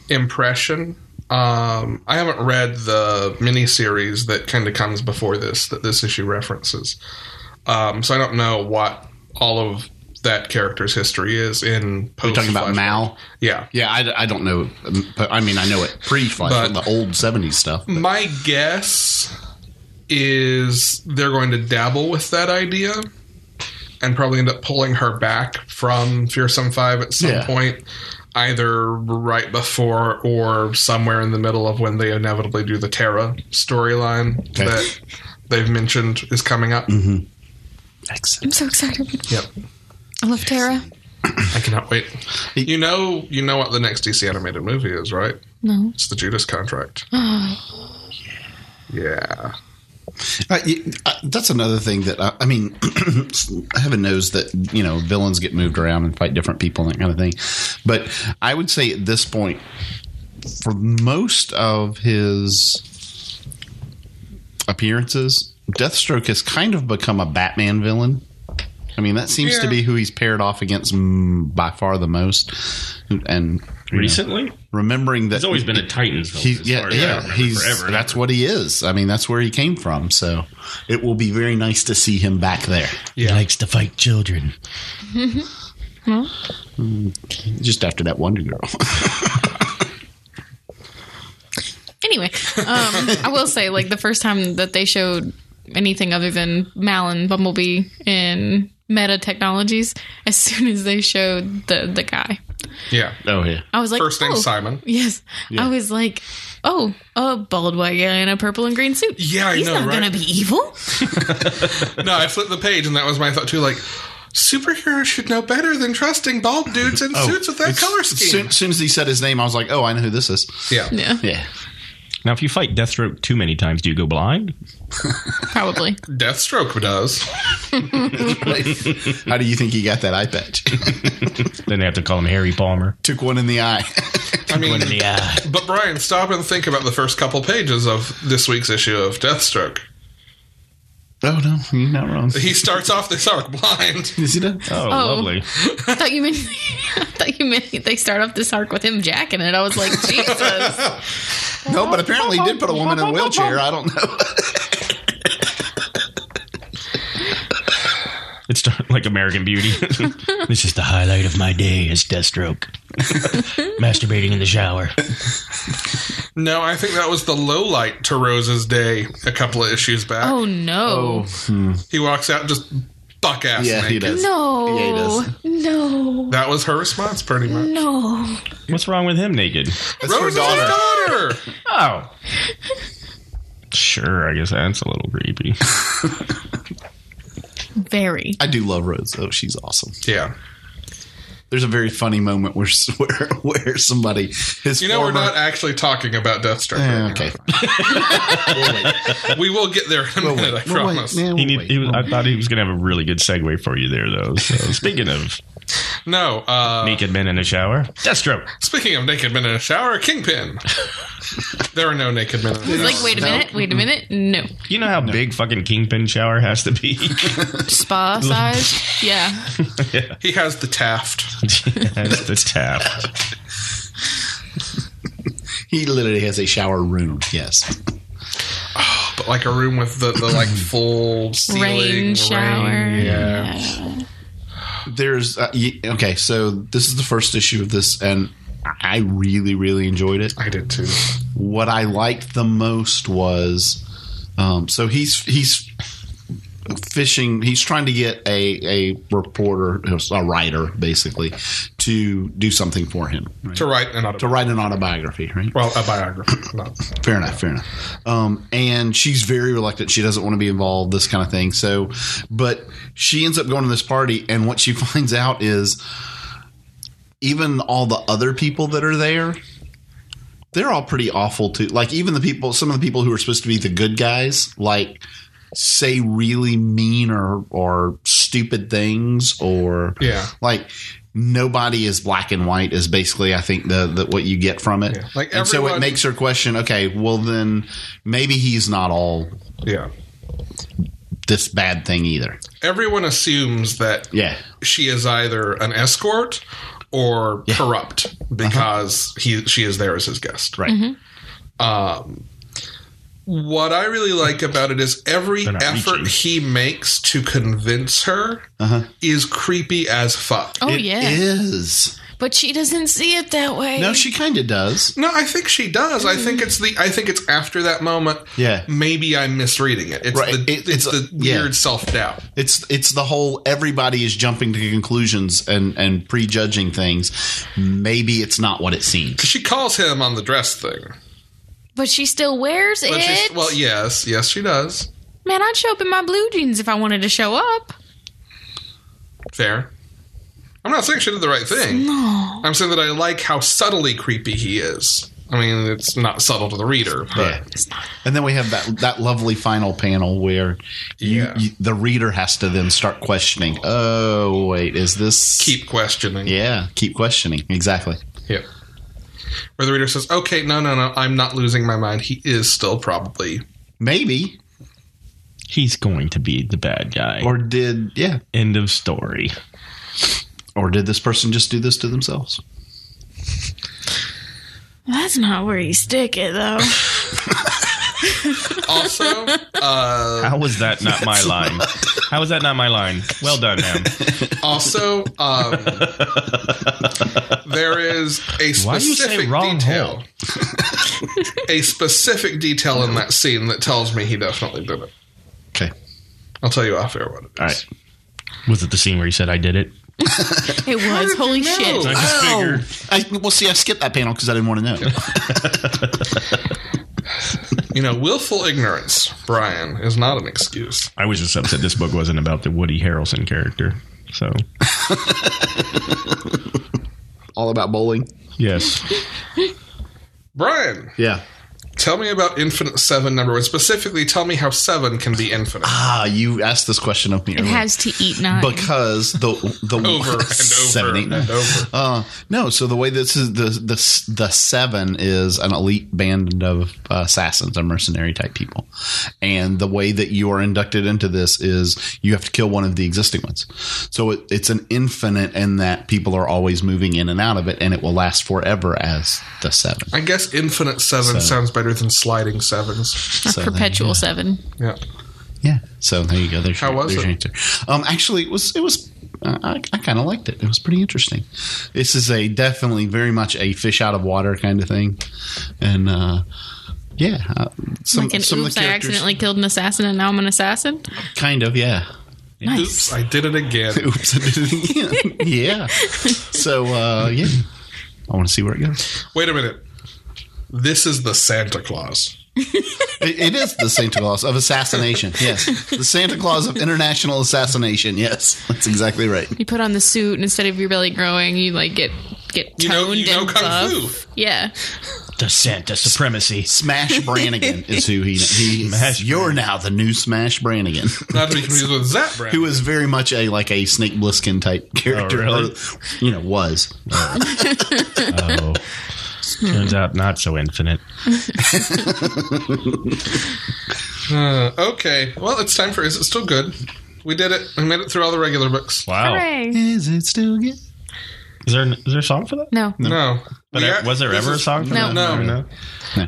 Speaker 2: impression. Um, I haven't read the miniseries that kind of comes before this that this issue references, um, so I don't know what all of that character's history is in.
Speaker 4: We're
Speaker 2: Post
Speaker 4: talking about
Speaker 2: Flashpoint.
Speaker 4: Mal.
Speaker 2: Yeah,
Speaker 4: Yeah, I, I don't know. um, but- I mean, I know it pre Flashpoint,
Speaker 2: But- Mm.
Speaker 4: the old '70s stuff. but-
Speaker 2: my guess is they're going to dabble with that idea and probably end up pulling her back from Fearsome Five at some
Speaker 4: Yeah.
Speaker 2: point, either right before or somewhere in the middle of when they inevitably do the Terra storyline
Speaker 4: Okay. Mm-hmm.
Speaker 2: that they've mentioned is coming up.
Speaker 3: I'm so excited.
Speaker 2: Yep,
Speaker 3: I love Tara.
Speaker 2: I cannot wait. You know, you know what the next DC animated movie is, right?
Speaker 3: No.
Speaker 2: It's the Judas Contract. yeah.
Speaker 4: Uh, y- uh, that's another thing that I, I mean, heaven knows that you know villains get moved around and fight different people and that kind of thing. But I would say at this point, for most of his appearances, Deathstroke has kind of become a Batman villain. I mean, that seems to
Speaker 2: Yeah.
Speaker 4: be who he's paired off against mm, by far the most. And you know,
Speaker 5: Recently?
Speaker 4: remembering that
Speaker 5: He's always been a Titans villain.
Speaker 4: He's
Speaker 5: as
Speaker 4: yeah,
Speaker 5: far as I
Speaker 4: yeah.
Speaker 5: remember,
Speaker 4: He's
Speaker 5: forever.
Speaker 4: that's what he is. I mean, that's where he came from. So it will be very nice to see him back there.
Speaker 2: Yeah.
Speaker 6: likes to fight children.
Speaker 2: Mm-hmm.
Speaker 4: Mm, Just after that Wonder Girl.
Speaker 3: Anyway, um, I will say, like, the first time that they showed anything other than Mal and Bumblebee in Meta Technologies, as soon as they showed the, the guy,
Speaker 2: Yeah.
Speaker 4: oh yeah.
Speaker 3: I was like,
Speaker 2: First name
Speaker 3: oh.
Speaker 2: Simon.
Speaker 3: Yes. I was like, oh, a bald white guy in a purple and green suit.
Speaker 2: Yeah, I
Speaker 3: He's
Speaker 2: know,
Speaker 3: not
Speaker 2: right?
Speaker 3: going to be evil.
Speaker 2: No, I flipped the page, and that was my thought too. Like, superheroes should know better than trusting bald dudes in suits with that color scheme.
Speaker 4: Oh, Soon, soon as he said his name, I was like, "Oh, I know who this is."
Speaker 2: yeah.
Speaker 3: Yeah,
Speaker 4: Yeah.
Speaker 5: Now, if you fight Deathstroke too many times, do you go blind?
Speaker 3: probably.
Speaker 2: Deathstroke does.
Speaker 4: How do you think he got that eye patch?
Speaker 5: Then they have to call him Harry Palmer.
Speaker 4: Took one in the eye.
Speaker 2: I mean,
Speaker 5: Yeah.
Speaker 2: but Brian, stop and think about the first couple pages of this week's issue of Deathstroke.
Speaker 4: oh no, you're not wrong.
Speaker 2: He starts off this arc blind.
Speaker 4: Is he done?
Speaker 5: Oh, lovely.
Speaker 3: I thought you meant. I thought you meant they start off this arc with him jacking it. I was like, Jesus.
Speaker 4: No, but apparently he did put a woman in a wheelchair. I don't know.
Speaker 5: It's done like American Beauty.
Speaker 6: This is the highlight of my day is Deathstroke. Masturbating in the shower.
Speaker 2: No, I think that was the low light to Rose's day a couple of issues back.
Speaker 3: oh no,
Speaker 2: He walks out just buck ass.
Speaker 4: yeah, he
Speaker 2: naked.
Speaker 4: does. Yeah, he
Speaker 3: no,
Speaker 4: does.
Speaker 3: no,
Speaker 2: That was her response, pretty
Speaker 3: Mm.
Speaker 2: much.
Speaker 3: no.
Speaker 5: What's wrong with him naked?
Speaker 4: That's her
Speaker 2: Rose's daughter.
Speaker 5: Oh. Sure, I guess that's a little creepy.
Speaker 3: Very.
Speaker 4: I do love Rose though. She's awesome.
Speaker 2: Yeah.
Speaker 4: There's a very funny moment where where, where somebody his
Speaker 2: You know, we're
Speaker 4: former-
Speaker 2: not actually talking about Deathstroke. right
Speaker 4: Yeah,
Speaker 2: now.
Speaker 4: okay.
Speaker 2: We will get there in a minute, I
Speaker 4: We'll wait.
Speaker 2: promise.
Speaker 4: Yeah,
Speaker 5: He
Speaker 4: we'll
Speaker 5: need,
Speaker 4: wait.
Speaker 5: he was, I thought he was going to have a really good segue for you there, though. So, speaking of
Speaker 2: No, uh,
Speaker 5: naked men in a shower, Deathstroke.
Speaker 2: speaking of naked men in a shower, Kingpin. there are no naked men in a
Speaker 3: I
Speaker 2: shower.
Speaker 3: was like, wait a minute, wait a minute. No,
Speaker 5: You know how big fucking Kingpin shower has to be?
Speaker 3: spa size. Yeah,
Speaker 2: he has the taft.
Speaker 5: That's the tap.
Speaker 4: He literally has a shower room. Yes.
Speaker 2: But like a room with the, the like full ceiling.
Speaker 3: rain shower.
Speaker 2: yeah.
Speaker 4: There's uh, y- okay. So this is the first issue of this, and I really, really enjoyed it.
Speaker 2: I did too.
Speaker 4: What I liked the most was, um, so he's he's fishing. He's trying to get a a reporter, a writer, basically, to do something for him. right?
Speaker 2: to write an autobiography.
Speaker 4: To write an autobiography, right?
Speaker 2: Well, a biography. not-
Speaker 4: Fair enough, fair enough. Um, and she's very reluctant. She doesn't want to be involved, this kind of thing. So, but she ends up going to this party, and what she finds out is even all the other people that are there, they're all pretty awful too. Like, even the people, some of the people who are supposed to be the good guys, like, say really mean or, or stupid things or
Speaker 2: Yeah.
Speaker 4: like nobody is black and white is basically i think the, the what you get from it
Speaker 2: Yeah. Like,
Speaker 4: and so it
Speaker 2: everyone-
Speaker 4: makes her question okay well then maybe he's not all
Speaker 2: Yeah.
Speaker 4: this bad thing either
Speaker 2: Everyone assumes that
Speaker 4: yeah
Speaker 2: she is either an escort or corrupt because he she is there as his guest.
Speaker 4: right
Speaker 3: Mm-hmm.
Speaker 2: Um, What I really like about it is every
Speaker 5: They're not
Speaker 2: effort
Speaker 5: reaching.
Speaker 2: he makes to convince her
Speaker 4: Uh-huh.
Speaker 2: is creepy as fuck.
Speaker 3: Oh
Speaker 4: It
Speaker 3: yeah,
Speaker 4: is.
Speaker 3: but she doesn't see it that way.
Speaker 4: no she kind of does
Speaker 2: No, I think she does. I think it's the I think it's after that moment.
Speaker 4: Yeah.
Speaker 2: Maybe I'm misreading it. It's
Speaker 4: Right.
Speaker 2: the it's,
Speaker 4: It- it's-
Speaker 2: the
Speaker 4: yeah.
Speaker 2: weird self doubt.
Speaker 4: it's it's the whole everybody is jumping to conclusions and and prejudging things maybe it's not what it seems
Speaker 2: She calls him on the dress thing.
Speaker 3: but she still wears
Speaker 2: But she's-
Speaker 3: it.
Speaker 2: well, yes, yes, she does.
Speaker 3: Man, I'd show up in my blue jeans if I wanted to show up.
Speaker 2: Fair. I'm not saying she did the right thing.
Speaker 3: No.
Speaker 2: I'm saying that I like how subtly creepy he is. I mean, it's not subtle to the reader, but
Speaker 4: yeah. and then we have that that lovely final panel where you,
Speaker 2: Yeah.
Speaker 4: you- the reader has to then start questioning oh wait is this
Speaker 2: keep questioning.
Speaker 4: yeah keep questioning exactly
Speaker 2: Yeah. Where the reader says, okay, no, no, no, I'm not losing my mind. He is still probably.
Speaker 4: maybe
Speaker 5: He's going to be the bad guy.
Speaker 4: or did yeah
Speaker 5: End of story.
Speaker 4: or did this person just do this to themselves
Speaker 3: That's not where you stick it though.
Speaker 2: Also, uh,
Speaker 5: How was that not my line? How was that not my line? Well done, Em.
Speaker 2: also, um, there is a
Speaker 5: Why do you say
Speaker 2: specific
Speaker 5: wrong
Speaker 2: detail. a specific detail in that scene that tells me he definitely did it.
Speaker 4: okay
Speaker 2: I'll tell you off air what it is.
Speaker 5: All right. Was it the scene where he said I did it?
Speaker 3: It was holy shit.
Speaker 5: I just figured.
Speaker 4: I, well see i skipped that panel because i didn't want to know
Speaker 2: You know, willful ignorance, Brian, is not an excuse.
Speaker 5: I was just upset this book wasn't about the Woody Harrelson character. So
Speaker 4: all about bowling
Speaker 5: yes,
Speaker 2: Brian,
Speaker 4: yeah
Speaker 2: Tell me about infinite seven number one. Specifically, tell me how seven can be infinite.
Speaker 4: ah you asked this question of me
Speaker 3: It
Speaker 4: earlier.
Speaker 3: has to eat nine.
Speaker 4: because the the
Speaker 2: Over and over
Speaker 4: seven, eight, nine.
Speaker 2: and over.
Speaker 4: Uh, no, so the way this is the the the seven is an elite band of uh, assassins or mercenary type people, and the way that you are inducted into this is you have to kill one of the existing ones. So it, it's an infinite in that people are always moving in and out of it, and it will last forever as the seven.
Speaker 2: I guess infinite seven sounds better than sliding sevens.
Speaker 4: So there
Speaker 3: Perpetual
Speaker 4: you go.
Speaker 3: seven.
Speaker 2: Yeah.
Speaker 4: Yeah. So there you go. There's
Speaker 2: How
Speaker 4: your,
Speaker 2: was
Speaker 4: there's
Speaker 2: it?
Speaker 4: your answer. Um, actually, it was it was uh, I, I kind of liked it. It was pretty interesting. This is a definitely very much a fish out of water kind of thing, and uh, yeah, uh, some
Speaker 3: Like an
Speaker 4: some
Speaker 3: oops,
Speaker 4: of
Speaker 3: I
Speaker 4: the characters
Speaker 3: accidentally killed an assassin and now I'm an assassin.
Speaker 4: kind of yeah.
Speaker 3: Nice.
Speaker 2: Oops, I did it again.
Speaker 4: Oops, I did it again. yeah. So uh, yeah, I want to see where it goes.
Speaker 2: Wait a minute. This is the Santa Claus.
Speaker 4: It, it is the Santa Claus of assassination. Yes, the Santa Claus of international assassination. Yes, that's exactly right.
Speaker 3: You put on the suit and instead of your belly growing, you like get get toned
Speaker 2: You know, you know
Speaker 3: and
Speaker 2: kung
Speaker 3: buff.
Speaker 2: fu.
Speaker 3: Yeah.
Speaker 6: The Santa supremacy.
Speaker 4: Smash Brannigan is who he, he
Speaker 5: Smash
Speaker 4: You're now the new Smash Brannigan,
Speaker 2: Not to be confused with Zap Brand.
Speaker 4: who is very much a like a Snake Bliskin type character.
Speaker 5: Oh, really?
Speaker 4: or, you know, was
Speaker 5: Oh. Turns out not so infinite.
Speaker 2: Uh, okay. Well, it's time for Is It Still Good? We did it. We made it through all the regular books.
Speaker 5: Wow.
Speaker 3: Hooray.
Speaker 4: is it still good?
Speaker 5: Is there is there a song for that?
Speaker 3: No.
Speaker 2: No.
Speaker 5: But
Speaker 2: We
Speaker 5: uh,
Speaker 2: are-
Speaker 5: was there
Speaker 2: this
Speaker 5: ever a
Speaker 2: is-
Speaker 5: song for
Speaker 3: No.
Speaker 2: No.
Speaker 5: that? no.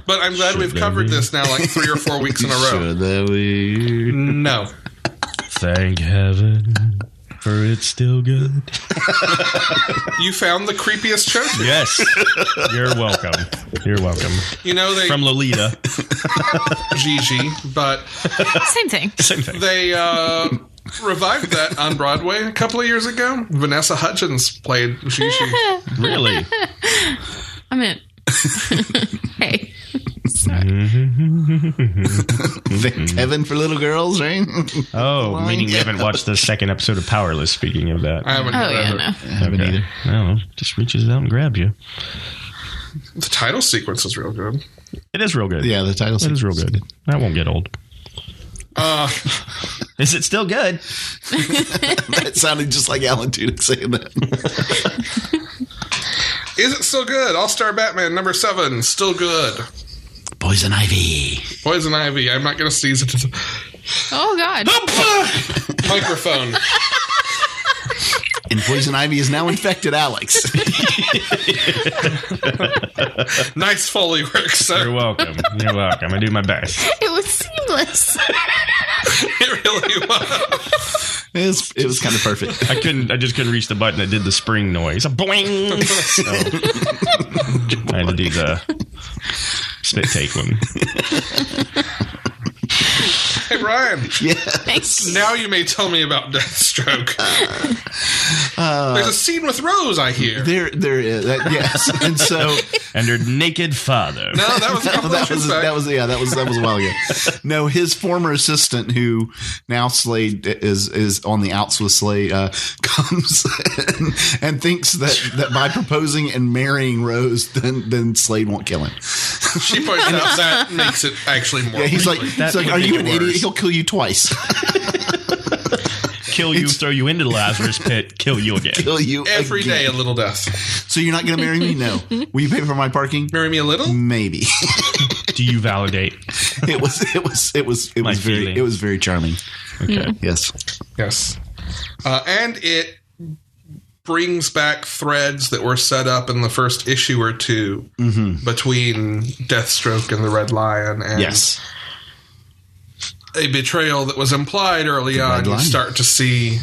Speaker 2: But I'm glad we've
Speaker 5: there
Speaker 2: covered
Speaker 5: be?
Speaker 2: this now like three or four weeks in a row.
Speaker 4: Should we-
Speaker 2: No.
Speaker 5: Thank heaven
Speaker 6: for it's still good.
Speaker 2: You found the creepiest children.
Speaker 5: Yes. You're welcome. You're welcome.
Speaker 2: You know they
Speaker 5: From Lolita.
Speaker 2: Gigi, but
Speaker 3: Same thing.
Speaker 5: Same thing.
Speaker 2: they uh, revived that on Broadway a couple of years ago. Vanessa Hudgens played Gigi.
Speaker 5: Really?
Speaker 3: I meant. hey.
Speaker 5: Mm-hmm.
Speaker 4: Thank heaven for little girls, right?
Speaker 5: Oh, meaning you haven't watched the second episode of Powerless. Speaking of that,
Speaker 2: I haven't.
Speaker 3: Oh,
Speaker 2: heard
Speaker 3: yeah,
Speaker 2: of it.
Speaker 3: no.
Speaker 5: haven't either. I don't know. Just reaches out and grabs you.
Speaker 2: The title sequence is real good.
Speaker 5: It is real good.
Speaker 4: yeah, the title
Speaker 5: It is real good. That won't get old.
Speaker 2: Uh,
Speaker 5: Is it still good?
Speaker 4: That sounded just like Alan Tudyk saying that.
Speaker 2: is it still good? All Star Batman number seven, still good.
Speaker 4: Poison Ivy.
Speaker 2: Poison Ivy. I'm not going to seize it.
Speaker 3: Oh God.
Speaker 2: Microphone.
Speaker 4: And Poison Ivy is now infected, Alex.
Speaker 2: Nice foley work,
Speaker 5: You're
Speaker 2: sir.
Speaker 5: welcome. You're welcome. I do my best.
Speaker 3: It was seamless.
Speaker 2: It really was.
Speaker 4: It was, it was kind of perfect.
Speaker 5: I couldn't. I just couldn't reach the button that did the spring noise. A boing. So, I had to do the spit take one.
Speaker 2: Hey, Brian.
Speaker 3: Thanks.
Speaker 2: Now you may tell me about Deathstroke. There's a scene with Rose, I hear.
Speaker 4: Uh, There, there is. That, yes, and so
Speaker 5: And her naked father.
Speaker 2: no, that was a couple
Speaker 4: that
Speaker 2: of years
Speaker 4: was
Speaker 2: back.
Speaker 4: that was yeah that was that was a while ago. No, his former assistant, who now Slade is is on the outs with Slade, uh, comes and, and thinks that that by proposing and marrying Rose, then then Slade won't kill him.
Speaker 2: she points out that makes it actually more.
Speaker 4: Yeah, he's like,
Speaker 2: likely.
Speaker 5: That
Speaker 4: he's like,
Speaker 5: would
Speaker 4: are
Speaker 5: make
Speaker 4: you
Speaker 5: it
Speaker 4: an idiot?
Speaker 5: worse.
Speaker 4: He'll kill you twice.
Speaker 5: Kill you. Throw you into the Lazarus pit. Kill you again.
Speaker 4: kill you
Speaker 2: every
Speaker 4: again.
Speaker 2: day a little death.
Speaker 4: So you're not going to marry me? No. Will you pay for my parking?
Speaker 2: Marry me a little.
Speaker 4: Maybe.
Speaker 5: Do you validate?
Speaker 4: it was. It was. It was. It
Speaker 5: My
Speaker 4: was very.
Speaker 5: feelings.
Speaker 4: It was very charming.
Speaker 5: Okay.
Speaker 4: Yes.
Speaker 2: Yes, uh, and it brings back threads that were set up in the first issue or 2
Speaker 4: Mm-hmm.
Speaker 2: between Deathstroke and the Red Lion, and
Speaker 4: Yes.
Speaker 2: a betrayal that was implied early on.
Speaker 4: Red
Speaker 2: You
Speaker 4: Lion.
Speaker 2: start to see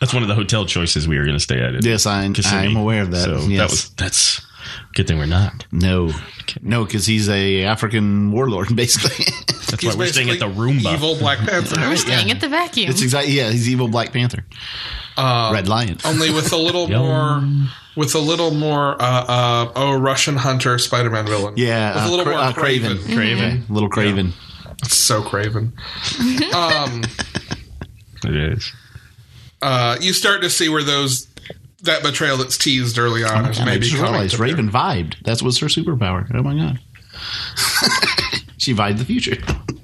Speaker 5: That's one of the hotel choices we were going to stay at.
Speaker 4: Yes, I,
Speaker 5: Kissimmee.
Speaker 4: I'm aware of that.
Speaker 5: So
Speaker 4: yes.
Speaker 5: that was that's good thing we're not.
Speaker 4: No, no, because he's a African warlord, basically.
Speaker 5: That's
Speaker 2: he's
Speaker 5: why we're staying at the
Speaker 2: basically
Speaker 5: Roomba.
Speaker 2: Evil Black Panther.
Speaker 3: We're staying at the vacuum.
Speaker 4: it's exactly yeah. He's evil Black Panther,
Speaker 2: Uh,
Speaker 4: Red Lion.
Speaker 2: only with a little more with a little more uh, uh, oh Russian hunter Spider-Man villain.
Speaker 4: yeah, uh,
Speaker 2: with a little
Speaker 4: Cra-
Speaker 2: more Craven.
Speaker 4: Craven, Craven, little Craven.
Speaker 2: It's so Craven. um,
Speaker 5: It is.
Speaker 2: uh, you start to see where those that betrayal that's teased early on is
Speaker 4: God, I
Speaker 2: maybe
Speaker 4: just
Speaker 2: coming.
Speaker 4: realized
Speaker 2: to bear.
Speaker 4: Raven vibed. That was her superpower. Oh my god, she vibed the future,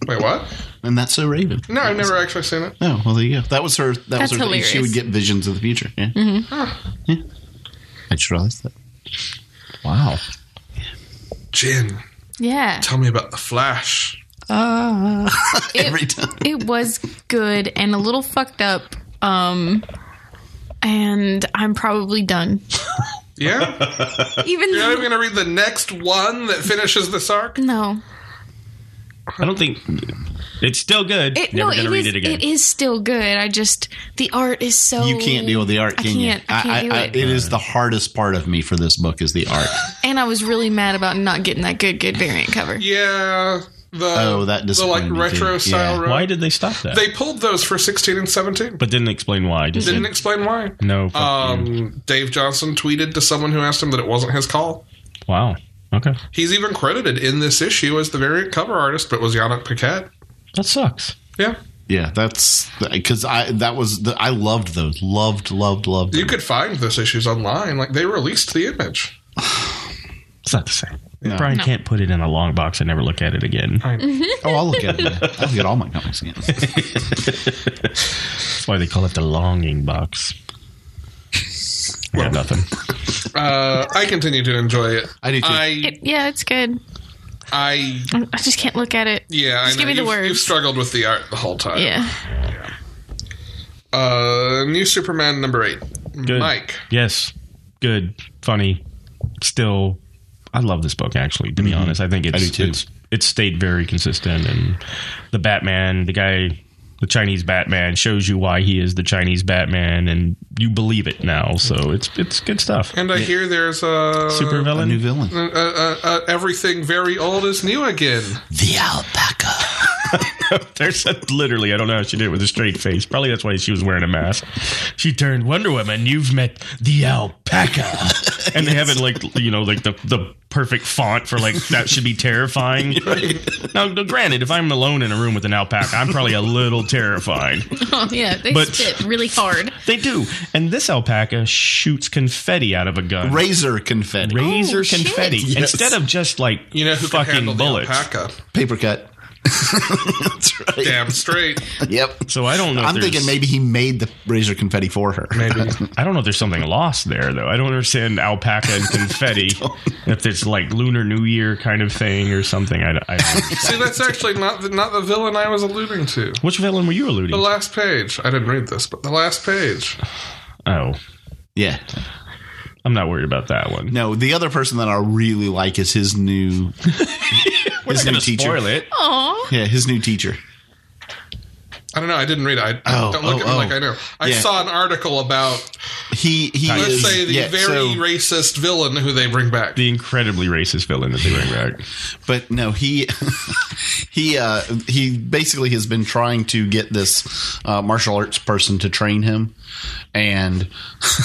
Speaker 2: Wait, what?
Speaker 4: and that's so Raven.
Speaker 2: No, I've never actually seen it.
Speaker 4: Oh well, there you go. That was her. That
Speaker 3: That's
Speaker 4: was her. Thing. She
Speaker 3: hilarious. Mm-hmm.
Speaker 4: would get visions of the future. Yeah. yeah. I just realized that. Wow.
Speaker 2: Jin,
Speaker 3: yeah.
Speaker 2: tell me about the Flash.
Speaker 3: It-
Speaker 4: Every time.
Speaker 3: it was good and a little fucked up. Um, and I'm probably done.
Speaker 2: Yeah,
Speaker 3: Even
Speaker 2: you're not even
Speaker 3: though,
Speaker 2: going to read the next one that finishes this arc.
Speaker 3: no,
Speaker 5: I don't think it's still good.
Speaker 3: it,
Speaker 5: Never
Speaker 3: no,
Speaker 5: gonna
Speaker 3: it is.
Speaker 5: read it again.
Speaker 3: It is still good. I just the art is so
Speaker 4: You can't deal with the art,
Speaker 3: I
Speaker 4: can
Speaker 3: can't.
Speaker 4: you?
Speaker 3: I can't do it.
Speaker 4: it is the hardest part of me for this book is the art.
Speaker 3: And I was really mad about not getting that good, good variant cover.
Speaker 2: Yeah, the
Speaker 4: Oh, that
Speaker 2: the like
Speaker 4: disappointed me, too.
Speaker 2: retro style.
Speaker 4: Yeah.
Speaker 2: run.
Speaker 5: why did they stop that?
Speaker 2: they pulled those for sixteen and seventeen?
Speaker 5: but didn't explain why. Just
Speaker 2: Didn't
Speaker 5: said,
Speaker 2: explain why.
Speaker 5: no. fuck
Speaker 4: Mm-hmm.
Speaker 5: you.
Speaker 2: Um, Dave Johnson tweeted to someone who asked him that it wasn't his call.
Speaker 5: Wow. Okay.
Speaker 2: He's even credited in this issue as the variant cover artist, but was Yannick Paquette.
Speaker 5: That sucks.
Speaker 2: Yeah,
Speaker 4: Yeah, that's because I that was the, I loved those, loved, loved, loved.
Speaker 2: you
Speaker 4: them.
Speaker 2: could find those issues online. Like they released the image.
Speaker 5: It's not the same.
Speaker 4: No.
Speaker 5: Brian can't put it in a long box and never look at it again.
Speaker 4: oh, I'll look at it. I'll look at all my comics again.
Speaker 5: That's why they call it the longing box. I got nothing.
Speaker 2: Uh, I continue to enjoy it.
Speaker 4: I do too.
Speaker 2: I,
Speaker 3: It, yeah, it's good.
Speaker 2: I,
Speaker 3: I just can't look at it.
Speaker 2: yeah. I
Speaker 3: Just give
Speaker 2: know
Speaker 3: me the
Speaker 2: you've-
Speaker 3: words.
Speaker 2: You've struggled with the art the whole time.
Speaker 3: Yeah.
Speaker 2: Uh, new Superman number eight.
Speaker 5: Good.
Speaker 2: Mike.
Speaker 5: Yes. Good. Funny. Still, I love this book. Actually, to be honest, I think it's
Speaker 4: Mm-hmm. do, too.
Speaker 5: it's it's stayed very consistent. And the Batman, the guy the Chinese Batman shows you why he is the Chinese Batman, and you believe it now. So it's it's good stuff.
Speaker 2: And I hear there's a
Speaker 5: Super
Speaker 4: A new
Speaker 5: villain.
Speaker 2: Uh,
Speaker 4: villain.
Speaker 2: uh, uh, everything very old is new again.
Speaker 4: The alpaca.
Speaker 5: There's a, literally, I don't know how she did it with a straight face. Probably that's why she was wearing a mask. She turned Wonder Woman. You've met the alpaca, and they haven't like you know like the the perfect font for like that should be terrifying. Now, granted, if I'm alone in a room with an alpaca, I'm probably a little terrified.
Speaker 3: Oh, yeah, they
Speaker 5: But-
Speaker 3: spit really hard.
Speaker 5: They do. And this alpaca shoots confetti out of a gun.
Speaker 4: Razor confetti.
Speaker 5: Razor
Speaker 3: Oh, shit.
Speaker 5: confetti.
Speaker 4: Yes.
Speaker 5: Instead of just like
Speaker 2: You know who can handle
Speaker 5: fucking bullets.
Speaker 2: the alpaca?
Speaker 4: Paper cut. That's right.
Speaker 2: Damn Oh, straight.
Speaker 4: Yep.
Speaker 5: So I don't know. if
Speaker 4: I'm
Speaker 5: there's-
Speaker 4: thinking maybe he made the razor confetti for her.
Speaker 2: Maybe.
Speaker 5: I don't know if there's something lost there though. I don't understand alpaca and confetti. if it's like Lunar New Year kind of thing or something. I, don't- I don't.
Speaker 2: See, that's actually not the, not the villain I was alluding to.
Speaker 5: Which villain were you alluding?
Speaker 2: The
Speaker 5: to?
Speaker 2: last page. I didn't read this, but the last page.
Speaker 5: Oh,
Speaker 4: Yeah.
Speaker 5: I'm not worried about that one.
Speaker 4: No, the other person that I really like is his new his new teacher.
Speaker 5: Spoil it.
Speaker 3: Aw.
Speaker 4: Yeah, his new teacher.
Speaker 2: I don't know. I didn't read it. I,
Speaker 4: Oh,
Speaker 2: don't look
Speaker 4: oh,
Speaker 2: at me
Speaker 4: oh.
Speaker 2: like I know. I
Speaker 4: Yeah.
Speaker 2: saw an article about
Speaker 4: He he
Speaker 2: let's
Speaker 4: is
Speaker 2: say the
Speaker 4: yeah,
Speaker 2: very
Speaker 4: so-
Speaker 2: racist villain who they bring back.
Speaker 5: The incredibly racist villain that they bring back.
Speaker 4: but no he he uh he basically has been trying to get this uh, martial arts person to train him and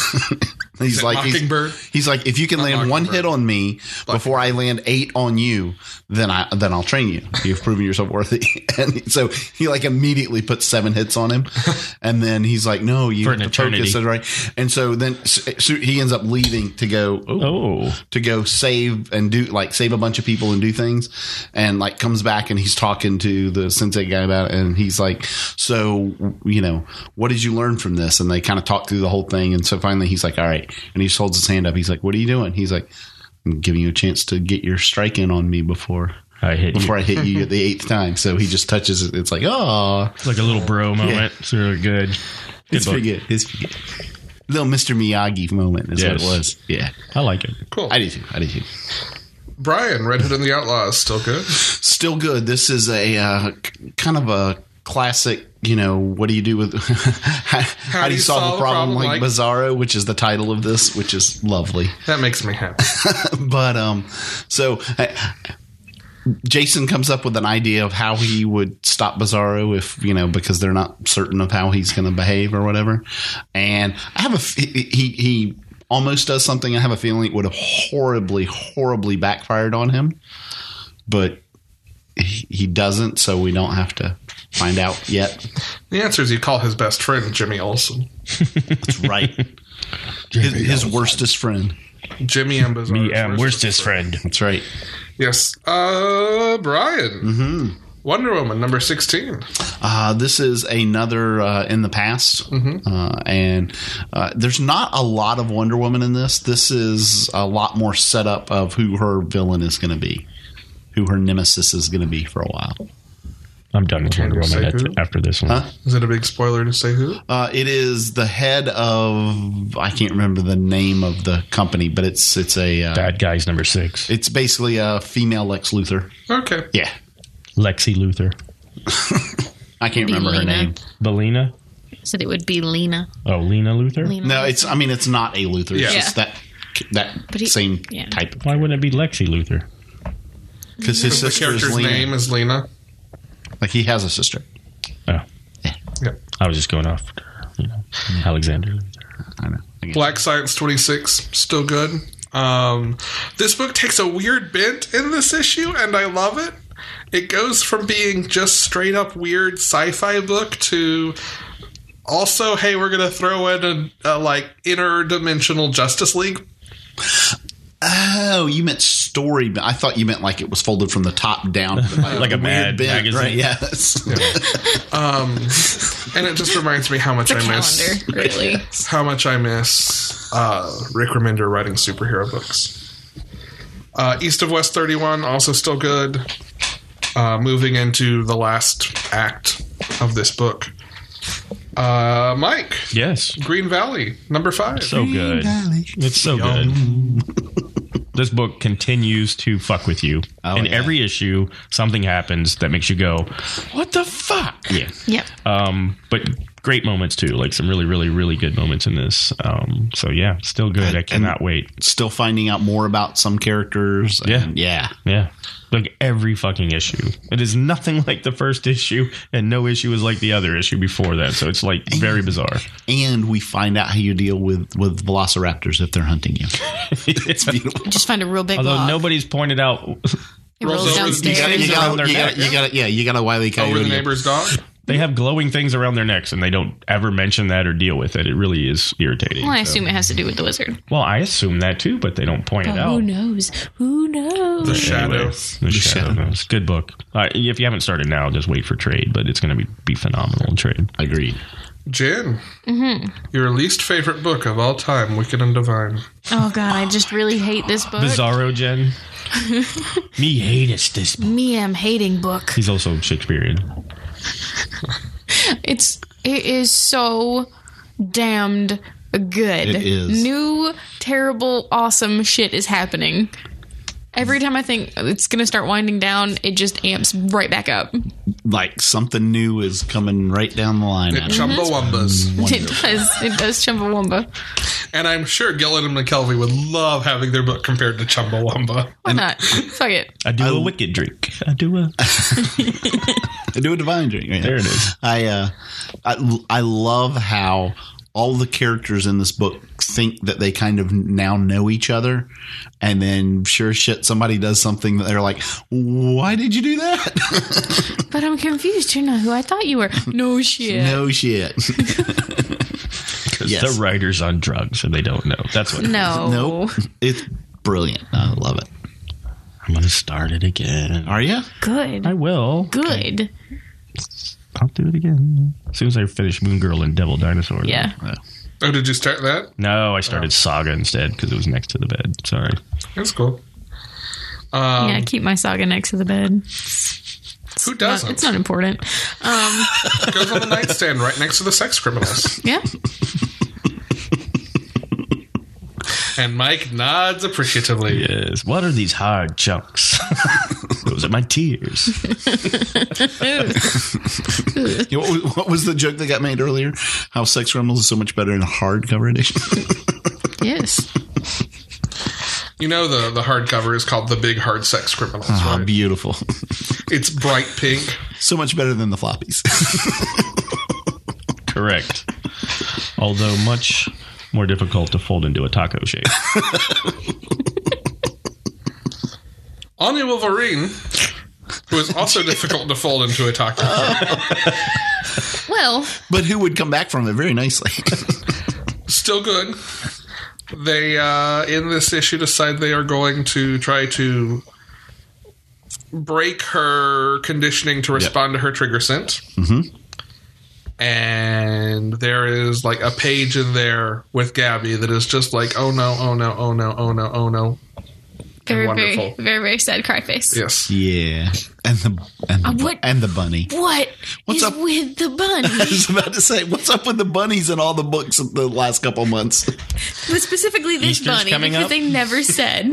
Speaker 4: he's
Speaker 2: it
Speaker 4: like he's-
Speaker 2: Mockingbird?
Speaker 4: He's, like if you can land one
Speaker 2: Mockingbird.
Speaker 4: hit on me before I land eight on you then I then I'll train you you've proven yourself worthy and so he like immediately puts seven hits on him and then he's like no you
Speaker 5: For
Speaker 4: have
Speaker 5: an
Speaker 4: to focus
Speaker 5: eternity.
Speaker 4: right and so then so so he ends up leaving to go "Oh,
Speaker 5: Oh,
Speaker 4: to go save and do like save a bunch of people and do things and like comes back and he's talking to the sensei guy about it and he's like so you know what did you learn from this and they kind of talk through the whole thing and so finally he's like all right and he just holds his hand up he's like what are you doing he's like i'm giving you a chance to get your strike in on me before
Speaker 5: I hit you.
Speaker 4: before i hit you at the eighth time so he just touches it it's like oh
Speaker 5: It's like a little bro moment. It's really good. Good
Speaker 4: it's pretty
Speaker 5: book.
Speaker 4: good it's pretty good little mr miyagi moment is
Speaker 5: Yes.
Speaker 4: what it was yeah
Speaker 5: I like it.
Speaker 2: Cool.
Speaker 4: i do too i do too
Speaker 2: Brian, Red Hood and the Outlaws, still good.
Speaker 4: still good. This is a uh, k- kind of a classic. You know, what do you do with how, how do you solve, a problem, like, Bizarro, which is the title of this, which is lovely.
Speaker 2: That makes me happy.
Speaker 4: But um, so. I, Jason comes up with an idea of how he would stop Bizarro if you know because they're not certain of how he's going to behave or whatever. And I have a f- he he- he almost does something. I have a feeling it would have horribly horribly backfired on him, but he he doesn't. So we don't have to find out yet.
Speaker 2: The answer is you call his best friend Jimmy Olsen.
Speaker 4: That's right. his, his worstest friend.
Speaker 2: Jimmy and Bizarro's
Speaker 4: um,
Speaker 5: Me am
Speaker 2: worst
Speaker 5: worstest friend.
Speaker 4: That's right.
Speaker 2: Yes. Uh, Brian. Mm-hmm. Wonder Woman number 16.
Speaker 4: Uh, this is another uh, in the past,
Speaker 2: Mm-hmm.
Speaker 4: uh, and uh, there's not a lot of Wonder Woman in this. This is a lot more setup of who her villain is going to be, who her nemesis is going to be for a while.
Speaker 5: I'm done with Wonder
Speaker 2: Say
Speaker 5: Woman at-
Speaker 2: who?
Speaker 5: after this one.
Speaker 4: Huh?
Speaker 2: Is it a big spoiler to say who?
Speaker 4: Uh, it is the head of I can't remember the name of the company, but it's it's a uh,
Speaker 5: Bad guys number six.
Speaker 4: it's basically a female Lex Luthor.
Speaker 2: Okay.
Speaker 4: Yeah,
Speaker 5: Lexi Luthor.
Speaker 4: I can't
Speaker 3: Be
Speaker 4: remember her
Speaker 3: Lena.
Speaker 4: name.
Speaker 5: Belina.
Speaker 3: Said it would be Lena.
Speaker 5: Oh, Lena Luthor.
Speaker 3: Lena.
Speaker 4: No, it's I mean it's not a Luthor. It's
Speaker 2: Yeah.
Speaker 4: just that that
Speaker 3: But he-
Speaker 4: same
Speaker 3: yeah.
Speaker 4: type
Speaker 5: Why wouldn't it be Lexi Luthor?
Speaker 4: because his
Speaker 2: The
Speaker 4: sister
Speaker 2: character's
Speaker 4: is Lena.
Speaker 2: name is Lena.
Speaker 4: Like he has a sister.
Speaker 5: Oh,
Speaker 2: Yeah.
Speaker 5: I was just going off. You know, Alexander Luthor.
Speaker 4: I know.
Speaker 2: Black Science 26, still good. Um, this book takes a weird bent in this issue, and I love it. It goes from being just straight up weird sci fi book to also, hey, we're going to throw in a, a like interdimensional Justice League.
Speaker 4: Oh, you meant story. I thought you meant like it was folded from the top down,
Speaker 5: Like a mad
Speaker 4: bent,
Speaker 5: magazine.
Speaker 4: right? Yes.
Speaker 2: Um, and it just reminds me how much I miss.
Speaker 3: Calendar, really.
Speaker 2: How much I miss uh, Rick Remender writing superhero books. Uh, East of West 31, also still good. Uh, moving into the last act of this book. Uh, Mike,
Speaker 5: Yes.
Speaker 2: Green Valley, number five.
Speaker 5: So good. It's so good. this book continues to fuck with you. In
Speaker 4: yeah.
Speaker 5: every issue, something happens that makes you go, "What the fuck?" Yeah.
Speaker 3: Yep.
Speaker 5: Um, but great moments too, like some really, really, really good moments in this. Um, so yeah, still good. I cannot wait.
Speaker 4: Still finding out more about some characters.
Speaker 5: Yeah.
Speaker 4: and yeah.
Speaker 5: Yeah, like every fucking issue, it is nothing like the first issue, and no issue is like the other issue before that. So it's like very bizarre.
Speaker 4: And we find out how you deal with with velociraptors if they're hunting you. it's beautiful.
Speaker 3: Just find a real big
Speaker 5: Although
Speaker 3: log.
Speaker 5: nobody's pointed out,
Speaker 3: it rolls
Speaker 2: Rolls over the
Speaker 4: You
Speaker 3: downstairs.
Speaker 5: beginning. around
Speaker 4: got,
Speaker 5: their
Speaker 4: you, got,
Speaker 5: neck.
Speaker 4: you got, yeah, you got a wily coyote.
Speaker 2: Over Oh, the neighbor's dog.
Speaker 5: they have glowing things around their necks, and they don't ever mention that or deal with it. It really is irritating.
Speaker 3: Well, I
Speaker 5: so-
Speaker 3: assume it has to do with the wizard.
Speaker 5: Well, I assume that too, but they don't point
Speaker 3: But
Speaker 5: it out.
Speaker 3: Oh, who knows? Who
Speaker 2: The
Speaker 3: knows?
Speaker 2: shadow.
Speaker 5: The, Shadow. Knows. Good book. Uh, if you haven't started now, just wait for trade, but it's going to be, be phenomenal in trade.
Speaker 4: Agreed.
Speaker 2: Jin. Your least favorite book of all time, Wicked and Divine.
Speaker 3: Oh god, I just really hate this book.
Speaker 5: Bizarro Gen.
Speaker 6: Me hatest this
Speaker 3: Me, am hating book.
Speaker 5: He's also Shakespearean.
Speaker 3: It's it is so damned good.
Speaker 4: It is.
Speaker 3: New terrible awesome shit is happening. Every time I think it's gonna start winding down, it just amps right back up.
Speaker 4: Like something new is coming right down the line. at us.
Speaker 2: Chumbawambas.
Speaker 3: It does. It does Chumbawamba.
Speaker 2: And I'm sure Gillen and McKelvey would love having their book compared to Chumbawamba.
Speaker 3: Why not? Fuck it.
Speaker 5: I do a wicked drink. I do a.
Speaker 4: Do a divine drink. Yeah.
Speaker 5: There it is.
Speaker 4: I, uh, I I love how all the characters in this book think that they kind of now know each other, and then sure as shit somebody does something that they're like, "Why did you do that?"
Speaker 3: But I'm confused. You're not who I thought you were. No shit.
Speaker 4: no shit. Yes.
Speaker 5: The writer's on drugs and they don't know. That's what.
Speaker 3: No.
Speaker 4: Nope. It's brilliant. I love it.
Speaker 6: I'm gonna start it again.
Speaker 4: Are you?
Speaker 5: I
Speaker 3: Good.
Speaker 5: will.
Speaker 3: Good.
Speaker 5: I'll do it again. As soon as I finish Moon Girl and Devil Dinosaur.
Speaker 3: Yeah.
Speaker 2: Oh, did you start that?
Speaker 5: No, I started Saga instead because it was next to the bed. Sorry.
Speaker 2: That's cool. Um,
Speaker 3: yeah,
Speaker 4: Um,
Speaker 3: I keep my saga next to the bed.
Speaker 2: who
Speaker 3: Not-
Speaker 2: doesn't?
Speaker 3: it's not important. Um,
Speaker 2: goes on the nightstand right next to the sex criminals.
Speaker 3: yeah.
Speaker 2: And Mike nods appreciatively.
Speaker 5: Yes. What are these hard chunks? Those are my tears.
Speaker 4: You know, What was, what was the joke that got made earlier? How sex criminals is so much better in a hardcover edition.
Speaker 3: Yes.
Speaker 2: You know the the hardcover is called The Big Hard Sex Criminals,
Speaker 4: Ah,
Speaker 2: right?
Speaker 4: beautiful.
Speaker 2: It's bright pink.
Speaker 4: So much better than the floppies.
Speaker 5: Correct. Although much more difficult to fold into a taco shape.
Speaker 2: Anya Wolverine, who is also difficult to fold into a taco.
Speaker 3: Well,
Speaker 4: but who would come back from it very nicely?
Speaker 2: still good. They uh, in this issue decide they are going to try to break her conditioning to respond to her trigger scent. Mm-hmm. And there is like a page in there with Gabby that is just like, oh no, oh no, oh no, oh no, oh no.
Speaker 3: very, very,
Speaker 2: Wonderful.
Speaker 3: very, very sad cry face.
Speaker 2: Yes.
Speaker 4: yeah, and the and the,
Speaker 3: Uh, what-
Speaker 4: and the bunny.
Speaker 3: What
Speaker 4: What's
Speaker 3: is
Speaker 4: up?
Speaker 3: with the
Speaker 4: I
Speaker 3: bunny?
Speaker 4: was about to say, what's up with the bunnies in all the books of the last couple months?
Speaker 3: but specifically this
Speaker 5: Easter's
Speaker 3: bunny
Speaker 5: coming
Speaker 3: because
Speaker 5: up?
Speaker 3: they never said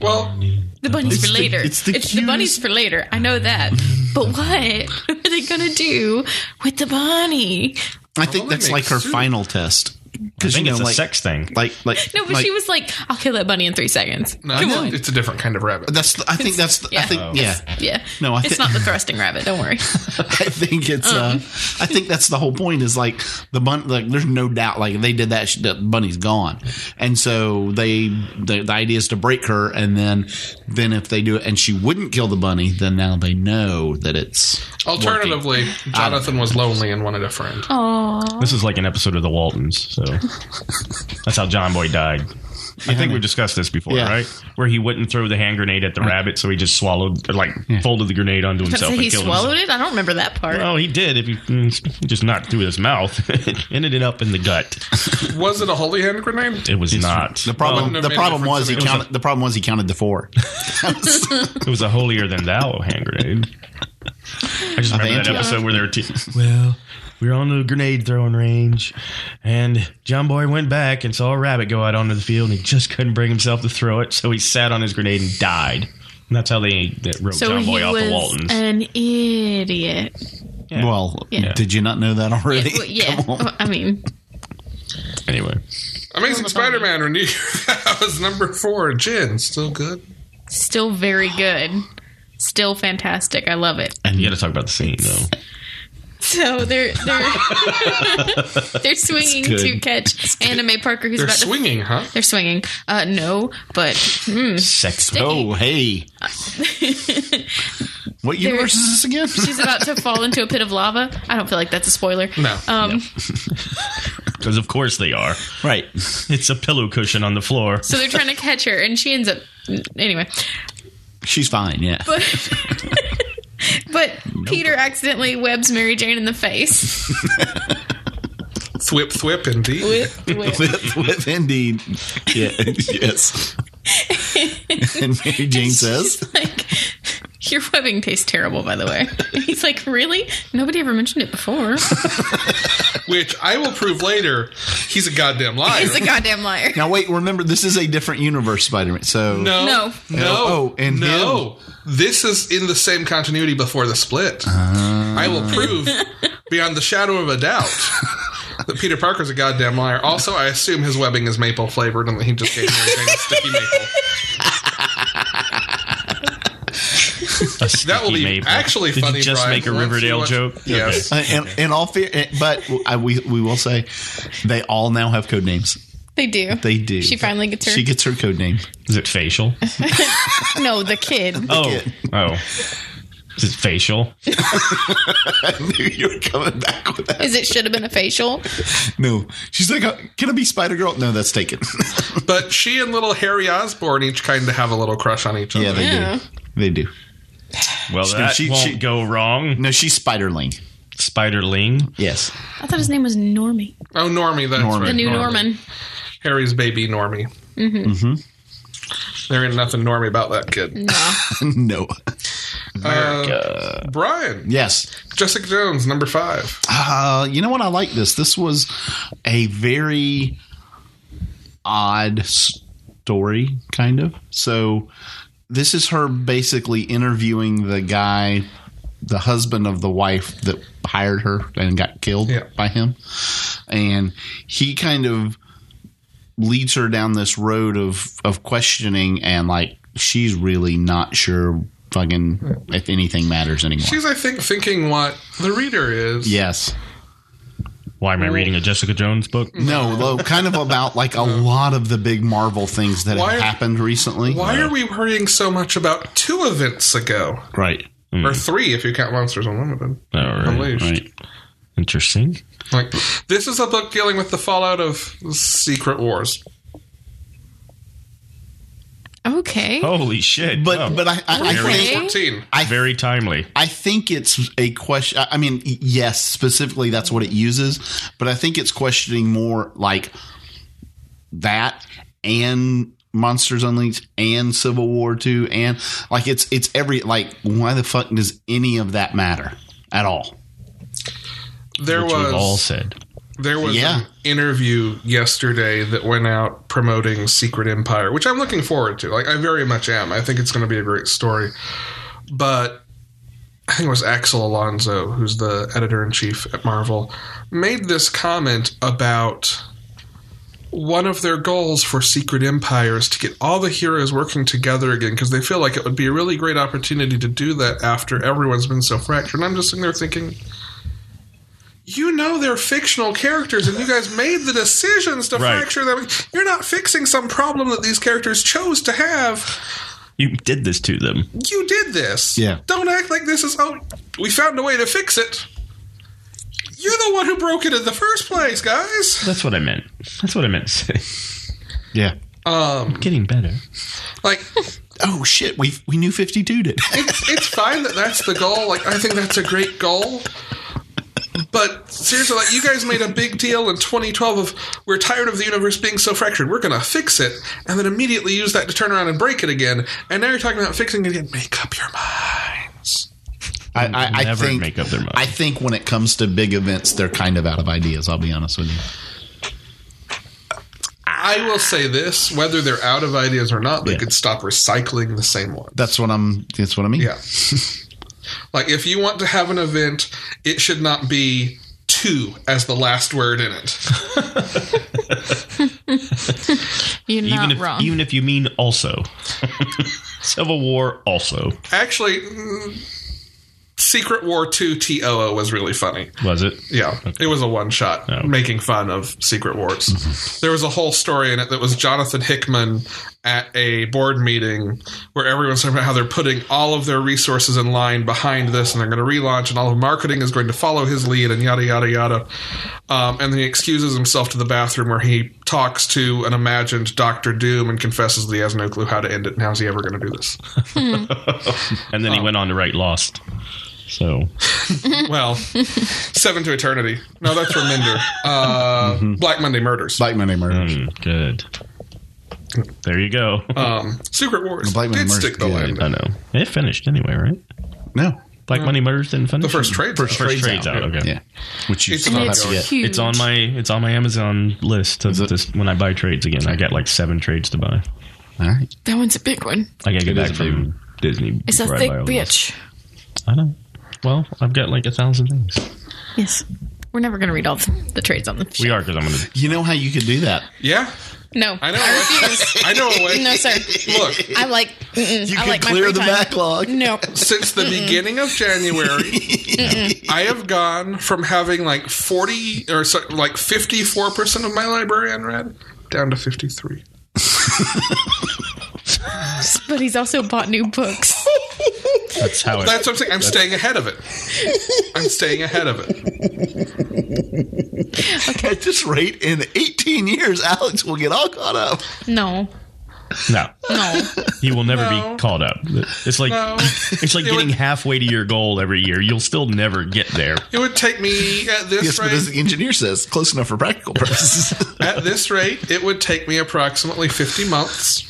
Speaker 2: Well,
Speaker 3: the bunny's for
Speaker 4: the-
Speaker 3: later.
Speaker 4: it's the cutest-
Speaker 3: bunny's for later. I know that. But what are they gonna do with the bunny?
Speaker 4: I think that's like her final test.
Speaker 5: I
Speaker 4: Because
Speaker 5: think
Speaker 4: you know,
Speaker 5: it's a
Speaker 4: like,
Speaker 5: sex thing.
Speaker 4: like, like,
Speaker 3: No, but
Speaker 4: like-
Speaker 3: she was like, "I'll kill that bunny in three seconds."
Speaker 2: no,
Speaker 3: Come
Speaker 2: it's,
Speaker 3: on.
Speaker 2: it's a different kind of rabbit.
Speaker 4: That's. The, I think that's. The, I
Speaker 3: Yeah.
Speaker 5: Oh.
Speaker 4: think. Yeah.
Speaker 3: yeah.
Speaker 4: No, I
Speaker 3: it's
Speaker 4: thi-
Speaker 3: not the thrusting rabbit. Don't worry.
Speaker 4: I think it's.
Speaker 3: Um.
Speaker 4: uh, I think that's the whole point. Is like the bun. Like there's no doubt. Like they did that. sh- The bunny's gone, and so they. The, the idea is to break her, and then, then if they do it, and she wouldn't kill the bunny, then now they know that it's.
Speaker 2: Alternatively, Jonathan was lonely and wanted a friend.
Speaker 3: Oh,
Speaker 5: This is like an episode of The Waltons. So that's how John Boy died. I think we've discussed this before,
Speaker 4: Yeah.
Speaker 5: right? Where he wouldn't throw the hand grenade at the rabbit, so he just swallowed, or like, folded the grenade onto himself and
Speaker 3: he
Speaker 5: killed
Speaker 3: swallowed it. I don't remember that part.
Speaker 5: himself. Oh, he did. If he mm, just not through his mouth, it ended up in the gut.
Speaker 2: Was it a holy hand grenade?
Speaker 5: It was not.
Speaker 4: The problem.
Speaker 2: Wouldn't have
Speaker 4: the
Speaker 2: made a
Speaker 4: problem
Speaker 2: difference
Speaker 4: was he
Speaker 2: if it was
Speaker 4: counted. the problem was he counted the four.
Speaker 5: It was a holier than thou hand grenade. I just
Speaker 4: Are they
Speaker 5: remember that
Speaker 4: anti-
Speaker 5: episode where they were. T- well, we were on the grenade throwing range, and John Boy went back and saw a rabbit go out onto the field, and he just couldn't bring himself to throw it, so he sat on his grenade and died. And that's how they, they wrote
Speaker 3: So
Speaker 5: John
Speaker 3: he
Speaker 5: Boy off the
Speaker 3: was
Speaker 5: Waltons.
Speaker 3: an idiot.
Speaker 5: Yeah.
Speaker 4: Well,
Speaker 3: Yeah.
Speaker 4: did you not know that already?
Speaker 3: Well, yeah.
Speaker 4: Come on.
Speaker 3: Well, I mean,
Speaker 5: anyway,
Speaker 2: Amazing Spider Man renewed. that was number four. Jin, still good.
Speaker 3: still very good. Still fantastic. I love it.
Speaker 5: and you got to talk about the scene though.
Speaker 3: So they're they're they're swinging
Speaker 5: good.
Speaker 3: to catch Anime Parker, who's
Speaker 2: They're
Speaker 3: about to.
Speaker 2: swinging, huh?
Speaker 3: They're swinging. Uh, no, but mm,
Speaker 5: Sex.
Speaker 4: Oh, hey. what universe is this again?
Speaker 3: she's about to fall into a pit of lava. I don't feel like that's a spoiler.
Speaker 2: No.
Speaker 3: Um,
Speaker 5: Because of course they are.
Speaker 4: right.
Speaker 5: It's a pillow cushion on the floor.
Speaker 3: So they're trying to catch her, and she ends up anyway.
Speaker 4: She's fine, yeah.
Speaker 3: But but Peter accidentally webs Mary Jane in the face.
Speaker 2: Thwip, thwip, indeed.
Speaker 3: Whip, whip.
Speaker 4: with, with indeed. Yeah, yes. and Mary Jane says,
Speaker 3: She's like, "Your webbing tastes terrible, by the way." And he's like, "Really? Nobody ever mentioned it before."
Speaker 2: Which I will prove later. He's a goddamn liar.
Speaker 3: He's a goddamn liar.
Speaker 4: Now wait, remember this is a different universe Spider-Man. So
Speaker 2: no,
Speaker 3: No.
Speaker 2: no, no,
Speaker 4: Oh, and
Speaker 2: no. This is in the same continuity before the split.
Speaker 4: Ah.
Speaker 2: I will prove beyond the shadow of a doubt that Peter Parker's a goddamn liar. Also, I assume his webbing is maple flavored and that he just gave Mary Jane a sticky maple. That will be actually
Speaker 5: Did
Speaker 2: funny.
Speaker 5: you just
Speaker 2: Brian.
Speaker 5: make a
Speaker 2: Once you
Speaker 5: Riverdale
Speaker 2: watch-
Speaker 5: joke?
Speaker 2: Yes.
Speaker 4: Uh, in, in all fear, but I, we we will say they all now have code names.
Speaker 3: They do.
Speaker 4: They do.
Speaker 3: She finally gets her.
Speaker 4: She gets her code name.
Speaker 5: Is it facial?
Speaker 3: no, the kid.
Speaker 5: Oh, oh. Is it facial?
Speaker 4: I knew you were coming back with that.
Speaker 3: Is it should have been a facial?
Speaker 4: No, she's like, "Uh, can I be Spider Girl? No, that's taken.
Speaker 2: But she and little Harry Osborn each kind of have a little crush on each other.
Speaker 4: yeah, they
Speaker 3: Yeah.
Speaker 4: do. They do.
Speaker 5: Well, that
Speaker 4: she-
Speaker 5: won't
Speaker 4: she-
Speaker 5: go wrong.
Speaker 4: No, she's Spiderling.
Speaker 5: Spiderling.
Speaker 4: Yes,
Speaker 3: I thought his name was Normie,
Speaker 2: Oh, Normie, that's
Speaker 4: Normie.
Speaker 2: right.
Speaker 3: the new
Speaker 2: Normie.
Speaker 3: Norman.
Speaker 2: Harry's baby, Normie. Mm-hmm.
Speaker 4: Mm-hmm.
Speaker 2: There ain't nothing Normie about that kid.
Speaker 3: No,
Speaker 4: no,
Speaker 2: Uh, Brian,
Speaker 4: yes.
Speaker 2: Jessica Jones, number five.
Speaker 4: Uh, you know what? I like this. This was a very odd story, kind of. So, this is her basically interviewing the guy, the husband of the wife that hired her and got killed
Speaker 2: Yeah.
Speaker 4: by him. And he kind of leads her down this road of, of questioning, and like, she's really not sure fucking if anything matters anymore.
Speaker 2: She's, I think, thinking what the reader is.
Speaker 4: yes.
Speaker 5: Why am I reading a Jessica Jones book?
Speaker 4: No, though, kind of about like a lot of the big Marvel things that
Speaker 2: Why are-
Speaker 4: have happened recently.
Speaker 2: Why are we worrying so much about two events ago?
Speaker 4: right?
Speaker 2: Or three, if you count Monsters Unlimited.
Speaker 5: All right.
Speaker 2: Unleashed.
Speaker 4: Right.
Speaker 5: Interesting.
Speaker 2: Like, this is a book dealing with the fallout of Secret Wars.
Speaker 3: okay.
Speaker 5: Holy shit.
Speaker 4: But
Speaker 5: Oh,
Speaker 4: but I I, I
Speaker 3: Very-
Speaker 4: think
Speaker 2: 14.
Speaker 4: I
Speaker 5: very timely.
Speaker 4: I think it's a question. I I mean, y- yes, specifically that's what it uses, but I think it's questioning more like that and Monsters Unleashed and Civil War Two and like it's it's every like why the fuck does any of that matter at all?
Speaker 2: There
Speaker 5: Which
Speaker 2: was.
Speaker 5: we've all said.
Speaker 2: There was
Speaker 4: Yeah.
Speaker 2: an interview yesterday that went out promoting Secret Empire, which I'm looking forward to. Like I very much am. I think it's going to be a great story. But I think it was Axel Alonso, who's the editor in chief at Marvel, made this comment about one of their goals for Secret Empire is to get all the heroes working together again because they feel like it would be a really great opportunity to do that after everyone's been so fractured. And I'm just sitting there thinking, you know they're fictional characters and you guys made the decisions to
Speaker 5: Right.
Speaker 2: fracture them. You're not fixing some problem that these characters chose to have.
Speaker 5: You did this to them.
Speaker 2: You did this.
Speaker 4: Yeah.
Speaker 2: Don't act like this is, oh, we found a way to fix it. You're the one who broke it in the first place, guys.
Speaker 5: That's what I meant. That's what I meant to say.
Speaker 4: Yeah.
Speaker 2: Um,
Speaker 5: Getting better.
Speaker 2: like,
Speaker 4: Oh shit, we we knew fifty two did.
Speaker 2: it's fine that that's the goal. Like, I think that's a great goal. But seriously, like, you guys made a big deal in 2012 of we're tired of the universe being so fractured. We're going to fix it. And then immediately use that to turn around and break it again. And now you're talking about fixing it again. Make up your minds.
Speaker 4: I, I, I
Speaker 5: Never
Speaker 4: think
Speaker 5: make up their mind.
Speaker 4: I think when it comes to big events, they're kind of out of ideas. I'll be honest with you.
Speaker 2: I will say this: whether they're out of ideas or not, they could stop recycling the same one.
Speaker 4: That's what I'm. That's what I mean.
Speaker 2: Yeah. like if you want to have an event, it should not be two as the last word in it.
Speaker 3: You're
Speaker 5: even
Speaker 3: not
Speaker 5: if
Speaker 3: wrong.
Speaker 5: even if you mean also Civil War also
Speaker 2: Actually, mm, Secret War 2 TOO was really funny.
Speaker 5: was it?
Speaker 2: Yeah, it was a one shot
Speaker 5: okay.
Speaker 2: making fun of Secret Wars. there was a whole story in it that was Jonathan Hickman at a board meeting where everyone's talking about how they're putting all of their resources in line behind this and they're going to relaunch and all of marketing is going to follow his lead and yada, yada, yada. Um, and then he excuses himself to the bathroom where he talks to an imagined Doctor Doom and confesses that he has no clue how to end it and how's he ever going to do this.
Speaker 5: And then
Speaker 3: Oh.
Speaker 5: he went on to write Lost. So
Speaker 2: Well, Seven to Eternity. No, that's from Minder. Uh, Black Monday Murders.
Speaker 4: Black Monday murders.
Speaker 5: mm, good. There you go.
Speaker 2: Um, Secret Wars.
Speaker 4: Black Monday
Speaker 2: did
Speaker 4: Murders
Speaker 2: stick the
Speaker 4: is
Speaker 2: landing.
Speaker 4: good.
Speaker 5: I know it finished anyway, right?
Speaker 4: No.
Speaker 5: Black Money Murders didn't finish.
Speaker 2: The first trade.
Speaker 4: First
Speaker 5: First
Speaker 4: trade's,
Speaker 5: trade's
Speaker 4: out.
Speaker 5: out, okay.
Speaker 4: Yeah. Which you
Speaker 2: It's
Speaker 4: still
Speaker 3: and
Speaker 4: have
Speaker 3: it's
Speaker 4: to get.
Speaker 3: huge.
Speaker 5: It's on my it's on my Amazon list of
Speaker 4: it-
Speaker 5: this when I buy trades again. I got like seven trades to buy.
Speaker 4: All right.
Speaker 3: That one's a big one.
Speaker 5: I gotta
Speaker 4: It
Speaker 5: get
Speaker 4: is
Speaker 5: back
Speaker 4: a big
Speaker 5: from Disney.
Speaker 3: It's a
Speaker 5: before I
Speaker 3: thick
Speaker 5: buy all these.
Speaker 3: bitch.
Speaker 5: I know. Well, I've got like a thousand things.
Speaker 3: Yes. We're never going to read all the, the trades on the show.
Speaker 5: We are because I'm gonna.
Speaker 4: You know how you could do that.
Speaker 2: Yeah,
Speaker 3: No.
Speaker 2: I know.
Speaker 3: I refuse.
Speaker 2: I know a way.
Speaker 3: no, sir.
Speaker 2: Look,
Speaker 3: I like. Mm-mm.
Speaker 4: You
Speaker 3: I
Speaker 4: could
Speaker 3: like
Speaker 4: clear
Speaker 3: my free
Speaker 4: the
Speaker 3: time.
Speaker 4: backlog.
Speaker 3: No.
Speaker 2: since the beginning of January, I have gone from having like forty or so, like fifty-four percent of my library unread down to fifty-three.
Speaker 3: But he's also bought new books.
Speaker 5: That's how it.
Speaker 2: That's what I'm saying. I'm staying ahead of it. I'm staying ahead of it.
Speaker 4: At this rate, in 18 years, Alex will get all caught up.
Speaker 3: No.
Speaker 5: No,
Speaker 3: No.
Speaker 5: he will never
Speaker 2: No.
Speaker 5: be caught up. It's like
Speaker 2: No.
Speaker 5: it's like
Speaker 2: It
Speaker 5: getting
Speaker 2: would-
Speaker 5: halfway to your goal every year. You'll still never get there.
Speaker 2: It would take me at this
Speaker 4: Yes,
Speaker 2: rate.
Speaker 4: but as the engineer says, close enough for practical purposes.
Speaker 2: At this rate, it would take me approximately 50 months.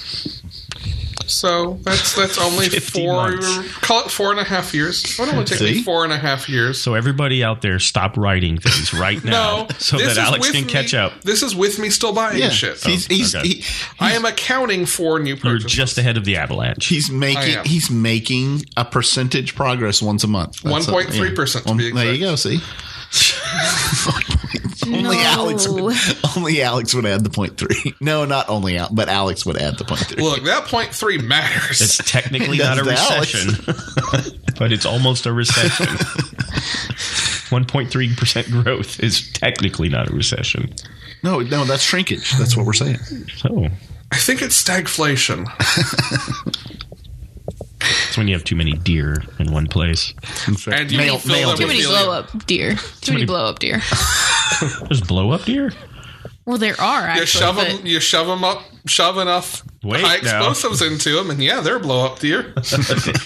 Speaker 2: So that's that's only
Speaker 5: 50
Speaker 2: four.
Speaker 5: months.
Speaker 2: Call it four and a half years. Well, it would take me
Speaker 4: See?
Speaker 2: four and a half years.
Speaker 5: So everybody out there, stop writing things right now,
Speaker 2: no,
Speaker 5: so
Speaker 2: this
Speaker 5: that
Speaker 2: is
Speaker 5: Alex
Speaker 2: with
Speaker 5: can
Speaker 2: me-
Speaker 5: catch up.
Speaker 2: This is with me still buying
Speaker 4: yeah.
Speaker 2: shit.
Speaker 4: He's, he's,
Speaker 5: Oh, okay.
Speaker 4: he-
Speaker 2: I am accounting for new
Speaker 5: You're
Speaker 2: purchases.
Speaker 5: just ahead of the avalanche.
Speaker 4: he's
Speaker 2: Oh,
Speaker 4: making
Speaker 2: am.
Speaker 4: he's making a percentage progress once a month. That's a-
Speaker 2: 1.3% to be
Speaker 4: There you go. See, only
Speaker 3: No.
Speaker 4: Alex would only Alex would add the point three. No, not only Al, but Alex would add the point three.
Speaker 2: Look, that point three matters.
Speaker 5: It's technically not a
Speaker 4: That's Alex.
Speaker 5: recession, but it's almost a recession. 1.3% growth is technically not a recession.
Speaker 4: No, no, that's shrinkage. That's what we're saying.
Speaker 5: So
Speaker 2: I think it's stagflation.
Speaker 5: it's when you have too many deer in one place.
Speaker 2: And you
Speaker 4: Male-
Speaker 2: fill
Speaker 4: male
Speaker 2: them
Speaker 3: Too many
Speaker 2: with
Speaker 3: blow up deer. Too many blow up deer.
Speaker 5: There's blow up deer?
Speaker 3: Well, there are actually.
Speaker 2: You shove
Speaker 3: but-
Speaker 2: them. You shove 'em up. Shove enough
Speaker 5: Wait,
Speaker 2: high
Speaker 5: now.
Speaker 2: explosives into them, and yeah, they're blow up deer.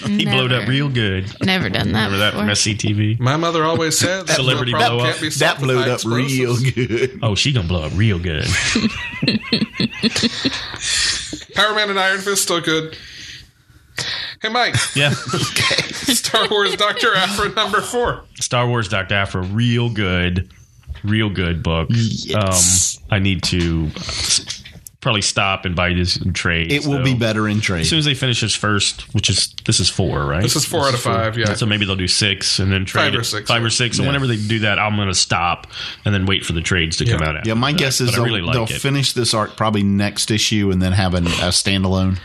Speaker 5: He blowed up
Speaker 3: Never.
Speaker 5: real good.
Speaker 3: Never done that.
Speaker 5: Remember that
Speaker 3: before.
Speaker 5: from SCTV?
Speaker 2: My mother always said that
Speaker 5: Celebrity
Speaker 2: problem
Speaker 5: blow up.
Speaker 2: can't be
Speaker 4: that
Speaker 2: solved with
Speaker 4: blowed
Speaker 2: high
Speaker 4: up real
Speaker 2: explosives.
Speaker 4: good.
Speaker 5: Oh, she gonna blow up real good.
Speaker 2: Power Man and Iron Fist still good. Hey Mike,
Speaker 5: Yeah.
Speaker 2: Star Wars Doctor Aphra number four.
Speaker 5: Star Wars Dr. Afra, real good, real good book.
Speaker 4: Yes.
Speaker 5: Um, I need to probably stop and buy this in trade.
Speaker 4: It will be better in trade.
Speaker 5: As soon as they finish this first, which is this is four, right?
Speaker 2: This is four out of five. Yeah,
Speaker 5: So maybe they'll do six and then trade
Speaker 2: or
Speaker 5: it-
Speaker 2: six,
Speaker 5: Five
Speaker 2: yeah.
Speaker 5: or six. And whenever they do that, I'm going to stop and then wait for the trades to come out. After
Speaker 4: Yeah, my
Speaker 5: that.
Speaker 4: guess is
Speaker 5: Uh, But I
Speaker 4: they'll,
Speaker 5: really like
Speaker 4: they'll
Speaker 5: it.
Speaker 4: finish this arc probably next issue and then have an, a standalone.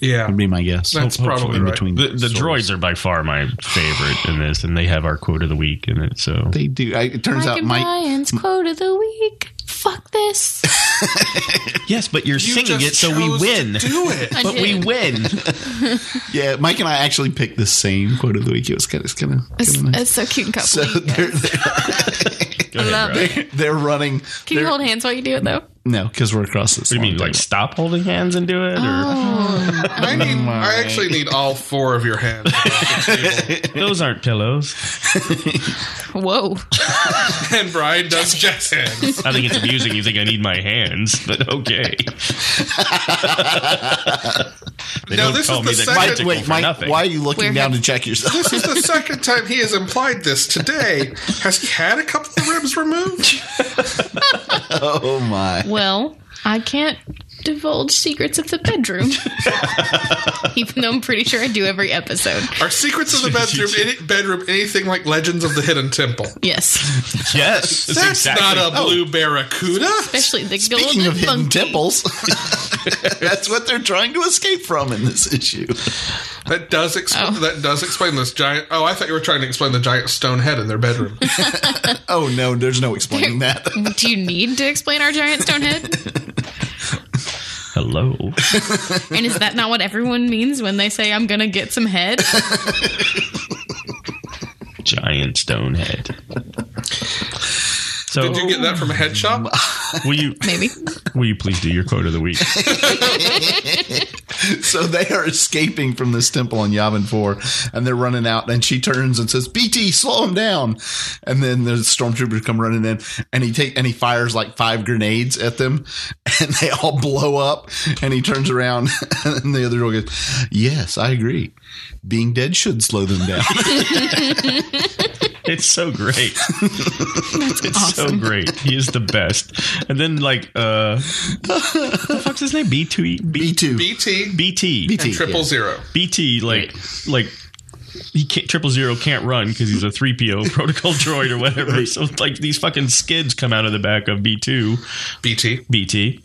Speaker 2: yeah.
Speaker 4: Would be my guess.
Speaker 2: That's
Speaker 5: hopefully
Speaker 2: probably
Speaker 4: in
Speaker 2: right.
Speaker 4: between
Speaker 5: the, the
Speaker 4: stories.
Speaker 5: droids are by far my favorite in this, and they have our quote of the week in it. So
Speaker 4: They do. I, it turns
Speaker 3: Mike
Speaker 4: out
Speaker 3: and
Speaker 4: Mike.
Speaker 3: Ryan's quote of the week. Fuck this.
Speaker 5: yes, but you're
Speaker 2: You
Speaker 5: singing
Speaker 2: just
Speaker 5: it, so we
Speaker 2: chose to
Speaker 5: win.
Speaker 2: do it.
Speaker 3: I
Speaker 5: But we
Speaker 3: did.
Speaker 5: win.
Speaker 4: Yeah, Mike and I actually picked the same quote of the week. It was kind of, it's kind of,
Speaker 3: It's,
Speaker 4: kind of nice.
Speaker 3: it's so cute and
Speaker 4: So
Speaker 3: cuddly.
Speaker 4: they're, they're,
Speaker 5: Go ahead,
Speaker 3: love
Speaker 5: Rob.
Speaker 3: it.
Speaker 4: they're running.
Speaker 3: Can you
Speaker 4: they're-
Speaker 3: hold hands while you do it though?
Speaker 4: No, because we're across this.
Speaker 5: What do you mean,
Speaker 4: long
Speaker 5: like
Speaker 4: table.
Speaker 5: stop holding hands and do it? Or?
Speaker 3: Oh.
Speaker 2: I need. I actually need all four of your hands.
Speaker 5: Those aren't pillows.
Speaker 3: Whoa.
Speaker 2: and Brian does jazz hands.
Speaker 5: I think it's amusing. You think I need my hands, but okay. They
Speaker 2: Now,
Speaker 5: don't
Speaker 2: this
Speaker 5: tell
Speaker 2: is
Speaker 5: me
Speaker 2: the second-
Speaker 5: that Mike,
Speaker 2: Mike-
Speaker 5: for
Speaker 4: Wait, Mike,
Speaker 5: nothing.
Speaker 4: why are you looking
Speaker 3: Where
Speaker 4: down
Speaker 3: have-
Speaker 4: to check yourself?
Speaker 2: This is the second time he has implied this today. Has he had a couple of ribs removed?
Speaker 4: oh my!
Speaker 3: Well, I can't divulge secrets of the bedroom. Even though I'm pretty sure I do every episode.
Speaker 2: Are secrets of the bedroom, any, bedroom anything like Legends of the Hidden Temple?
Speaker 3: Yes.
Speaker 5: Yes,
Speaker 2: That's not a blue barracuda.
Speaker 5: Oh.
Speaker 3: Especially the
Speaker 4: Speaking
Speaker 3: golden
Speaker 4: of hidden
Speaker 3: monkey.
Speaker 4: temples, that's what they're trying to escape from in this issue.
Speaker 2: That does explain.
Speaker 3: Oh.
Speaker 2: That does explain this giant. Oh, I thought you were trying to explain the giant stone head in their bedroom.
Speaker 4: Oh no, there's no explaining that.
Speaker 3: Do you need to explain our giant stone head?
Speaker 5: Hello.
Speaker 3: And is that not what everyone means when they say I'm gonna get some head?
Speaker 5: giant stone head. So
Speaker 2: Did you get that from a head shop?
Speaker 5: will you
Speaker 3: Maybe.
Speaker 5: will you please do your quote of the week?
Speaker 4: So they are escaping from this temple on Yavin 4, and they're running out. And she turns and says, "BT, slow him down!" And then the stormtroopers come running in, and he take and he fires like five grenades at them, and they all blow up. And he turns around, and the other girl goes, "Yes, I agree. Being dead should slow them down."
Speaker 5: It's so great. it's so
Speaker 3: awesome.
Speaker 5: great. He is the best. And then like uh what the fuck's his name? B two E? B
Speaker 4: BT,
Speaker 2: BT
Speaker 5: BT.
Speaker 4: BT,
Speaker 2: and triple
Speaker 4: yeah.
Speaker 2: zero.
Speaker 5: BT like like he can't, triple zero can't run because he's a three PO protocol droid or whatever. So like these fucking skids come out of the back of B two
Speaker 2: BT
Speaker 5: BT,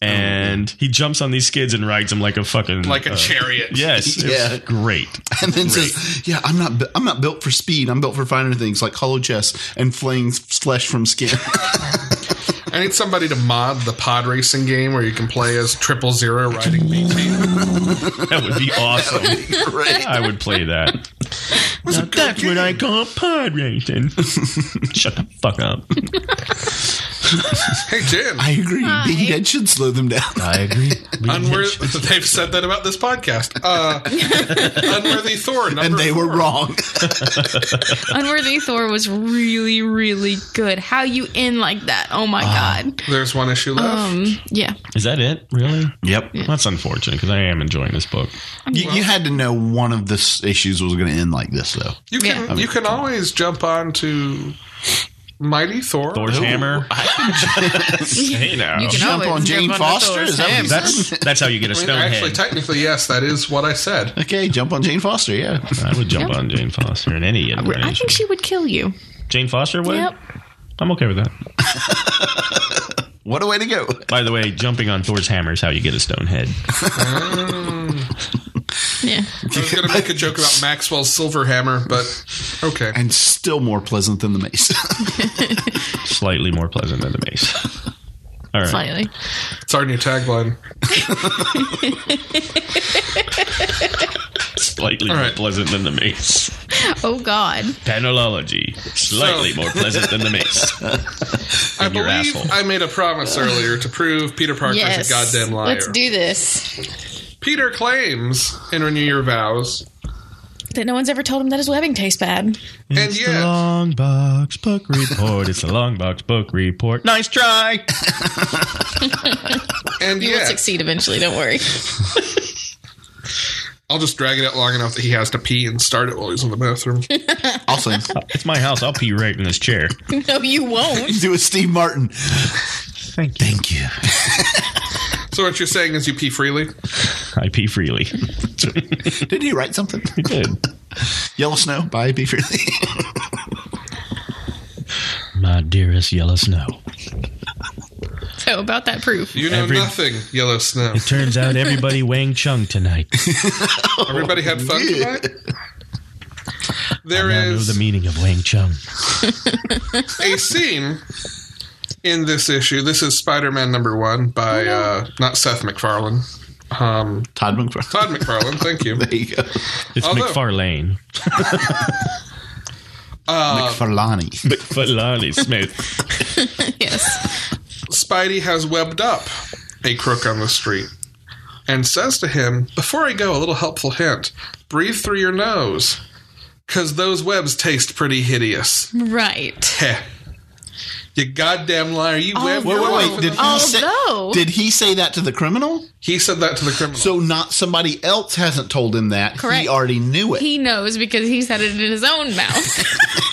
Speaker 5: and he jumps on these skids and rides them like a fucking
Speaker 2: like a
Speaker 5: uh,
Speaker 2: chariot.
Speaker 5: Yes, it was
Speaker 4: Yeah.
Speaker 5: great.
Speaker 4: and then says, "Yeah, I'm not. bu- I'm not built for speed. I'm built for finer things like hollow chests and flaying flesh from skin."
Speaker 2: I need somebody to mod the pod racing game where you can play as triple zero riding BT.
Speaker 5: That would be awesome.
Speaker 4: right.
Speaker 5: I would play that. that's what I call pod racing. Shut the fuck up.
Speaker 2: Hey Jim,
Speaker 4: I agree.
Speaker 3: Hi.
Speaker 4: Being dead should slow them down.
Speaker 6: I agree.
Speaker 2: unworthy. They've said that about this podcast. Uh, unworthy Thor, number
Speaker 4: and they were wrong.
Speaker 3: Unworthy Thor was really, really good. How you in like that? Oh my
Speaker 4: Ah.
Speaker 3: god.
Speaker 2: There's one issue left.
Speaker 3: Um yeah.
Speaker 5: Is that it? Really?
Speaker 4: Yep.
Speaker 5: That's unfortunate because I am enjoying this book.
Speaker 4: You, you had to know one of the s- issues was going to end like this, though.
Speaker 2: you can
Speaker 3: yeah.
Speaker 2: you can always jump on to Mighty Thor.
Speaker 5: Thor's hammer. hey now.
Speaker 3: You can
Speaker 4: Jump
Speaker 3: always
Speaker 4: on Jane
Speaker 3: jump on the
Speaker 4: Foster?
Speaker 3: Thor's
Speaker 4: Is that what
Speaker 3: hammer.
Speaker 4: you
Speaker 5: that's
Speaker 4: said?
Speaker 5: that's how you get a
Speaker 2: I mean,
Speaker 5: stone
Speaker 2: Actually,
Speaker 5: head.
Speaker 2: technically, yes, that is what I said.
Speaker 4: Okay, jump on Jane Foster. Yeah.
Speaker 5: I would jump on Jane Foster in any incarnation.
Speaker 3: I think she would kill you.
Speaker 5: Jane Foster would.
Speaker 3: Yep.
Speaker 5: I'm okay with that.
Speaker 4: What a way to go.
Speaker 5: By the way, jumping on Thor's hammer is how you get a stone head.
Speaker 3: Yeah.
Speaker 2: I was going to make a joke about Maxwell's silver hammer, but okay.
Speaker 4: And still more pleasant than the mace.
Speaker 5: Slightly more pleasant than the mace. All right.
Speaker 3: Slightly.
Speaker 2: It's our new tagline.
Speaker 5: Slightly
Speaker 2: All
Speaker 5: more
Speaker 2: right.
Speaker 5: pleasant than the mace.
Speaker 3: Oh god.
Speaker 5: Panology. Slightly
Speaker 2: So-
Speaker 5: more pleasant than the mace.
Speaker 2: I
Speaker 5: your
Speaker 2: believe
Speaker 5: asshole.
Speaker 2: I made a promise earlier to prove Peter Parker's
Speaker 3: Yes.
Speaker 2: a goddamn liar.
Speaker 3: Let's do this.
Speaker 2: Peter claims in Renew Your Vows,
Speaker 3: That no one's ever told him that his webbing tastes bad.
Speaker 2: and
Speaker 5: It's the
Speaker 2: yet
Speaker 5: long box book report. It's the long box book report. Nice try.
Speaker 2: and
Speaker 3: You will
Speaker 2: yet
Speaker 3: succeed eventually, don't worry.
Speaker 2: I'll just drag it out long enough that he has to pee and start it while he's in the bathroom.
Speaker 4: also,
Speaker 5: It's my house. I'll pee right in this chair.
Speaker 3: no, you won't.
Speaker 4: do a Steve Martin.
Speaker 5: Thank you.
Speaker 4: Thank you.
Speaker 2: so what you're saying is you pee freely?
Speaker 5: I pee freely.
Speaker 4: Didn't he write something?
Speaker 5: Good.
Speaker 4: Yellow Snow by B. Freely.
Speaker 6: My dearest yellow snow.
Speaker 3: So about that proof.
Speaker 2: You know
Speaker 5: Every-
Speaker 2: nothing, Yellow Snow.
Speaker 6: Turns out everybody Wang Chung tonight.
Speaker 2: Everybody had fun
Speaker 4: yeah.
Speaker 2: tonight. There
Speaker 6: I know
Speaker 2: is
Speaker 6: the meaning of Wang Chung.
Speaker 2: a scene in this issue. This is Spider-Man number one by uh, not Seth MacFarlane, um,
Speaker 4: Todd McFarlane.
Speaker 2: Todd McFarlane. Thank you.
Speaker 4: There you go.
Speaker 5: It's
Speaker 2: Although-
Speaker 5: McFarlane.
Speaker 4: Uh, McFarlane.
Speaker 5: McFarlane Smith.
Speaker 3: Yes.
Speaker 2: Spidey has webbed up a crook on the street and says to him, "Before I go, a little helpful hint: breathe through your nose, because those webs taste pretty hideous."
Speaker 3: Right.
Speaker 2: Heh. You goddamn liar! You live.
Speaker 4: Wait, wait, wait. Did
Speaker 3: Oh,
Speaker 4: he, say,
Speaker 3: Although-
Speaker 4: did he say that to the criminal?
Speaker 2: he said that to the criminal.
Speaker 4: So not somebody else hasn't told him that.
Speaker 3: Correct.
Speaker 4: He already knew it.
Speaker 3: He knows because he said it in his own mouth.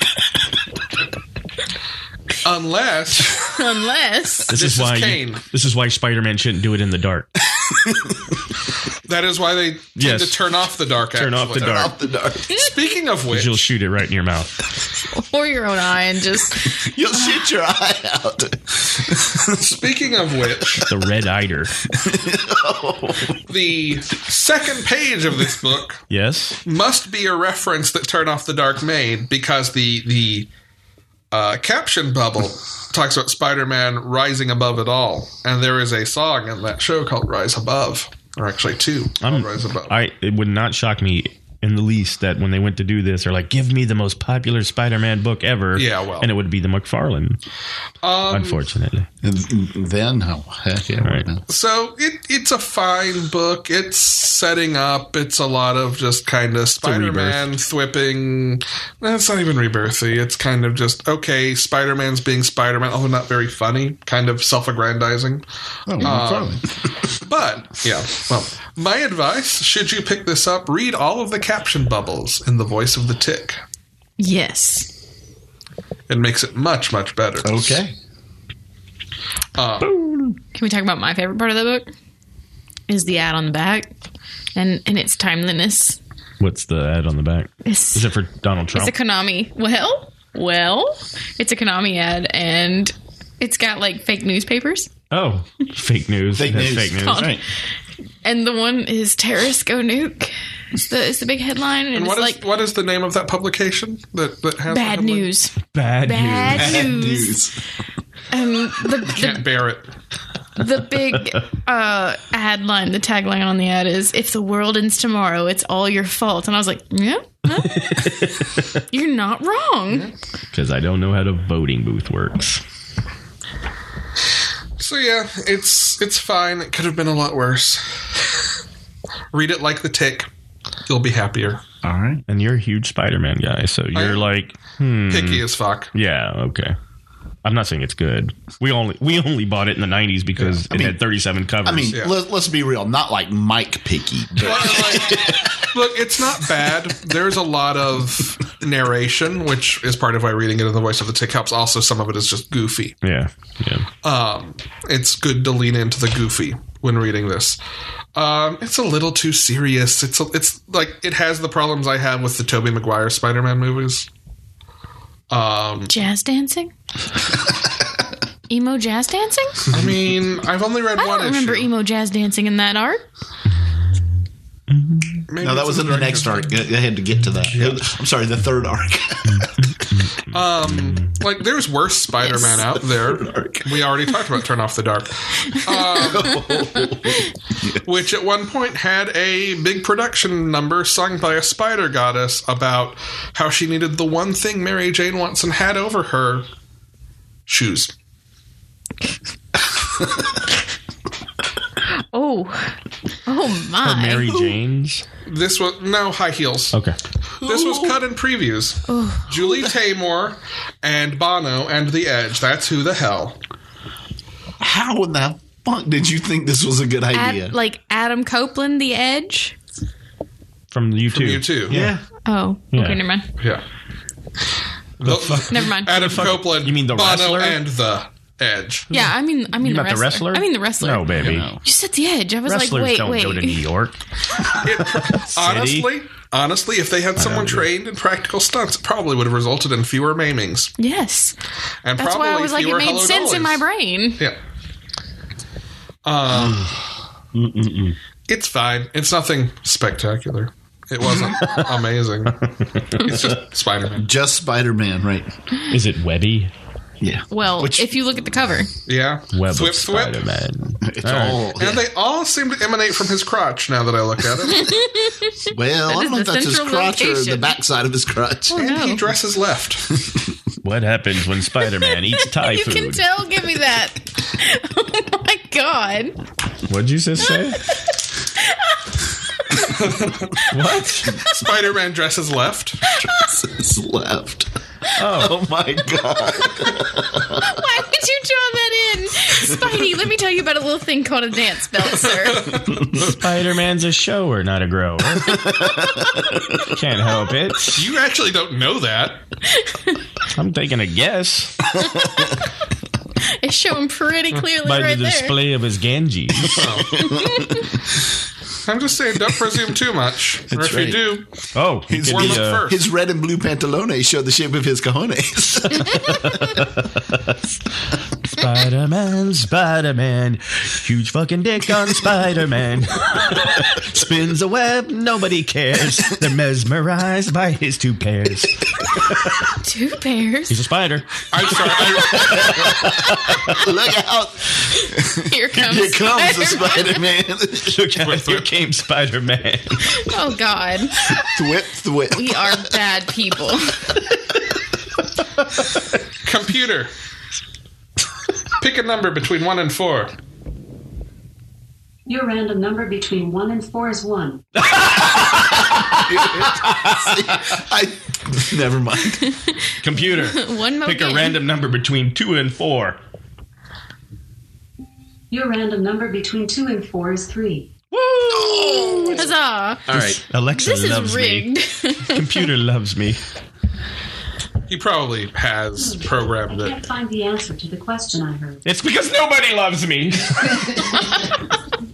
Speaker 2: Unless
Speaker 3: Unless
Speaker 5: This,
Speaker 2: This
Speaker 5: is
Speaker 2: is
Speaker 5: why. you,
Speaker 2: Kane.
Speaker 5: this is why Spider-Man shouldn't do it in the dark.
Speaker 2: that is why they tend
Speaker 5: Yes.
Speaker 2: to turn off the dark.
Speaker 5: Turn off the
Speaker 2: actually.
Speaker 5: dark.
Speaker 4: the dark.
Speaker 2: Speaking of which,
Speaker 5: You'll shoot it right in your mouth.
Speaker 3: or your own eye and just
Speaker 4: You'll shoot your eye out.
Speaker 2: speaking of which,
Speaker 5: The red eider.
Speaker 2: the second page of this book
Speaker 5: Yes.
Speaker 2: must be a reference that Turn Off the Dark made because the the uh, caption bubble talks about Spider-Man rising above it all, and there is a song in that show called "Rise Above," or actually 2 called
Speaker 5: I'm-
Speaker 2: "Rise Above."
Speaker 5: I it would not shock me in the least that when they went to do this, they're like, "Give me the most popular Spider-Man book ever."
Speaker 2: Yeah, well.
Speaker 5: and it would be the McFarlane. Um, unfortunately,
Speaker 4: then how? Heck yeah.
Speaker 5: Right.
Speaker 2: so it it's a fine book. It's setting up. It's a lot of just kind of Spider-Man thwipping. No, it's not even rebirthy. It's kind of just okay. Spider-Man's being Spider-Man, although not very funny. Kind of self-aggrandizing. Um, But yeah, well, my advice: should you pick this up, read all of the caption bubbles in the voice of the tick.
Speaker 3: yes.
Speaker 2: It makes it much much better.
Speaker 4: Okay.
Speaker 3: Can we talk about my favorite part of the book? Is the ad on the back and and its timeliness.
Speaker 5: what's the ad on the back?
Speaker 3: It's,
Speaker 5: Is it for Donald Trump?
Speaker 3: It's a Konami. Well, well, it's a Konami ad, and it's got like fake newspapers.
Speaker 5: oh, fake news.
Speaker 4: Fake
Speaker 5: It has
Speaker 4: news.
Speaker 5: Fake news.
Speaker 3: Called-
Speaker 5: Right.
Speaker 3: And the one is terrorists go nuke. It's the it's the big headline, and,
Speaker 2: And
Speaker 3: it's
Speaker 2: what is
Speaker 3: like
Speaker 2: what is the name of that publication that that has the
Speaker 3: bad
Speaker 2: headline?
Speaker 3: news,
Speaker 5: Bad, news.
Speaker 3: bad news. And
Speaker 2: Can't
Speaker 3: the
Speaker 2: bear it.
Speaker 3: the, the big uh, ad line, the tagline on the ad is "If the world ends tomorrow, it's all your fault." And I was like, yeah. huh? You're not wrong.
Speaker 5: Because I don't know how the voting booth works.
Speaker 2: So yeah, it's it's fine. It could have been a lot worse. read it like the tick. You'll be happier.
Speaker 5: All right. And you're a huge Spider-Man guy, so you're
Speaker 2: am.
Speaker 5: like,
Speaker 2: Picky as fuck.
Speaker 5: yeah, okay. I'm not saying it's good. We only we only bought it in the 90s because it had 37 covers.
Speaker 4: I mean,
Speaker 2: Yeah.
Speaker 4: let, let's be real. Not like Mike Picky.
Speaker 2: Well, like, look, it's not bad. There's a lot of narration, which is part of why reading it in the voice of the tick helps. Also, some of it is just goofy.
Speaker 5: yeah, yeah.
Speaker 2: Um, it's good to lean into the goofy when reading this. Um, it's a little too serious. It's a, it's like it has the problems I have with the Tobey Maguire Spider-Man movies. Um,
Speaker 3: Jazz dancing, emo jazz dancing.
Speaker 2: I mean, I've only read
Speaker 3: I
Speaker 2: one
Speaker 3: don't remember
Speaker 2: issue.
Speaker 3: emo jazz dancing in that art.
Speaker 2: Maybe
Speaker 4: No, that
Speaker 2: it's
Speaker 4: was in the
Speaker 2: director's
Speaker 4: next arc. They had to get to that. I'm sorry, the third arc.
Speaker 2: Um, like there's worse Spider-Man
Speaker 3: Yes.
Speaker 2: out there. We already talked about Turn Off the Dark, Um, which at one point had a big production number sung by a spider goddess about how she needed the one thing Mary Jane Watson had over her: shoes.
Speaker 3: Oh, oh my!
Speaker 5: Mary Jane's.
Speaker 2: This was no high heels.
Speaker 5: Okay.
Speaker 2: This was cut in previews. Julie Taymor and Bono and The Edge. That's who the hell.
Speaker 4: How in the fuck did you think this was a good
Speaker 3: Ad-
Speaker 4: idea?
Speaker 3: like Adam Copeland, The Edge.
Speaker 5: From YouTube.
Speaker 2: You too.
Speaker 4: yeah.
Speaker 3: Oh,
Speaker 5: Yeah.
Speaker 3: okay, never mind.
Speaker 2: Yeah. The-
Speaker 3: Never mind.
Speaker 2: Mm-hmm. Adam Copeland.
Speaker 5: you mean the
Speaker 2: Bono
Speaker 5: wrestler?
Speaker 2: and the Edge?
Speaker 3: yeah, I mean, I mean
Speaker 5: You
Speaker 3: the
Speaker 5: about the
Speaker 3: wrestler.
Speaker 5: wrestler?
Speaker 3: I mean the wrestler.
Speaker 5: No, baby.
Speaker 3: You said The Edge. I was
Speaker 5: Wrestlers
Speaker 3: like,
Speaker 5: don't
Speaker 3: wait,
Speaker 5: go to New
Speaker 3: wait.
Speaker 5: York.
Speaker 2: Honestly, honestly, if they had someone
Speaker 5: know.
Speaker 2: trained in practical stunts, it probably would have resulted in fewer maimings
Speaker 3: Yes,
Speaker 2: and
Speaker 3: that's
Speaker 2: probably
Speaker 3: why I was like, it
Speaker 2: fewer
Speaker 3: made
Speaker 2: hello
Speaker 3: sense in my
Speaker 2: dollars.
Speaker 3: brain.
Speaker 2: Yeah. Um, it's fine. It's nothing spectacular. It wasn't amazing. It's just Spider Man.
Speaker 4: Just Spider Man, right?
Speaker 5: Is it Webby?
Speaker 4: Yeah.
Speaker 3: Well,
Speaker 4: Which-
Speaker 3: if you look at the cover,
Speaker 2: Yeah. Thwip,
Speaker 5: Web of
Speaker 2: thwip.
Speaker 5: Spider-Man.
Speaker 4: It's
Speaker 5: All right.
Speaker 4: all.
Speaker 2: And they all seem to emanate from his crotch now that I look at it.
Speaker 4: Well, I
Speaker 3: is
Speaker 4: don't know if
Speaker 3: the
Speaker 4: that's his
Speaker 3: central
Speaker 4: crotch or the
Speaker 3: location.
Speaker 4: backside of his crotch.
Speaker 2: and
Speaker 3: no.
Speaker 2: he dresses left.
Speaker 5: What happens when Spider-Man eats Thai
Speaker 3: you
Speaker 5: food?
Speaker 3: can tell. Give me that. oh my god!
Speaker 5: What'd you just say? what?
Speaker 2: Spider Man dresses left.
Speaker 4: It's left. Oh my god!
Speaker 3: Why would you draw that in? Spidey, let me tell you about a little thing called a dance belt, sir.
Speaker 5: Spider Man's a shower, not a grower. Can't help it.
Speaker 2: You actually don't know that.
Speaker 5: I'm taking a guess
Speaker 3: It's showing pretty clearly
Speaker 5: by
Speaker 3: right
Speaker 5: the
Speaker 3: there.
Speaker 5: display of his Ganges.
Speaker 2: I'm just saying, don't presume too much. or if
Speaker 4: right.
Speaker 2: you do,
Speaker 5: Oh, he could
Speaker 2: warm
Speaker 5: be,
Speaker 2: up
Speaker 5: uh,
Speaker 2: first.
Speaker 4: His red and blue pantalones show the shape of his cojones.
Speaker 5: Spider Man, Spider Man, huge fucking dick on Spider Man. Spins a web, nobody cares. They're mesmerized by his two pairs.
Speaker 3: Two pairs.
Speaker 5: He's a spider.
Speaker 2: I'm sorry. I,
Speaker 4: Look out!
Speaker 3: Here comes,
Speaker 4: Here comes the
Speaker 3: Spider-Man.
Speaker 4: Spider Man.
Speaker 5: Look out, here came Spider Man.
Speaker 3: Oh God,
Speaker 4: thwip thwip.
Speaker 3: we are bad people.
Speaker 2: computer. Pick a number between one and four.
Speaker 7: Your random number between 1 and 4 is 1.
Speaker 4: I never mind.
Speaker 8: Computer,
Speaker 3: One more
Speaker 8: pick a
Speaker 3: game.
Speaker 8: random number between two and four.
Speaker 7: Your random number between 2 and 4 is 3.
Speaker 3: Huzzah!
Speaker 4: All right.
Speaker 5: Alexa
Speaker 3: This is
Speaker 5: loves
Speaker 3: rigged.
Speaker 5: me. Computer loves me.
Speaker 2: He probably has
Speaker 7: I
Speaker 2: programmed it.
Speaker 7: can't find the answer to the question I heard.
Speaker 8: It's because nobody loves me.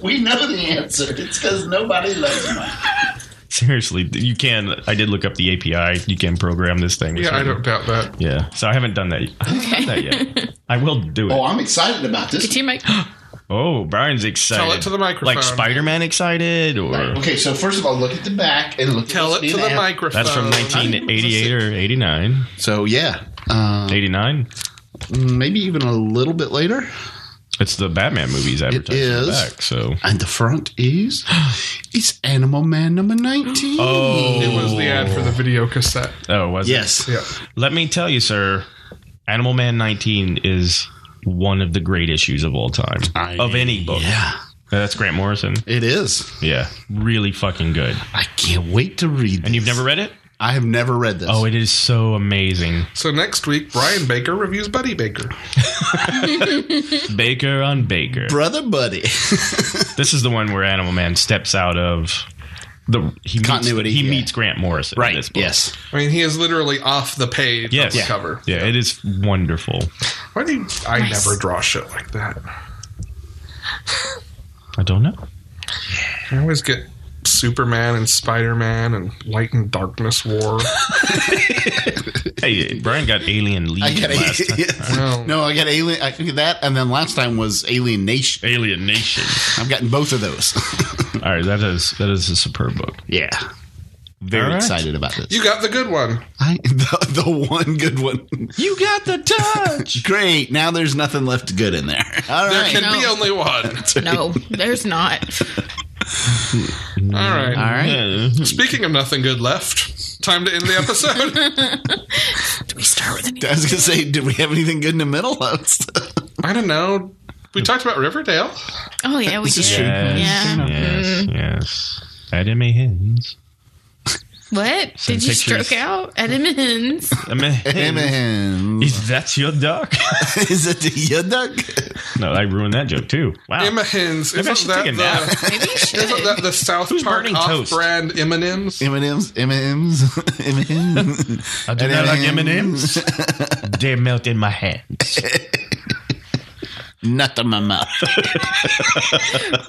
Speaker 4: We know the answer. It's because nobody loves me.
Speaker 5: Seriously, you can. I did look up the API. You can program this thing.
Speaker 2: Yeah, I don't doubt that.
Speaker 5: Yeah, so I haven't done that. I haven't done that yet. I will do it.
Speaker 4: Oh,
Speaker 5: Oh,
Speaker 4: I'm excited about this.
Speaker 3: Do you make
Speaker 5: Brian's excited.
Speaker 2: Tell it to the microphone.
Speaker 5: Like Spider Man excited, or
Speaker 4: Okay, so first of all, look at the back and look.
Speaker 2: Tell
Speaker 4: at
Speaker 2: it to the
Speaker 4: mic.
Speaker 2: microphone.
Speaker 5: that's from 1988 or 89,
Speaker 4: So yeah, uh,
Speaker 5: 89.
Speaker 4: maybe even a little bit later.
Speaker 5: It's the Batman movies advertised on
Speaker 4: is.
Speaker 5: the back. So
Speaker 4: And the front is it's Animal Man number nineteen.
Speaker 2: It was the ad for the video cassette.
Speaker 5: oh, was it?
Speaker 4: yes.
Speaker 2: Yeah.
Speaker 5: Let me tell you, sir, Animal Man 19 is one of the great issues of all time
Speaker 4: I-
Speaker 5: of any book. Uh,
Speaker 4: Yeah,
Speaker 5: That's Grant Morrison.
Speaker 4: it is.
Speaker 5: Yeah, really fucking good.
Speaker 4: I can't wait to read. This.
Speaker 5: And you've never read it?
Speaker 4: I have never read this.
Speaker 5: Oh, it is so amazing.
Speaker 2: So next week, Brian Baker reviews Buddy Baker.
Speaker 5: Baker on Baker.
Speaker 4: brother, buddy.
Speaker 5: This is the one where Animal Man steps out of the he meets-
Speaker 4: Continuity,
Speaker 5: he
Speaker 4: yeah.
Speaker 5: meets Grant Morrison. in this book.
Speaker 4: Yes.
Speaker 2: I mean, he is literally off the page
Speaker 5: Yes.
Speaker 2: of the
Speaker 5: Yeah.
Speaker 2: cover.
Speaker 5: Yeah, it is wonderful.
Speaker 2: Why do you, I never draw shit like that?
Speaker 5: I don't know.
Speaker 2: I always get Superman and Spider Man and Light and Darkness War.
Speaker 5: Hey, Brian got Alien Legion
Speaker 4: I got
Speaker 5: last time.
Speaker 4: yes.
Speaker 2: No.
Speaker 4: No, I got alien. I think that, and then last time was Alien Nation.
Speaker 5: Alien Nation.
Speaker 4: I've gotten both of those.
Speaker 5: All right, that is that is a superb book.
Speaker 4: yeah. Very
Speaker 5: All right.
Speaker 4: excited about this.
Speaker 2: You got the good one.
Speaker 4: I, the, the one good one.
Speaker 5: You got the touch.
Speaker 4: Great. Now there's nothing left good in there. All
Speaker 2: There
Speaker 4: right.
Speaker 2: can be
Speaker 3: No.
Speaker 2: only one.
Speaker 3: no? There's not.
Speaker 2: All right.
Speaker 4: All right.
Speaker 2: Speaking of nothing good left, time to end the episode.
Speaker 3: Do we start with an
Speaker 4: I was gonna say, did we have anything good in the middle? All
Speaker 2: I don't know. We talked about Riverdale.
Speaker 3: Oh yeah, we
Speaker 4: is
Speaker 3: did.
Speaker 4: true.
Speaker 5: Yes,
Speaker 3: Yeah.
Speaker 5: yes, yes. Adam A. Hins.
Speaker 3: What
Speaker 5: Some
Speaker 3: did you
Speaker 5: pictures.
Speaker 3: stroke out? Edmonds.
Speaker 5: Adam A. Hins.
Speaker 4: man,
Speaker 5: Is that your duck?
Speaker 4: is it the Yuduk?
Speaker 5: no, I ruined that joke too. Wow.
Speaker 2: Emma Hins.
Speaker 5: Maybe I
Speaker 2: Isn't
Speaker 5: should
Speaker 2: that
Speaker 5: take a nap.
Speaker 2: the,
Speaker 3: Maybe you should.
Speaker 2: isn't that the South
Speaker 5: Who's
Speaker 2: Park
Speaker 5: burning toast?
Speaker 2: off-brand M&Ms?
Speaker 4: M&M's, M&M's, M&M's.
Speaker 5: I do not like M&Ms. they melt in my hands.
Speaker 4: Not in my mouth.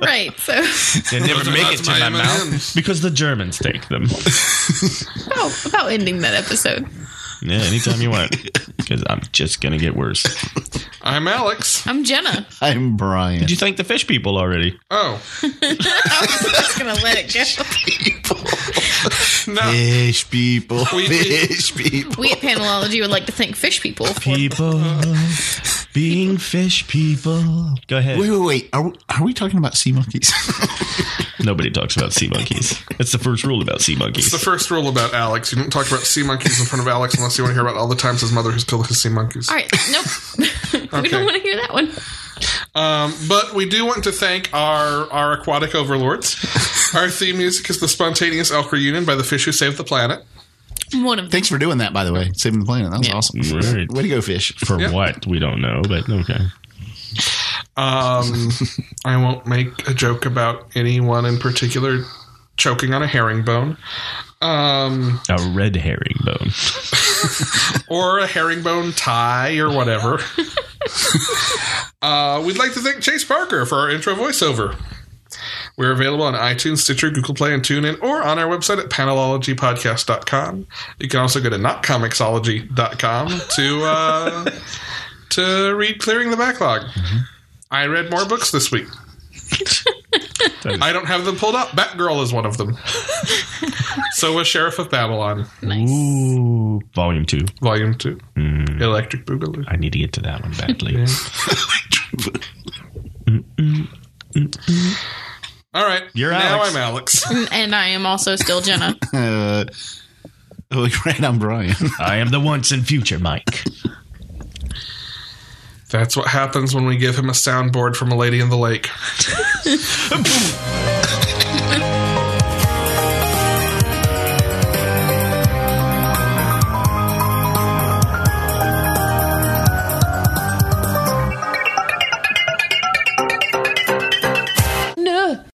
Speaker 3: right. So,
Speaker 5: They never
Speaker 2: Those are
Speaker 5: make
Speaker 2: not
Speaker 5: it to
Speaker 2: my
Speaker 5: my,
Speaker 2: M&Ms.
Speaker 5: mouth because the Germans take them.
Speaker 3: oh, about ending that episode.
Speaker 5: yeah, anytime you want. Because I'm just going to get worse.
Speaker 2: I'm Alex.
Speaker 3: I'm Jenna.
Speaker 4: I'm Brian.
Speaker 5: Did you thank the fish people already?
Speaker 2: Oh.
Speaker 3: I'm just gonna let it go.
Speaker 2: No.
Speaker 4: Fish people.
Speaker 2: We-
Speaker 4: Fish people.
Speaker 3: We at Panelology would like to thank fish people for
Speaker 5: People being fish people. Go ahead.
Speaker 4: Wait, wait, wait. Are, we- are we talking about sea monkeys?
Speaker 5: Nobody talks about sea monkeys. That's the first rule about sea monkeys.
Speaker 2: It's the first rule about Alex. You don't talk about sea monkeys in front of Alex unless you want to hear about all the times his mother has killed his sea monkeys.
Speaker 3: All right. Nope. we
Speaker 2: Okay.
Speaker 3: don't want to hear that one.
Speaker 2: Um, but we do want to thank our, our aquatic overlords. our theme music is The Spontaneous Elk Reunion by The Fish Who Saved the Planet.
Speaker 3: One of them.
Speaker 4: Thanks for doing that, by the way. Saving the planet. That was
Speaker 3: Yeah.
Speaker 4: awesome.
Speaker 5: Right.
Speaker 4: Way to go, fish.
Speaker 5: For what? We don't know, but okay.
Speaker 2: Um, I won't make a joke about anyone in particular choking on a herringbone. Um,
Speaker 5: A red herring bone.
Speaker 2: or a herringbone tie or whatever. uh, we'd like to thank Chase Parker for our intro voiceover. We're available on iTunes, Stitcher, Google Play, and TuneIn, or on our website at panelologypodcast.com. You can also go to notcomicsology.com to, uh, to read Clearing the Backlog. I read more books this week. I don't have them pulled up. Batgirl is one of them. so was Sheriff of Babylon,
Speaker 5: Ooh, volume two.
Speaker 2: Volume 2,
Speaker 5: Mm,
Speaker 2: Electric Boogaloo.
Speaker 5: I need to get to that one badly.
Speaker 2: All right.
Speaker 5: You're
Speaker 2: now
Speaker 5: Alex.
Speaker 2: I'm Alex.
Speaker 3: And I am also still Jenna.
Speaker 4: Uh, oh, right on, Brian.
Speaker 5: I am the once and future Mike.
Speaker 2: That's what happens when we give him a soundboard from a lady in the lake.